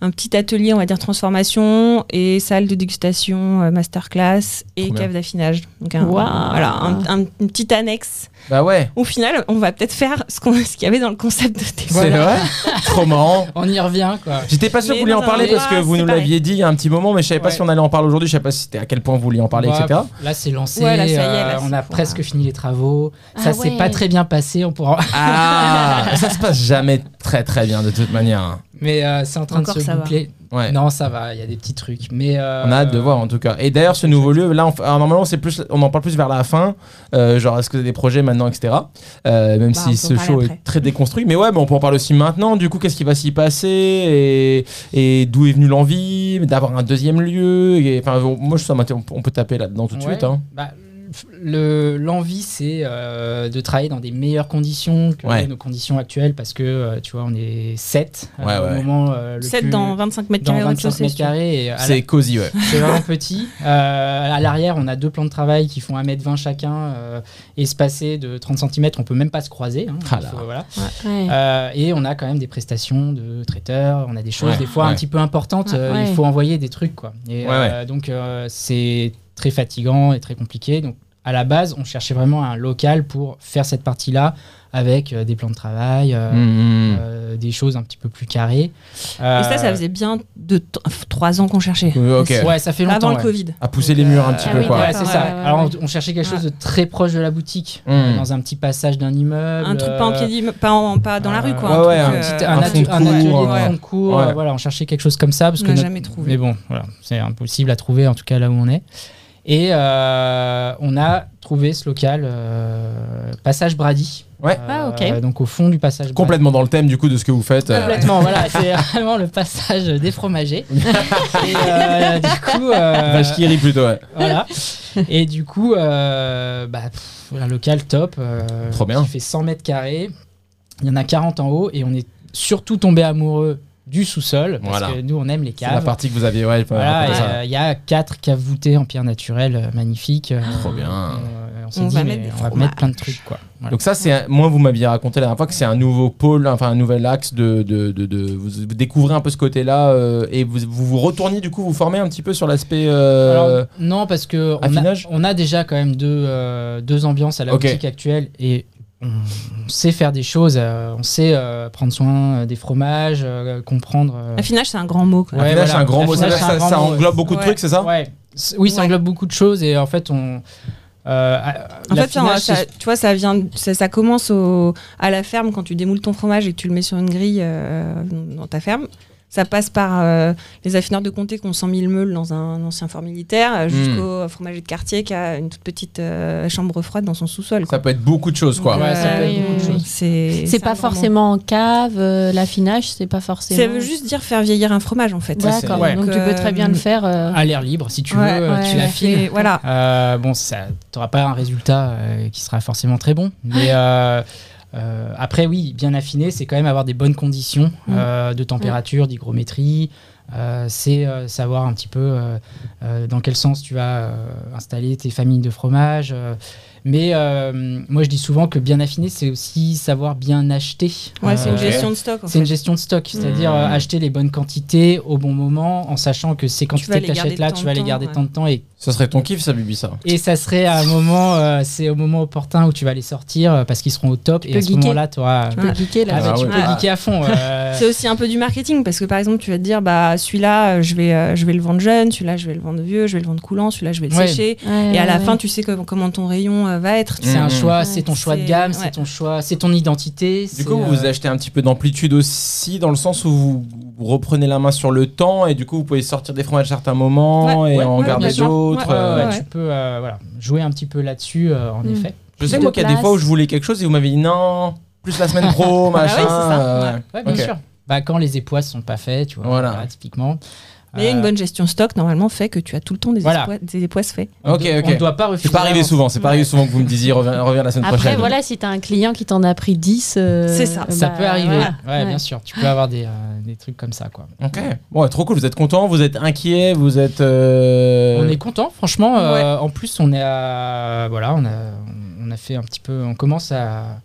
un petit atelier, on va dire transformation et salle de dégustation, euh, masterclass et Trop bien. cave d'affinage. Donc un, Waouh. voilà, un- un- une petite annexe. Bah ouais, Au final, on va peut-être faire ce qu'on, ce qu'il y avait dans le concept de c'est tes. Voilà. vrai. Trop marrant. On y revient, quoi. J'étais pas sûr que Mais vous vouliez non, en parler mais parce que là, vous c'est nous pareil. l'aviez dit il y a un petit moment, mais je savais pas Ouais. si on allait en parler aujourd'hui, je savais pas si c'était à quel point vous vouliez en parler, Bah, etc. Là, c'est lancé. Ouais, là, ça y est, là, euh, on c'est a bon, presque là. fini les travaux. Ah ça s'est ouais. pas très bien passé. On pourra. <laughs> Ah, <laughs> ça se passe jamais très très bien de toute manière. hein. Mais euh, c'est en train Encore, de se ça va. boucler. Ouais. Non, ça va. Il y a des petits trucs. Mais euh, On a hâte de voir en tout cas. Et d'ailleurs, ce nouveau lieu, là, on, f- alors, normalement, c'est plus, on en parle plus vers la fin. euh, genre, est-ce que vous avez des projets maintenant, etc. Euh, même Bah, si on peut ce en parler show après. est très déconstruit. Mais ouais, mais on peut en parler aussi maintenant. Du coup, qu'est-ce qui va s'y passer Et, et d'où est venue l'envie d'avoir un deuxième lieu Et, enfin, on- Moi, je ça m'intéresse. on peut taper là-dedans tout de ouais, suite. hein. bah, le- L'envie, c'est euh, de travailler dans des meilleures conditions que Ouais. nos conditions actuelles parce que, euh, tu vois, on est 7 Ouais, au ouais. moment euh, le 7 plus- dans 25 mètres dans carrés, au 25 rez-de-chaussée, mètres carrés. et euh, à la- C'est cosy, ouais. <laughs> C'est vraiment petit. Euh, à l'arrière, on a deux plans de travail qui font 1m20 chacun, euh, espacés de 30 cm. On peut même pas se croiser. hein. Ah Il là. faut- voilà. Ah, Ouais. Euh, et on a quand même des prestations de traiteurs. On a des choses Ouais, des fois ouais. un petit peu importantes. Ah, euh, ouais. Il faut envoyer des trucs. Quoi. Et, Ouais, euh, Donc euh, c'est très fatigant et très compliqué. Donc à la base, on cherchait vraiment un local pour faire cette partie-là avec euh, des plans de travail. euh, Mm, mm. euh, des choses un petit peu plus carrées. Et ça, ça Euh, faisait bien de 3 ans qu'on cherchait. Euh, ok. Ouais, ça fait longtemps. Avant le ouais. Covid. À pousser les murs un petit Ah peu, oui, quoi. euh, Ouais, d'accord, c'est ça. ouais, ouais, Alors, on- ouais. on cherchait quelque Ah. chose de très proche de la boutique, Mm. euh, dans un petit passage d'un immeuble. un truc pas en euh, pied d'immeuble, pas, en- pas dans la rue quoi. ouais, ouais, un truc, euh, petit- un, un atu- fond de un cours, atelier de ouais. fond de cours. Ouais. euh, voilà, on cherchait quelque chose comme ça parce On que l'a notre- jamais trouvé. Mais bon, voilà, c'est impossible à trouver en tout cas là où on est. Et euh, on a trouvé ce local, euh, passage Brady. Euh, Ouais. Ah, ok. Donc au fond du passage. Brady. Complètement dans le thème, du coup, de ce que vous faites. euh, Complètement, voilà, c'est <laughs> vraiment le passage des fromagers. Et euh, du coup, euh, <laughs> Vache qui rit plutôt, ouais. voilà. Et du coup, euh, bah, pff, un local top. euh, Trop bien. Qui fait 100 mètres carrés. Il y en a 40 en haut. Et on est surtout tombé amoureux du sous-sol. Parce Voilà. que nous, on aime les C'est la caves. partie que vous aviez, ouais. Voilà, comme et, ça. euh, il y a quatre caves voûtées en pierre naturelle euh, magnifiques. euh, Trop bien. On, euh, on s'est On dit, va mais mettre des on va fromages. mettre plein de trucs. Quoi. Voilà. Donc ça, c'est un- moi vous m'aviez raconté la dernière fois que c'est un nouveau pôle, enfin un nouvel axe de, de, de, de- vous, vous découvrez un peu ce côté-là euh, et vous, vous vous retournez du coup, vous formez un petit peu sur l'aspect. euh, Alors, non, parce que on a, affinage on a déjà quand même deux, euh, deux ambiances à la Ok. boutique actuelle et on, on sait faire des choses, euh, on sait euh, prendre soin euh, des fromages, euh, comprendre. euh, Affinage, c'est un grand mot. quoi. Ouais, affinage, voilà. c'est un grand mot, ça, Affinage, c'est un ça- grand ça mot, ouais. englobe beaucoup de Ouais. trucs, c'est ça ouais. C- Oui, ça Ouais. englobe beaucoup de choses et en fait on. euh, En fait, ça, l'affinage, ça- c'est- tu vois, ça vient, ça, ça commence au- à la ferme quand tu démoules ton fromage et que tu le mets sur une grille euh, dans ta ferme. Ça passe par euh, les affineurs de comté qui ont 100 000 meules dans un ancien fort militaire, euh, Hmm. jusqu'au fromager de quartier qui a une toute petite euh, chambre froide dans son sous-sol. Ça quoi. peut être beaucoup de choses, quoi. Donc, Ouais, ça peut être beaucoup de choses. C'est C'est un pas grand mot. forcément en cave, euh, l'affinage, c'est pas forcément. Ça veut juste dire faire vieillir un fromage en fait. Ouais, Mm. Ah, D'accord, Ouais. donc tu Donc, peux très bien euh, le faire. euh, à l'air libre, si tu veux, Ouais, euh, ouais. tu l'affines. Et Voilà. Euh, bon, ça, t'auras pas un résultat euh, qui sera forcément très bon, <laughs> mais euh, euh, après, oui, bien affiné, c'est quand même avoir des bonnes conditions Mm. euh, de température, d'hygrométrie. euh, c'est euh, savoir un petit peu euh, euh, dans quel sens tu vas euh, installer tes familles de fromage. euh. mais euh, moi, je dis souvent que bien affiner, c'est aussi savoir bien acheter. Ouais, c'est une ok. Euh, gestion de stock. en c'est fait. une gestion de stock, c'est-à-dire Mm. euh, acheter les bonnes quantités au bon moment, en sachant que ces quantités vas que les tu garder achètes là, tant tu de vas les temps, garder ouais. tant de temps et Ça serait ton kiff, ça, Bibi, ça. et ça serait à un moment, euh, c'est au moment opportun où tu vas les sortir euh, parce qu'ils seront au top. et peux à ce geeker. moment-là, tu auras. Tu peux geeker là. Ah, mais Ah tu ouais. peux Ah. geeker à fond. euh, <laughs> C'est aussi un peu du marketing parce que par exemple, tu vas te dire bah celui-là, euh, je vais euh, je vais le vendre jeune, celui-là, je vais le vendre vieux, je vais le vendre coulant, celui-là, je vais le Ouais. sécher. Ouais, Et à la ouais, fin, ouais. tu sais que- comment ton rayon euh, va être. c'est un Mhm. choix, Ouais, c'est ton choix de c'est- gamme, c'est ouais. ton choix, c'est euh, ton identité. Du coup, vous achetez un petit peu d'amplitude aussi, dans le sens où vous vous reprenez la main sur le temps et du coup, vous pouvez sortir des fromages à certains moments Ouais, et ouais, en ouais, garder bien sûr. d'autres. Ouais, euh, ouais, tu- ouais. Tu peux euh, voilà, jouer un petit peu là-dessus, euh, en Mm. effet. Je sais, De moi, qu'il y a des place. fois où je voulais quelque chose et vous m'avez dit non, plus la semaine <laughs> pro, machin. Ah bah oui, c'est ça. euh, Ouais, bien Ok. sûr. Bah, quand les époisses sont pas faites, tu vois, Voilà. typiquement. Mais une Euh, bonne gestion stock, normalement, fait que tu as tout le temps des, Voilà. espois- des poisses faits. Euh, on Ok, doit- ok. On ne doit pas refuser. C'est pas arrivé souvent, c'est pas arrivé souvent que vous me disiez reviens, reviens la semaine Après, prochaine. voilà, si t'as un client qui t'en a pris 10, euh, C'est ça. Ça bah, peut arriver. voilà. Ouais, Ouais. bien sûr. Tu peux avoir des, euh, des trucs comme ça, quoi. Ok. Ouais, trop cool. Vous êtes content, vous êtes inquiet, vous êtes. euh, On est content, franchement. euh, En plus, on est à- voilà, on a, on a fait un petit peu, on commence à,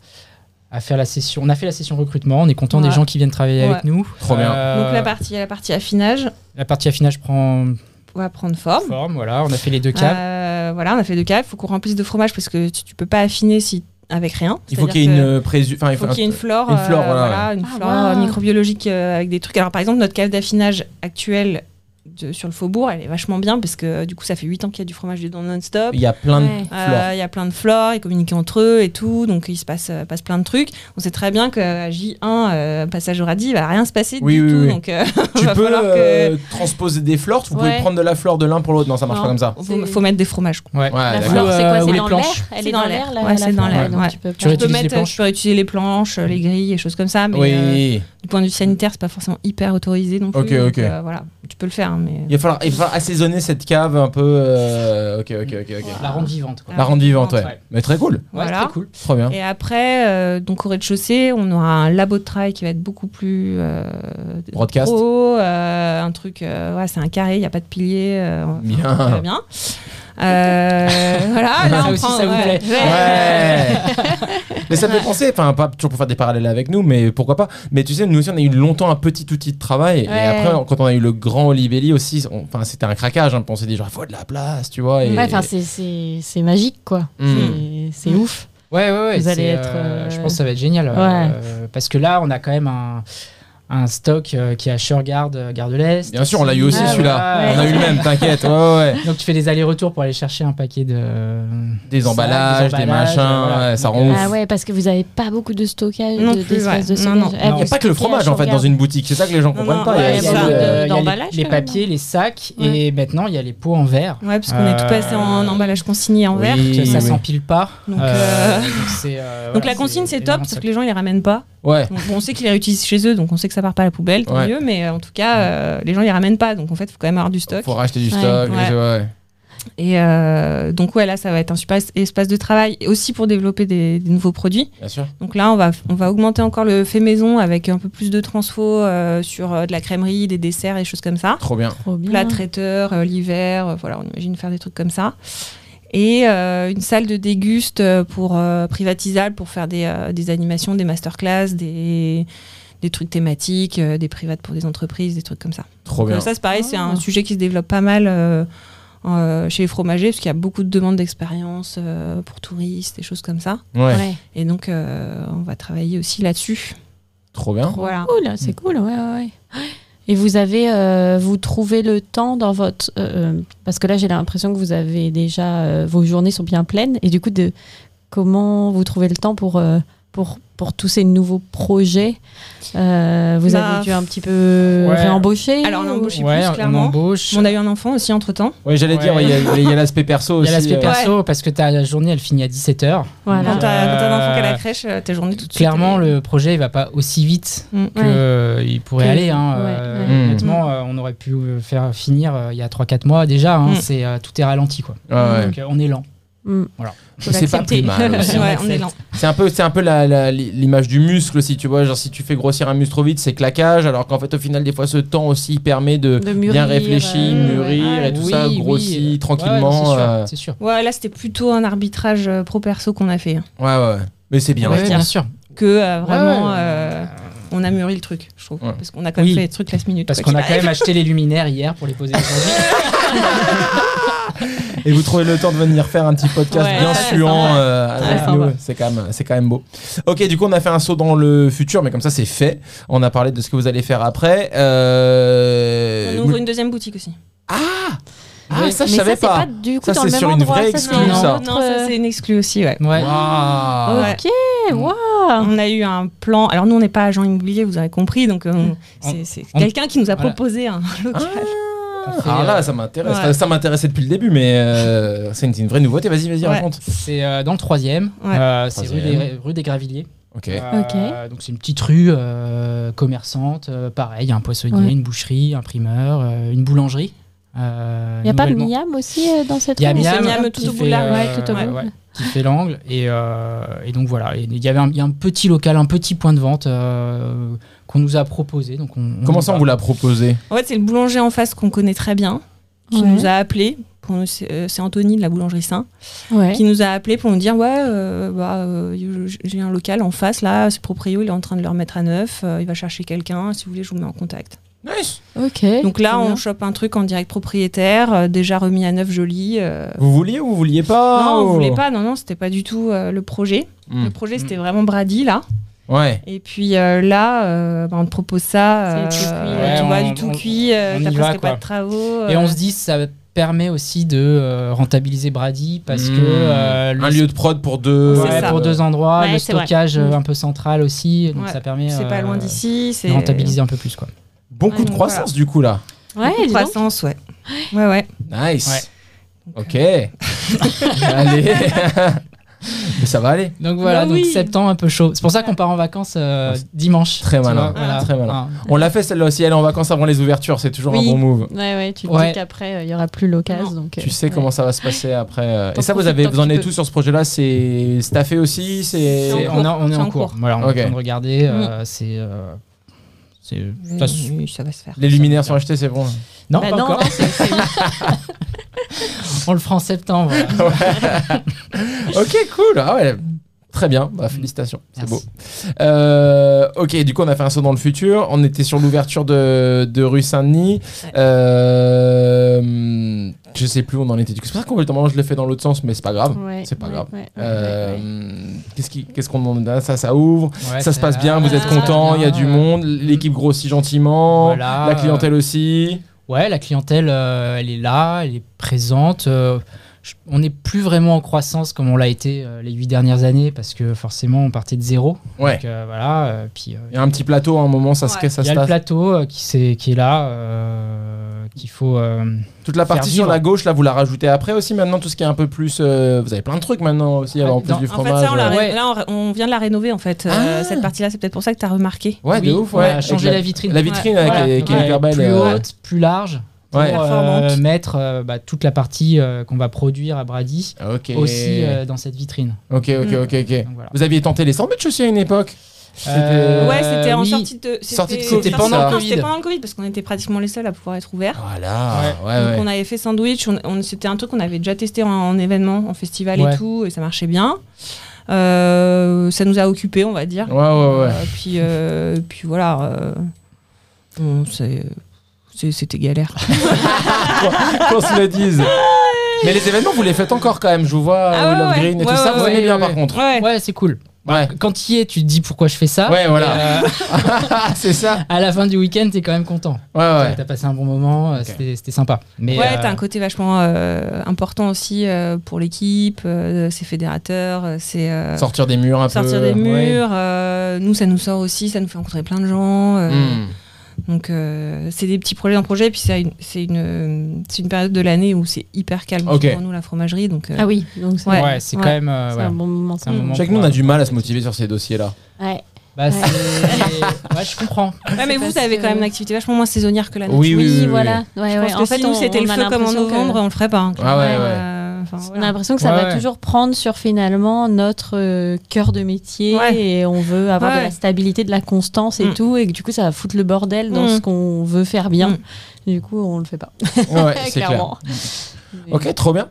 à faire la session. On a fait la session recrutement. On est content Ouais. des gens qui viennent travailler Ouais. avec nous. Trop bien. Euh, Donc la partie, la partie affinage la partie affinage prend va prendre forme. forme. Voilà, on a fait les deux câbles. Euh, voilà, on a fait deux câbles. Il faut qu'on remplisse de fromage parce que tu, tu peux pas affiner si avec rien. Il faut C'est-à-dire qu'il y ait que- une euh, présu. Enfin, il faut qu'il y ait une flore, une flore, euh, voilà, une Ah, flore waouh. euh, microbiologique euh, avec des trucs. Alors par exemple, notre cave d'affinage actuelle de- sur le faubourg, elle est vachement bien parce que euh, du coup, ça fait 8 ans qu'il y a du fromage dedans non-stop. Il y a plein de Ouais. Euh, fleurs. Il y a plein de flores, ils communiquent entre eux et tout, donc il se passe, euh, passe plein de trucs. On sait très bien qu'à J1, euh, passage au radis, il va rien se passer Oui, du oui, tout. oui. Donc euh, <laughs> Tu va peux falloir euh, transposer des fleurs, vous pouvez Ouais. prendre de la fleur de l'un pour l'autre. Non, ça marche Non. pas comme ça. faut, faut mettre des fromages. quoi. Ouais. Ouais, La d'accord. flore, c'est Euh, quoi ou C'est les dans planches. l'air Elle C'est est dans dans l'air. l'air, la, Ouais, c'est la dans flore. l'air, Donc ouais. tu peux Tu Je peux, réutilises les mettre, planches. je peux utiliser les planches, euh, les grilles et choses comme ça, mais euh, Oui. du point de vue sanitaire, c'est pas forcément hyper autorisé non plus. Ok, donc, ok. euh, voilà, tu peux le faire, mais. Il va, falloir, il va falloir assaisonner cette cave un peu. euh, Ok, ok, ok. ok. La rendre vivante. Quoi. La rendre vivante, ouais. Ouais. Mais très cool. Ouais, c'est Voilà. très cool. Trop bien. Et après, euh, donc au rez-de-chaussée, on aura un labo de travail qui va être beaucoup plus euh, Broadcast. pro, euh, un truc, euh, ouais, c'est un carré, il n'y a pas de pilier, euh, enfin, Bien. ça va bien. Euh, voilà, là Ça on aussi, prend- ça vous ouais. plaît. Ouais. mais ça me fait penser, enfin pas toujours pour faire des parallèles avec nous, mais pourquoi pas. Mais tu sais, nous aussi on a eu longtemps un petit outil de travail et Ouais. après on- quand on a eu le grand Olivelli aussi, on- enfin c'était un craquage, hein, on s'est dit genre faut de la place, tu vois. Et... Ouais, enfin, c'est- c'est c'est magique, quoi. Mm. C'est- C'est ouf. Ouais, ouais, ouais. Vous c'est, allez être, euh, euh, Je pense que ça va être génial. euh, parce que là, on a quand même un, un stock euh, qui est à Shergard, euh, Gare de l'Est. Bien sûr, on l'a eu aussi Ah, celui-là. ouais. On a eu le même, t'inquiète. Ouais, ouais, ouais. Donc tu fais des allers-retours pour aller chercher un paquet de Des emballages, des, machins, emballages, voilà. ouais, ça Donc, rend ouf. Ah ouais, parce que vous n'avez pas beaucoup de stockage, Non de- plus, d'espace ouais. de stockage. Non, non. Ah, Non, Il n'y a vous pas que le stockez à fromage en fait dans Shurgard. une boutique, c'est ça que les gens Non, comprennent non, pas. ouais, il y a, il y a aussi, le- euh, il y a d'emballage, les, les quand même. papiers, les sacs Ouais. et maintenant il y a les pots en verre. Ouais, parce qu'on est tout passé en Euh, emballage consigné en verre. Oui, Que ça oui. s'empile pas. Donc, euh, donc, c'est, <laughs> euh, Donc voilà, la consigne c'est top énorme, parce ça. que les gens ils les ramènent pas. Ouais. Donc, bon, on sait qu'ils les réutilisent chez eux donc on sait que ça part pas à la poubelle, tant Ouais. mieux, mais euh, en tout cas euh, les gens les ramènent pas donc en fait faut quand même avoir du stock. Faut racheter du Ouais. stock. Ouais. je- ouais. Et euh, donc ouais là ça va être un super es- espace de travail et aussi pour développer des, des nouveaux produits. Bien sûr. Donc là on va on va augmenter encore le fait maison avec un peu plus de transfo euh, sur euh, de la crèmerie, des desserts et choses comme ça. Trop bien. Trop bien. Plat traiteur euh, l'hiver, euh, voilà on imagine faire des trucs comme ça. Et euh, une salle de déguste euh, pour euh, privatisable pour faire des, euh, des animations, des masterclass, des des trucs thématiques, euh, des privates pour des entreprises, des trucs comme ça. Trop Donc, bien. Ça, c'est pareil, c'est un Ah. sujet qui se développe pas mal euh, euh, chez les fromagers, parce qu'il y a beaucoup de demandes d'expérience euh, pour touristes, des choses comme ça. Ouais. Ouais. Et donc, euh, on va travailler aussi là-dessus. Trop bien. Voilà. Cool, Mm. c'est cool, ouais, ouais, ouais. Et vous avez, euh, vous trouvez le temps dans votre, euh, euh, parce que là j'ai l'impression que vous avez déjà, euh, vos journées sont bien pleines, et du coup de comment vous trouvez le temps pour euh, pour pour tous ces nouveaux projets, Euh, vous Bah, avez dû un petit peu Ouais. réembaucher. Alors, on a ou- embauché Ouais, plus, on clairement. embauche. On a eu un enfant aussi entre-temps. Ouais, j'allais dire, Ouais. il y a- il y a l'aspect perso Il y aussi. a l'aspect euh, perso parce que ta journée elle finit à 17h. Quand Voilà. t'as quand t'as un enfant qui est à la Euh, crèche, euh, tes journées tout de suite. Clairement, elles- le projet il va pas aussi vite Mm. que Ouais. euh, il pourrait Que- aller. hein, ouais, euh, ouais. Mm. Honnêtement, euh, on aurait pu euh, faire finir euh, il y a 3-4 mois déjà. hein, Mm. c'est, euh, tout est ralenti quoi. ouais, ouais. Donc euh, on est lent. Mm. C'est pas l'accepter. plus mal aussi. <laughs> Ouais, on on est accepte. lent. C'est un peu, c'est un peu la- la- l'image du muscle aussi, tu vois. Genre, si tu fais grossir un muscle trop vite, c'est claquage. Alors qu'en fait, au final, des fois, ce temps aussi permet de, De mûrir, bien réfléchir, euh, mûrir et tout Oui, ça, oui, grossit euh, ouais, tranquillement. c'est sûr, euh, c'est sûr. Ouais, là, c'était plutôt un arbitrage euh, pro-perso qu'on a fait. hein, Ouais, ouais. Mais c'est bien. Ouais, dire. bien sûr. Que euh, vraiment, Ouais, ouais. euh, on a mûri le truc, je trouve. Ouais. Parce qu'on a quand même Oui. fait des trucs last minute. Parce Bah, quoi, qu'on a qu'il quand même acheté les luminaires hier pour les poser <laughs> aujourd'hui. Et vous trouvez le temps de venir faire un petit podcast Ouais, bien c'est suant sympa. euh, Ouais, avec c'est nous. sympa. C'est quand même, c'est quand même beau. Ok, du coup, on a fait un saut dans le futur, mais comme ça, c'est fait. On a parlé de ce que vous allez faire après. Euh... arrive. On ouvre une deuxième boutique aussi. Ah, ah, ça, je Mais savais c'est pas. du coup Ça, dans c'est le même sur une endroit, vraie ça, c'est exclu, dans ça. un autre, Non, ça, euh, c'est une exclue aussi, ouais. Ouais. Waouh. Ah. Ouais. Ok, waouh. On a eu un plan. Alors nous, on n'est pas agent immobilier, vous avez compris. Donc euh, on- c'est c'est Mm. on- quelqu'un qui nous a voilà. proposé un local. Ah, On fait, alors là, euh, ça m'intéresse. ouais. Ça, ça m'intéressait depuis le début, mais euh, c'est une, c'est une vraie nouveauté. Vas-y, vas-y, Ouais. raconte. C'est euh, dans le troisième. Ouais. Euh, c'est rue Troisième. des, rue des Gravilliers. Ok. Euh, Donc c'est une petite rue euh, commerçante, euh, pareil, il y a un poissonnier, Ouais. une boucherie, un primeur, euh, une boulangerie. euh, Il n'y a pas le nouvellement- Miam aussi euh, dans cette Il y a rue, Miam, c'est Miam qui tout au fait, bout de la euh, rue. ouais, tout au ouais, bout. ouais, qui fait l'angle. Et, euh, et donc voilà, Et il y avait un, il y a un petit local, un petit point de vente euh, qu'on nous a proposé. Donc on, on Comment y ça, on va. vous l'a proposé En fait, c'est le boulanger en face qu'on connaît très bien, qui Ouais. nous a appelés. pour nous- C'est euh, c'est Anthony de la boulangerie Saint Ouais. qui nous a appelés pour nous dire ouais euh, bah, euh, je- j'ai un local en face là ce proprio il est en train de le remettre à neuf euh, il va chercher quelqu'un si vous voulez je vous mets en contact Nice Ok. donc là Très Eh, bien. on chope un truc en direct propriétaire euh, déjà remis à neuf joli euh. Vous vouliez ou vous vouliez pas non on ou- voulait pas non non c'était pas du tout euh, le projet Hmm. le projet c'était Mm. vraiment Brady là Ouais. et puis euh, là euh, bah, on te propose ça euh, C'est tout cuit. tu Ouais, vois on- du tout on- cuit euh, on y t'as va, presque quoi. pas de travaux Et euh. on se dit, ça permet aussi de euh, rentabiliser Brady parce Mmh. que euh, le- un lieu de prod pour deux. Hmm. C'est ouais, ça. pour deux endroits, Ouais, le c'est vrai. stockage euh, Mmh. un peu central aussi, donc Ouais, ça permet c'est pas euh, loin d'ici de c'est rentabiliser un peu plus quoi. Bon coup Ouais, de donc croissance du coup là. Ouais, dis donc. croissance ouais ouais ouais Nice. Ok. <laughs> Allez. Mais ça va aller. Donc voilà, Bah donc oui. septembre un peu chaud. C'est pour ça qu'on part en vacances euh, dimanche. Très tu malin, vois, voilà. très malin. Ah. On l'a fait celle-là aussi, elle est en vacances avant les ouvertures, c'est toujours Oui. un bon move. Ouais, ouais, tu te Ouais. dis qu'après, euh, il y n'y aura plus l'occasion. Non. donc, euh, Tu sais ouais. comment ça va se passer après. euh, T'en Et ça, vous, profites avez, tant vous en que êtes tu tous sur ce projet-là C'est staffé aussi c'est... C'est Et en on, a- on est C'est en en cours. cours. Mmh. Voilà, on Ok. est en train de regarder. euh, c'est, euh, c'est- ça se- Oui, ça va se faire Les luminaires sont achetés, c'est bon. non, Bah pas non, encore. non, <laughs> c'est- c'est- On le fera en septembre. voilà. ok, cool. Ah ouais. Très bien, Bah, félicitations, c'est Merci. beau. Euh, ok, du coup, on a fait un saut dans le futur. On était sur l'ouverture de, de rue Saint-Denis. Ouais. Euh, je sais plus où on en était. Du coup, C'est pour ça qu'on moment je l'ai fait dans l'autre sens, mais c'est pas grave. ouais, c'est pas ouais, grave. ouais, ouais, Euh, ouais, ouais. Qu'est-ce qui- qu'est-ce qu'on en a Ça, ça ouvre. Ouais, ça se c'est- passe bien. Vous êtes Ah. content. Il y a du Euh, monde. L'équipe grossit gentiment. Voilà. La clientèle aussi. Ouais, la clientèle, euh, elle est là, elle est présente. euh, je- on n'est plus vraiment en croissance comme on l'a été euh, les huit dernières années parce que forcément on partait de zéro. Ouais. Donc, euh, voilà. euh, puis euh, Il y a un petit plateau à un moment. Ça se Ouais. crée, ça il y se a le passe. plateau euh, qui, s'est- qui est là, euh, qu'il faut. euh, Toute la partie Faire sur vivre. la gauche, là, vous la rajoutez après aussi. Maintenant, tout ce qui est un peu plus. euh, vous avez plein de trucs maintenant aussi. Alors, en plus Dans- du En fromage. fait, ça, on, l'a euh, ré- Ouais. là, on, on vient de la rénover en fait. Euh, Ah. cette partie-là, c'est peut-être pour ça que tu as remarqué. Ouais, de Oui, ouf, on ouais. a changé Avec la vitrine. La vitrine avec Voilà. les Ouais. qui est hyper belle, plus euh, haute, plus large. Pour Ouais. euh, Performante. mettre euh, bah, toute la partie euh, qu'on va produire à Brady Ok. aussi euh, dans cette vitrine. Ok, ok, ok, ok. Donc, voilà. Vous aviez tenté les sandwichs aussi à une époque C'était- Euh, ouais, c'était en oui. sortie de. Sortie de c'était- Covid, C'était pendant, ça. non, c'était Covid. pendant le Covid parce qu'on était pratiquement les seuls à pouvoir être ouverts. Voilà. Ouais, ouais. Donc on avait fait sandwich, on- on- c'était un truc qu'on avait déjà testé en, en événement, en festival Ouais. et tout, et ça marchait bien. Euh, ça nous a occupés, on va dire. Ouais, ouais, ouais. Euh, puis, euh, puis voilà. euh, bon, c'est- c'est- c'était galère. Qu'on se le dise. Mais les événements, vous les faites encore quand même. Je vous vois, euh, Ah ouais, Will of ouais. Green et Ouais, tout ça. ouais, vous aimez ouais, bien, ouais, par ouais. contre. Ouais. Ouais, c'est cool. Ouais. Quand y es, tu te dis pourquoi je fais ça. Ouais, voilà. Et, euh, <laughs> c'est ça. à la fin du week-end, t'es quand même content. Ouais, ouais. T'as passé un bon moment, euh, Ok. c'était- c'était sympa. Mais, ouais, euh, t'as un côté vachement euh, important aussi euh, pour l'équipe, euh, c'est fédérateur, euh, c'est euh, Sortir des murs un sortir peu. des murs. Ouais. euh, nous, ça nous sort aussi, ça nous fait rencontrer plein de gens. euh, Hmm. Donc, euh, c'est des petits projets en projet. Puis, c'est une, c'est une, c'est une période de l'année où c'est hyper calme Ok. pour nous, la fromagerie. Donc, euh, Ah oui, donc c'est ouais, Ouais. c'est Ouais. quand même. euh, c'est ouais. un bon moment. C'est un moment Je sais que pour- euh, nous, on a du mal à se motiver sur ces dossiers-là. Ouais. Bah, c'est- <laughs> ouais, je comprends. ouais, mais vous, vous parce avez que- quand même une activité vachement moins saisonnière que la nôtre. Oui, oui, oui, oui. voilà. Ouais, Je ouais. pense que si nous, c'était le a feu comme en l'impression que- novembre, on le ferait pas. hein. Ah ouais, ouais. Euh, enfin, On a voilà. l'impression que ça Ouais, va ouais. toujours prendre sur finalement notre euh, cœur de métier Ouais. et on veut avoir de Ouais. la stabilité, de la constance et Mm. tout et que du coup ça va foutre le bordel dans Mm. ce qu'on veut faire bien. Mm. Du coup on le fait pas. <laughs> Ouais, c'est clair. Clairement. Mais- Ok, trop bien.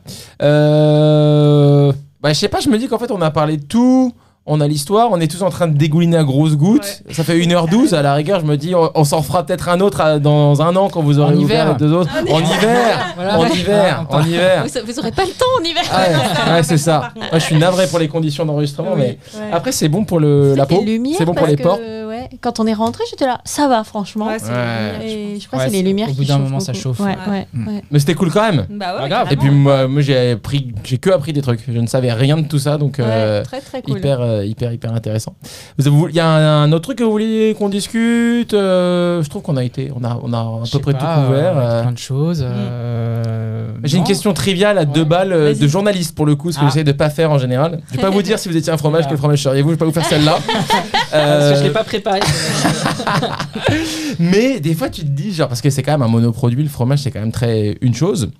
Euh... Bah, je sais pas, je me dis qu'en fait, on a parlé de tout. On a l'histoire, on est tous en train de dégouliner à grosses gouttes. Ça fait 1h12, à la rigueur, je me dis, on, on s'en fera peut-être un autre à- dans un an quand vous aurez En ouvert hiver. les deux autres. En hiver Voilà. En hiver En hiver Vous, vous aurez pas le temps en hiver. Ah ouais, ouais, c'est ça. Par contre. Ouais, je suis navré pour les conditions d'enregistrement, mais Ouais. après, c'est bon pour le, Euh, la Avec les peau, lumières, c'est bon pour parce les que, euh, portes. ouais, quand on est rentré, j'étais là, ça va franchement. Ouais, c'est- Ouais. Et je crois Ouais, que c'est les c'est- lumières au qui bout d'un chauffent moment, ça beaucoup. chauffe. Ouais, Ouais. ouais, Mm. ouais. Mais c'était cool quand même. Bah ouais, Pas grave. Et puis, carrément. moi, moi, j'ai pris, j'ai que appris des trucs. Je ne savais rien de tout ça, donc. euh, Ouais, très très cool. Hyper, euh, hyper, hyper intéressant. Vous- vous- Il y a un, un autre truc que vous voulez qu'on discute euh, Je trouve qu'on a été, on a, on a à Je peu sais près pas, tout couvert. euh, euh. plein de choses. euh, J'ai une Non. question triviale à deux balles euh, Vas-y. de journaliste pour le coup, ce que Ah. j'essaie de pas faire en général. Je vais pas vous dire si vous étiez un fromage, Voilà. quel fromage seriez-vous, je vais pas vous faire <laughs> celle-là. Parce que je Euh, l'ai pas préparé. Mais des fois, tu te dis, genre, parce que c'est quand même un monoproduit, le fromage, c'est quand même très une chose.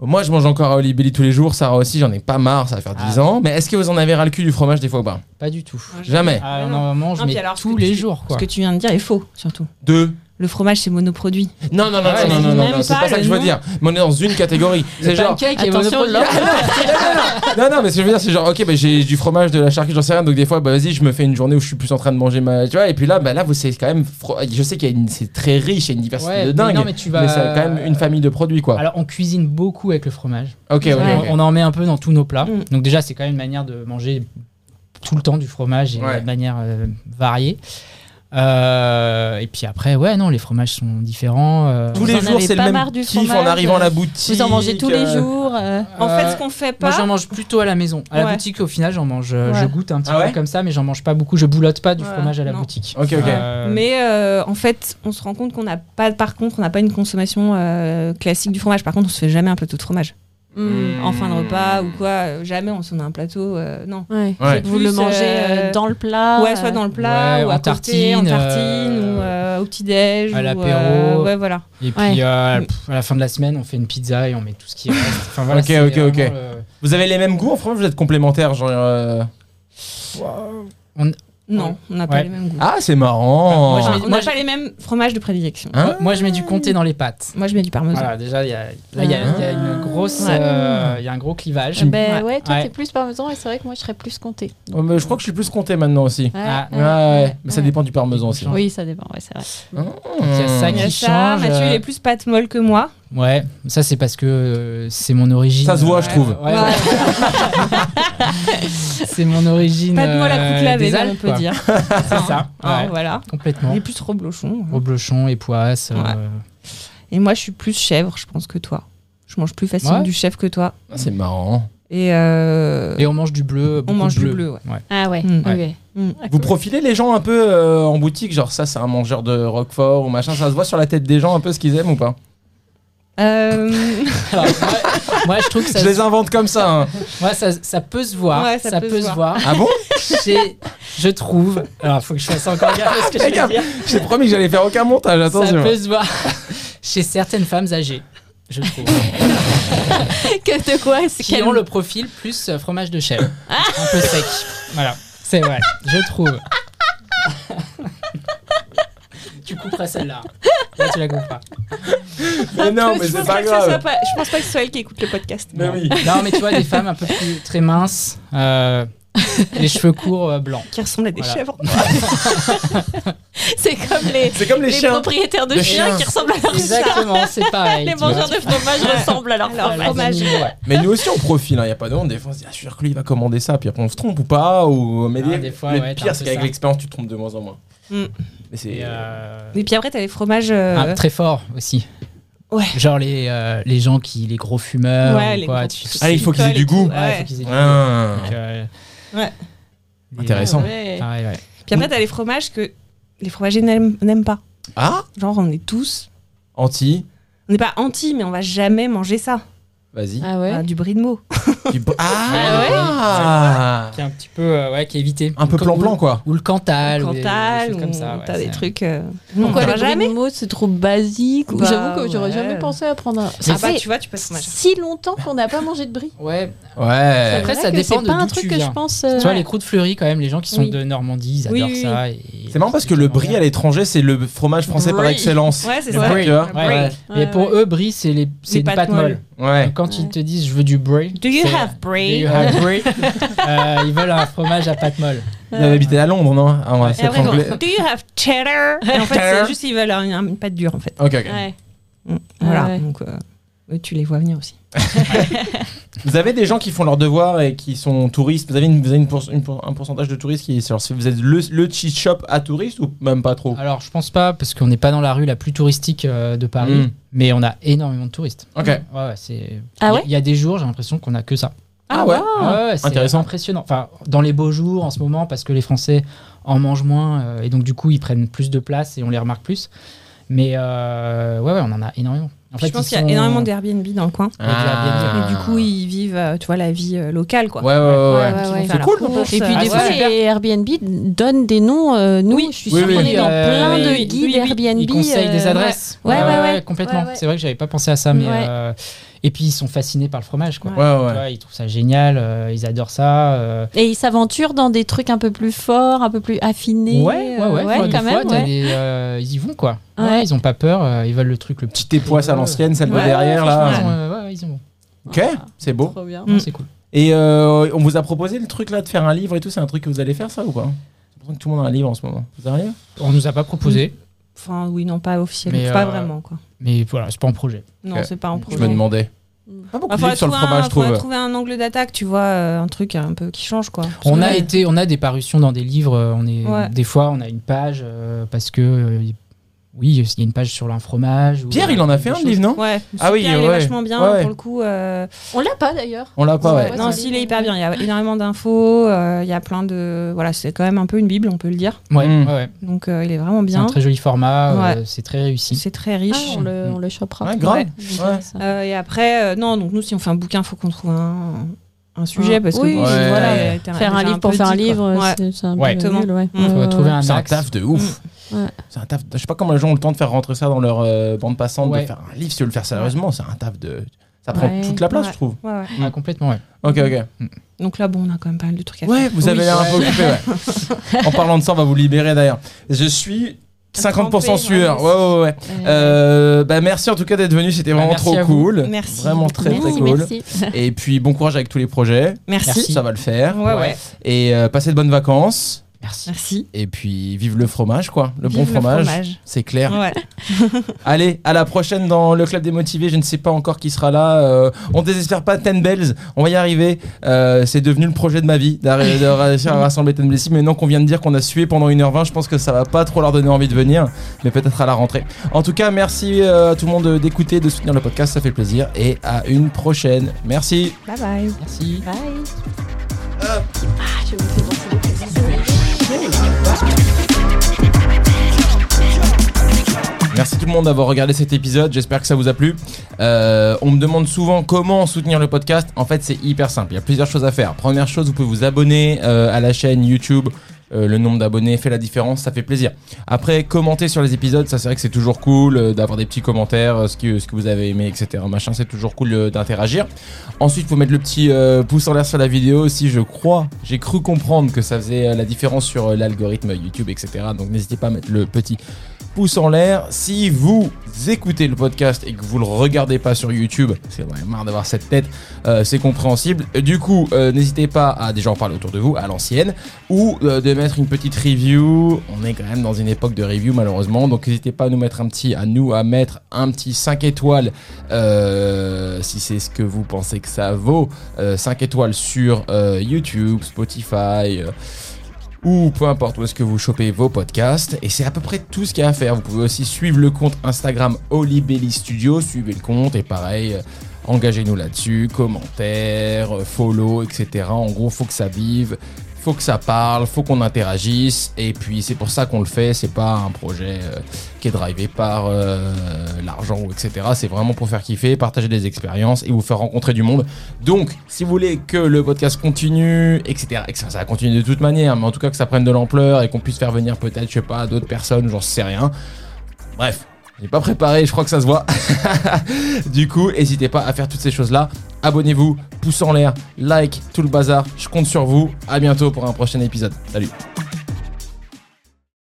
Moi, je mange encore à Oli Belly tous les jours, Sarah aussi, j'en ai pas marre, ça va faire Ah. 10 ans. Mais est-ce que vous en avez ras le cul du fromage des fois ou pas pas du tout. Jamais. Ah, on en mange Non, mais puis alors, ce tous que tu- les jours Ce quoi. que tu viens de dire est faux, surtout. Deux. Le fromage, c'est monoproduit. Non, non, non, Ouais, non, non, mais non, même non, c'est pas pas ça que le je veux nom. dire. Mais on est dans une <laughs> catégorie. C'est genre. pancake et Attention, monoprofil. l'ordre. Non, non, mais ce que je veux dire, c'est genre, ok, bah, j'ai du fromage, de la charcuterie, j'en sais rien, donc des fois, bah, vas-y, je me fais une journée où je suis plus en train de manger ma. Tu vois, et puis là, bah, là, vous, c'est quand même. fro- Je sais qu'il y a une. C'est très riche, il y a une diversité Ouais, de mais dingue. non, mais mais tu vas- c'est quand même une famille de produits, quoi. Alors on cuisine beaucoup avec le fromage. ok, ok, Ouais. ok. On, on en met un peu dans tous nos plats. Mm. Donc déjà c'est quand même une manière de manger tout le temps du fromage et Ouais. de manière euh, variée. Euh, et puis après ouais non les fromages sont différents. euh, Tous les en jours, avez c'est le pas même marre du kiff en fromage, arrivant à la euh, boutique. Vous en mangez tous les euh, jours. euh, En Euh, fait, ce qu'on fait Moi, j'en pas. mange plutôt à la maison. À Ouais. la boutique, au final, j'en mange. euh, Ouais. Je goûte un petit Ah ouais peu comme ça, mais j'en mange pas beaucoup. Je boulotte pas du Ouais, fromage à la non. boutique. Ok, ok. Euh, Mais euh, en fait, on se rend compte qu'on n'a pas, par contre, on n'a pas une consommation euh, classique du fromage. Par contre, on se fait jamais un plateau de fromage. hmm, En fin de repas ou quoi, euh, jamais on se met un plateau. euh, non. ouais. Ouais. Vous Plus, le mangez euh, euh, dans le plat. ouais, soit dans le plat ouais, ou à en côté, en tartine, tartine euh, ou euh, au petit-déj. à ou, l'apéro. euh, ouais, voilà. Et puis, Ouais. euh, pff, à la fin de la semaine, on fait une pizza et on met tout ce qui reste. Enfin, Ok, c'est euh, ok, ok. vraiment le- Vous avez les mêmes goûts en fromage, vous êtes complémentaires, genre. euh, Non, on n'a pas Ouais. les mêmes goûts. Ah, c'est marrant. Moi, je- Enfin, on n'a je- pas les mêmes fromages de prédilection. Hein Moi, je mets du comté dans les pâtes. Ah. Moi, je mets du parmesan. Voilà, déjà, il y a, là, il y a- il y a une grosse, Ouais. euh, il y a un gros clivage. Euh, Ben ouais, toi Ouais. t'es plus parmesan et c'est vrai que moi je serais plus compté. Oh, mais je crois que je suis plus compté maintenant aussi. Ah, Ouais, ouais. mais ça dépend du parmesan aussi. hein. Hmm. Oui, ça dépend, ouais, c'est vrai. Il y a ça Il y qui- a ça, change, Mathieu, euh, il est plus pâte molle que moi. Ouais, ça, c'est parce que euh, c'est mon origine. Ça se voit, euh, je trouve. Bah, ouais, ouais. c'est mon origine. Pâte molle à euh, des couclaver, Alpes, on peut quoi. dire. C'est <laughs> ça. Hein, ouais, voilà. Complètement. Il est plus reblochon. hein. Reblochon et poisse. Ouais. euh, Et moi, je suis plus chèvre, je pense, que toi. Je mange plus facilement Ouais. du chèvre que toi. Ah, c'est marrant. Et, euh, Et on mange du bleu. beaucoup de mange du bleu, ouais. <laughs> Ah ouais. Hmm. ok. Vous profilez les gens un peu euh, en boutique, genre ça, c'est un mangeur de Roquefort ou machin, ça se voit sur la tête des gens un peu ce qu'ils aiment ou pas <laughs> euh, Alors, moi, moi, je trouve que ça, Je les se- invente comme ça. hein. moi, ça, ça peut se voir. Ouais, ça ça, peut peut, se se voir. Ah bon J'ai- je trouve. Alors, faut que je fasse encore gaffe à ce que je Fais vais gaffe, dire. Je t'ai promis que j'allais faire aucun montage, Ça attention. peut se voir <laughs> chez certaines femmes âgées, je trouve, <laughs> Que de quoi c'est qui quel- ont le profil plus euh, fromage de chèvre, un peu sec. Voilà, c'est vrai, je trouve. tu couperas celle-là. Là, tu la <laughs> couperas. Mais non, mais je pense c'est pas que ça soit grave. pas- je pense pas que ce soit elle qui écoute le podcast. Bah Mais oui. Non, mais tu vois, des femmes un peu plus très minces, euh, les cheveux courts euh, blancs. Qui ressemble à des Voilà. chèvres. <laughs> C'est comme les, C'est comme les, les chiens. propriétaires de Les chiens chiens. qui ressemblent à leurs chiens. Exactement, c'est pareil. Les tu vois. mangeurs de fromage ressemblent à leur Alors, fromage. fromage. Ouais. Mais nous aussi on profile, hein. il n'y a pas de honte. Des fois on se dit, ah, je suis sûr que lui il va commander ça, puis après on se trompe ou pas. Ou... euh, Mais Ah, les- des fois, le ouais, t'as un pire, c'est peu qu'avec ça. l'expérience, tu te trompes de moins en moins. Mm. Mais c'est. Et, euh, Et puis après, t'as les fromages. euh, Ah, très fort aussi. Ouais. Genre les, euh, les gens qui. les gros fumeurs. Ouais, ou les quoi, gros tu- fumeurs. Ah, il faut qu'ils aient du goût. Ouais. Ouais, il faut qu'ils aient du Ah. goût. Donc, euh, Ouais. les- Intéressant. Ouais. Pareil, ouais. Puis après, t'as les fromages que les fromagers n'aiment n'aiment pas. Ah Genre, on est tous. Anti, On n'est pas anti, mais on va jamais manger ça. vas-y. Ah ouais. Enfin, du brie de mots. Du- Ah Ah, Qui est un petit peu. euh, ouais, qui est évité. Un peu Comme- plan-plan quoi. Ou Ah, le Cantal. ou des- des Cantal, choses ou comme ça. ouais, t'as c'est- des trucs. euh, on Pourquoi verra le jamais jamais mot c'est trop basique ou- Bah, J'avoue que j'aurais ouais. jamais pensé à prendre un. Ah Ça bah, fait tu vois, tu peux fromage. si longtemps qu'on n'a pas mangé de brie. Ouais. Ouais. Euh, Après, C'est ça vrai que dépend C'est de pas un d'où tu truc que je viens. pense. Tu euh, vois, les croûtes fleuries, quand même, les gens qui sont Oui. de Normandie, ils adorent oui, ça. C'est marrant parce que le brie à l'étranger, c'est le fromage français par Brie. excellence. Ouais, c'est Le ça. brie, tu vois. Ouais, ouais. Ouais, Mais pour ouais. eux, brie, c'est les, c'est une pâtes pâte molles. molle. Ouais. Donc, Quand Ouais. ils te disent je veux du brie, Do you c'est- have do brie you have brie Euh, Ils veulent un fromage à pâte molle. Il avait habité à Londres, non Ah, on va Et après, s'étrangler. do you have cheddar Et en fait, c'est Cheddar. juste ils veulent un- une pâte dure en fait. Ok, ok. Ouais. Voilà, ouais. donc euh, eux, tu les vois venir aussi. Vous avez des gens qui font leurs devoirs et qui sont touristes Vous avez, une- vous avez une pour- une pour- un pourcentage de touristes qui. alors, si vous êtes le, le cheat shop à touristes ou même pas trop Alors je pense pas parce qu'on n'est pas dans la rue la plus touristique euh, de Paris, Mm. mais on a énormément de touristes. Ok. Ouais, ouais, c'est. Ah Il y a- ouais Il y, a des jours j'ai l'impression qu'on a que ça. Ah ouais Ouais, ouais, c'est Intéressant. impressionnant. Enfin dans les beaux jours en ce moment parce que les Français en mangent moins euh, et donc du coup ils prennent plus de place et on les remarque plus. Mais euh, ouais, ouais on en a énormément. En je fait, pense ils qu'il y a sont- énormément d'Airbnb dans le coin. Ah. Et du coup, ils vivent, euh, tu vois, la vie euh, locale, quoi. Ouais, ouais, ouais, ouais. Ils vont faire C'est leurs cool, n'empêche. courses. Et puis Ah, des fois, ouais. les Airbnb donnent des noms. euh, nous, je suis Oui, sûre oui. qu'on est dans Euh, plein de oui, guides oui, oui. Airbnb. Ils conseillent des euh, adresses. Ouais, ouais, ouais. complètement. Ouais, ouais. C'est vrai que j'avais pas pensé à ça, mais Ouais. euh, et puis ils sont fascinés par le fromage, quoi. Ouais, ouais. Tu vois, ils trouvent ça génial, euh, ils adorent ça. euh. Et ils s'aventurent dans des trucs un peu plus forts, un peu plus affinés. ouais, ouais, euh, ouais. ouais, fois, des quand fois, même. t'as ouais. des, euh, ils y vont, quoi. Ouais, Ouais. ils ont pas peur, euh, ils veulent le truc, le petit. Petite époisse à l'ancienne, celle de Ouais, derrière, Ils ont, là. euh, ouais, ils ont. Ok, c'est beau. Ah, Trop bien. Mm. Non, C'est cool. Et euh, on vous a proposé le truc là de faire un livre et tout, c'est un truc que vous allez faire ça ou pas C'est pour ça que tout le monde a un livre en ce moment. Vous arrivez On nous a pas proposé, Enfin, oui, non, pas officiellement. Mais, Pas euh, vraiment, quoi. mais voilà, c'est pas en projet. Non, ok. c'est pas en Je projet. me demandais. Mm. Pas beaucoup Enfin, de livres sur le faudra fromage, je Bah, trouver un- faudra trouve. trouver un angle d'attaque, tu vois, euh, un truc un peu qui change, quoi. Parce On que- a été, on a des parutions dans des livres. euh, On est Ouais. des fois, on a une page euh, parce que euh, y- oui, il y a une page sur un fromage. ou, Pierre, il en a fait un des livre, non Ouais, Ah ah oui, oui, il ouais. est vachement bien Ouais, ouais. pour le coup. euh, On l'a pas d'ailleurs. On l'a pas, ouais. Ouais, non, ça- s'il est hyper bien, il y a énormément d'infos, euh, il y a plein de. Voilà, c'est quand même un peu une Bible, on peut le dire. Ouais, Mm. ouais, ouais. Donc euh, il est vraiment C'est un bien. très joli format. euh, C'est très réussi. C'est très Ah, riche. on, le, on le chopera. Ouais, grave. Ouais. Ça. Euh, et après, euh, non, donc nous, si on fait un bouquin, faut qu'on trouve un, un sujet Ah, parce que oui. bon, Ouais. voilà, euh, t'as- Faire déjà un livre pour peu faire un dit, quoi. livre, Ouais. c'est- c'est un Ouais. peu nul. Ouais. Exactement. Faut Ouais, trouver ouais. un C'est un axe. taf de ouf. Ouais. C'est un taf. Je sais pas comment les gens ont le temps de faire rentrer ça dans leur euh, bande passante, de Ouais. faire un livre, si tu veux le faire sérieusement, c'est un taf de. Ça prend Ouais. toute la place, Ouais. je trouve. Ouais, ouais. Ah, complètement, ouais. Ok, ok. Donc là, bon, on a quand même pas mal de trucs à faire. Ouais, vous avez Oui. l'air un peu Ouais. occupé. Ouais. en parlant de ça, on va vous libérer d'ailleurs. Je suis 50% Trempé, sueur. Ouais, vraiment. ouais, ouais. Euh, bah, merci en tout cas d'être venu, c'était Bah, vraiment merci trop à vous. cool. Merci Vraiment beaucoup. très très Merci, cool. merci. Et puis bon courage avec tous les projets. Merci. Merci. Ça va le faire. Ouais, ouais. Et euh, passez de bonnes vacances. Merci. Merci. Et puis vive le fromage, quoi. Le Vive bon le fromage. fromage. C'est clair. Ouais. Allez, à la prochaine dans le club des motivés. Je ne sais pas encore qui sera là. Euh, on désespère pas, Ten Bells. On va y arriver. Euh, c'est devenu le projet de ma vie d'arri- de réussir à rassembler Ten Bells. Maintenant qu'on vient de dire qu'on a sué pendant 1h20, je pense que ça va pas trop leur donner envie de venir, mais peut-être à la rentrée. En tout cas, merci euh, à tout le monde euh, d'écouter, de soutenir le podcast. Ça fait plaisir. Et à une prochaine. Merci. Bye bye. Merci. Bye. Ah, je me fais penser des petits bisous. Merci tout le monde d'avoir regardé cet épisode, j'espère que ça vous a plu. Euh, on me demande souvent comment soutenir le podcast. En fait, c'est hyper simple, il y a plusieurs choses à faire. Première chose, vous pouvez vous abonner euh, à la chaîne YouTube. Euh, le nombre d'abonnés fait la différence, ça fait plaisir. Après, commenter sur les épisodes, ça c'est vrai que c'est toujours cool euh, d'avoir des petits commentaires, euh, ce, que, ce que vous avez aimé, etc. Machin, c'est toujours cool euh, d'interagir. Ensuite, faut mettre le petit euh, pouce en l'air sur la vidéo. Si je crois, j'ai cru comprendre que ça faisait euh, la différence sur euh, l'algorithme YouTube, etc. Donc n'hésitez pas à mettre le petit pouce en l'air. Si vous écoutez le podcast et que vous le regardez pas sur YouTube, c'est vrai, marre d'avoir cette tête, euh, c'est compréhensible. Du coup, euh, n'hésitez pas à déjà en parler autour de vous, à l'ancienne, ou euh, de mettre une petite review. On est quand même dans une époque de review malheureusement, donc n'hésitez pas à nous mettre un petit, à nous à mettre un petit 5 étoiles euh, si c'est ce que vous pensez que ça vaut. euh, 5 étoiles sur euh, YouTube, Spotify. euh, ou peu importe où est-ce que vous chopez vos podcasts. Et c'est à peu près tout ce qu'il y a à faire. Vous pouvez aussi suivre le compte Instagram Olibelli Studio. Suivez le compte et pareil, euh, engagez-nous là-dessus. Commentaires, euh, follow, etc. En gros, faut que ça vive. Faut que ça parle, faut qu'on interagisse, et puis c'est pour ça qu'on le fait. C'est pas un projet euh, qui est drivé par euh, l'argent ou etc. C'est vraiment pour faire kiffer, partager des expériences et vous faire rencontrer du monde. Donc, si vous voulez que le podcast continue, etc., et que ça, ça continue de toute manière, mais en tout cas que ça prenne de l'ampleur et qu'on puisse faire venir peut-être, je sais pas, d'autres personnes, j'en sais rien. Bref, j'ai pas préparé, je crois que ça se voit. <laughs> du coup, n'hésitez pas à faire toutes ces choses-là. Abonnez-vous, pouce en l'air, like, tout le bazar. Je compte sur vous. À bientôt pour un prochain épisode. Salut.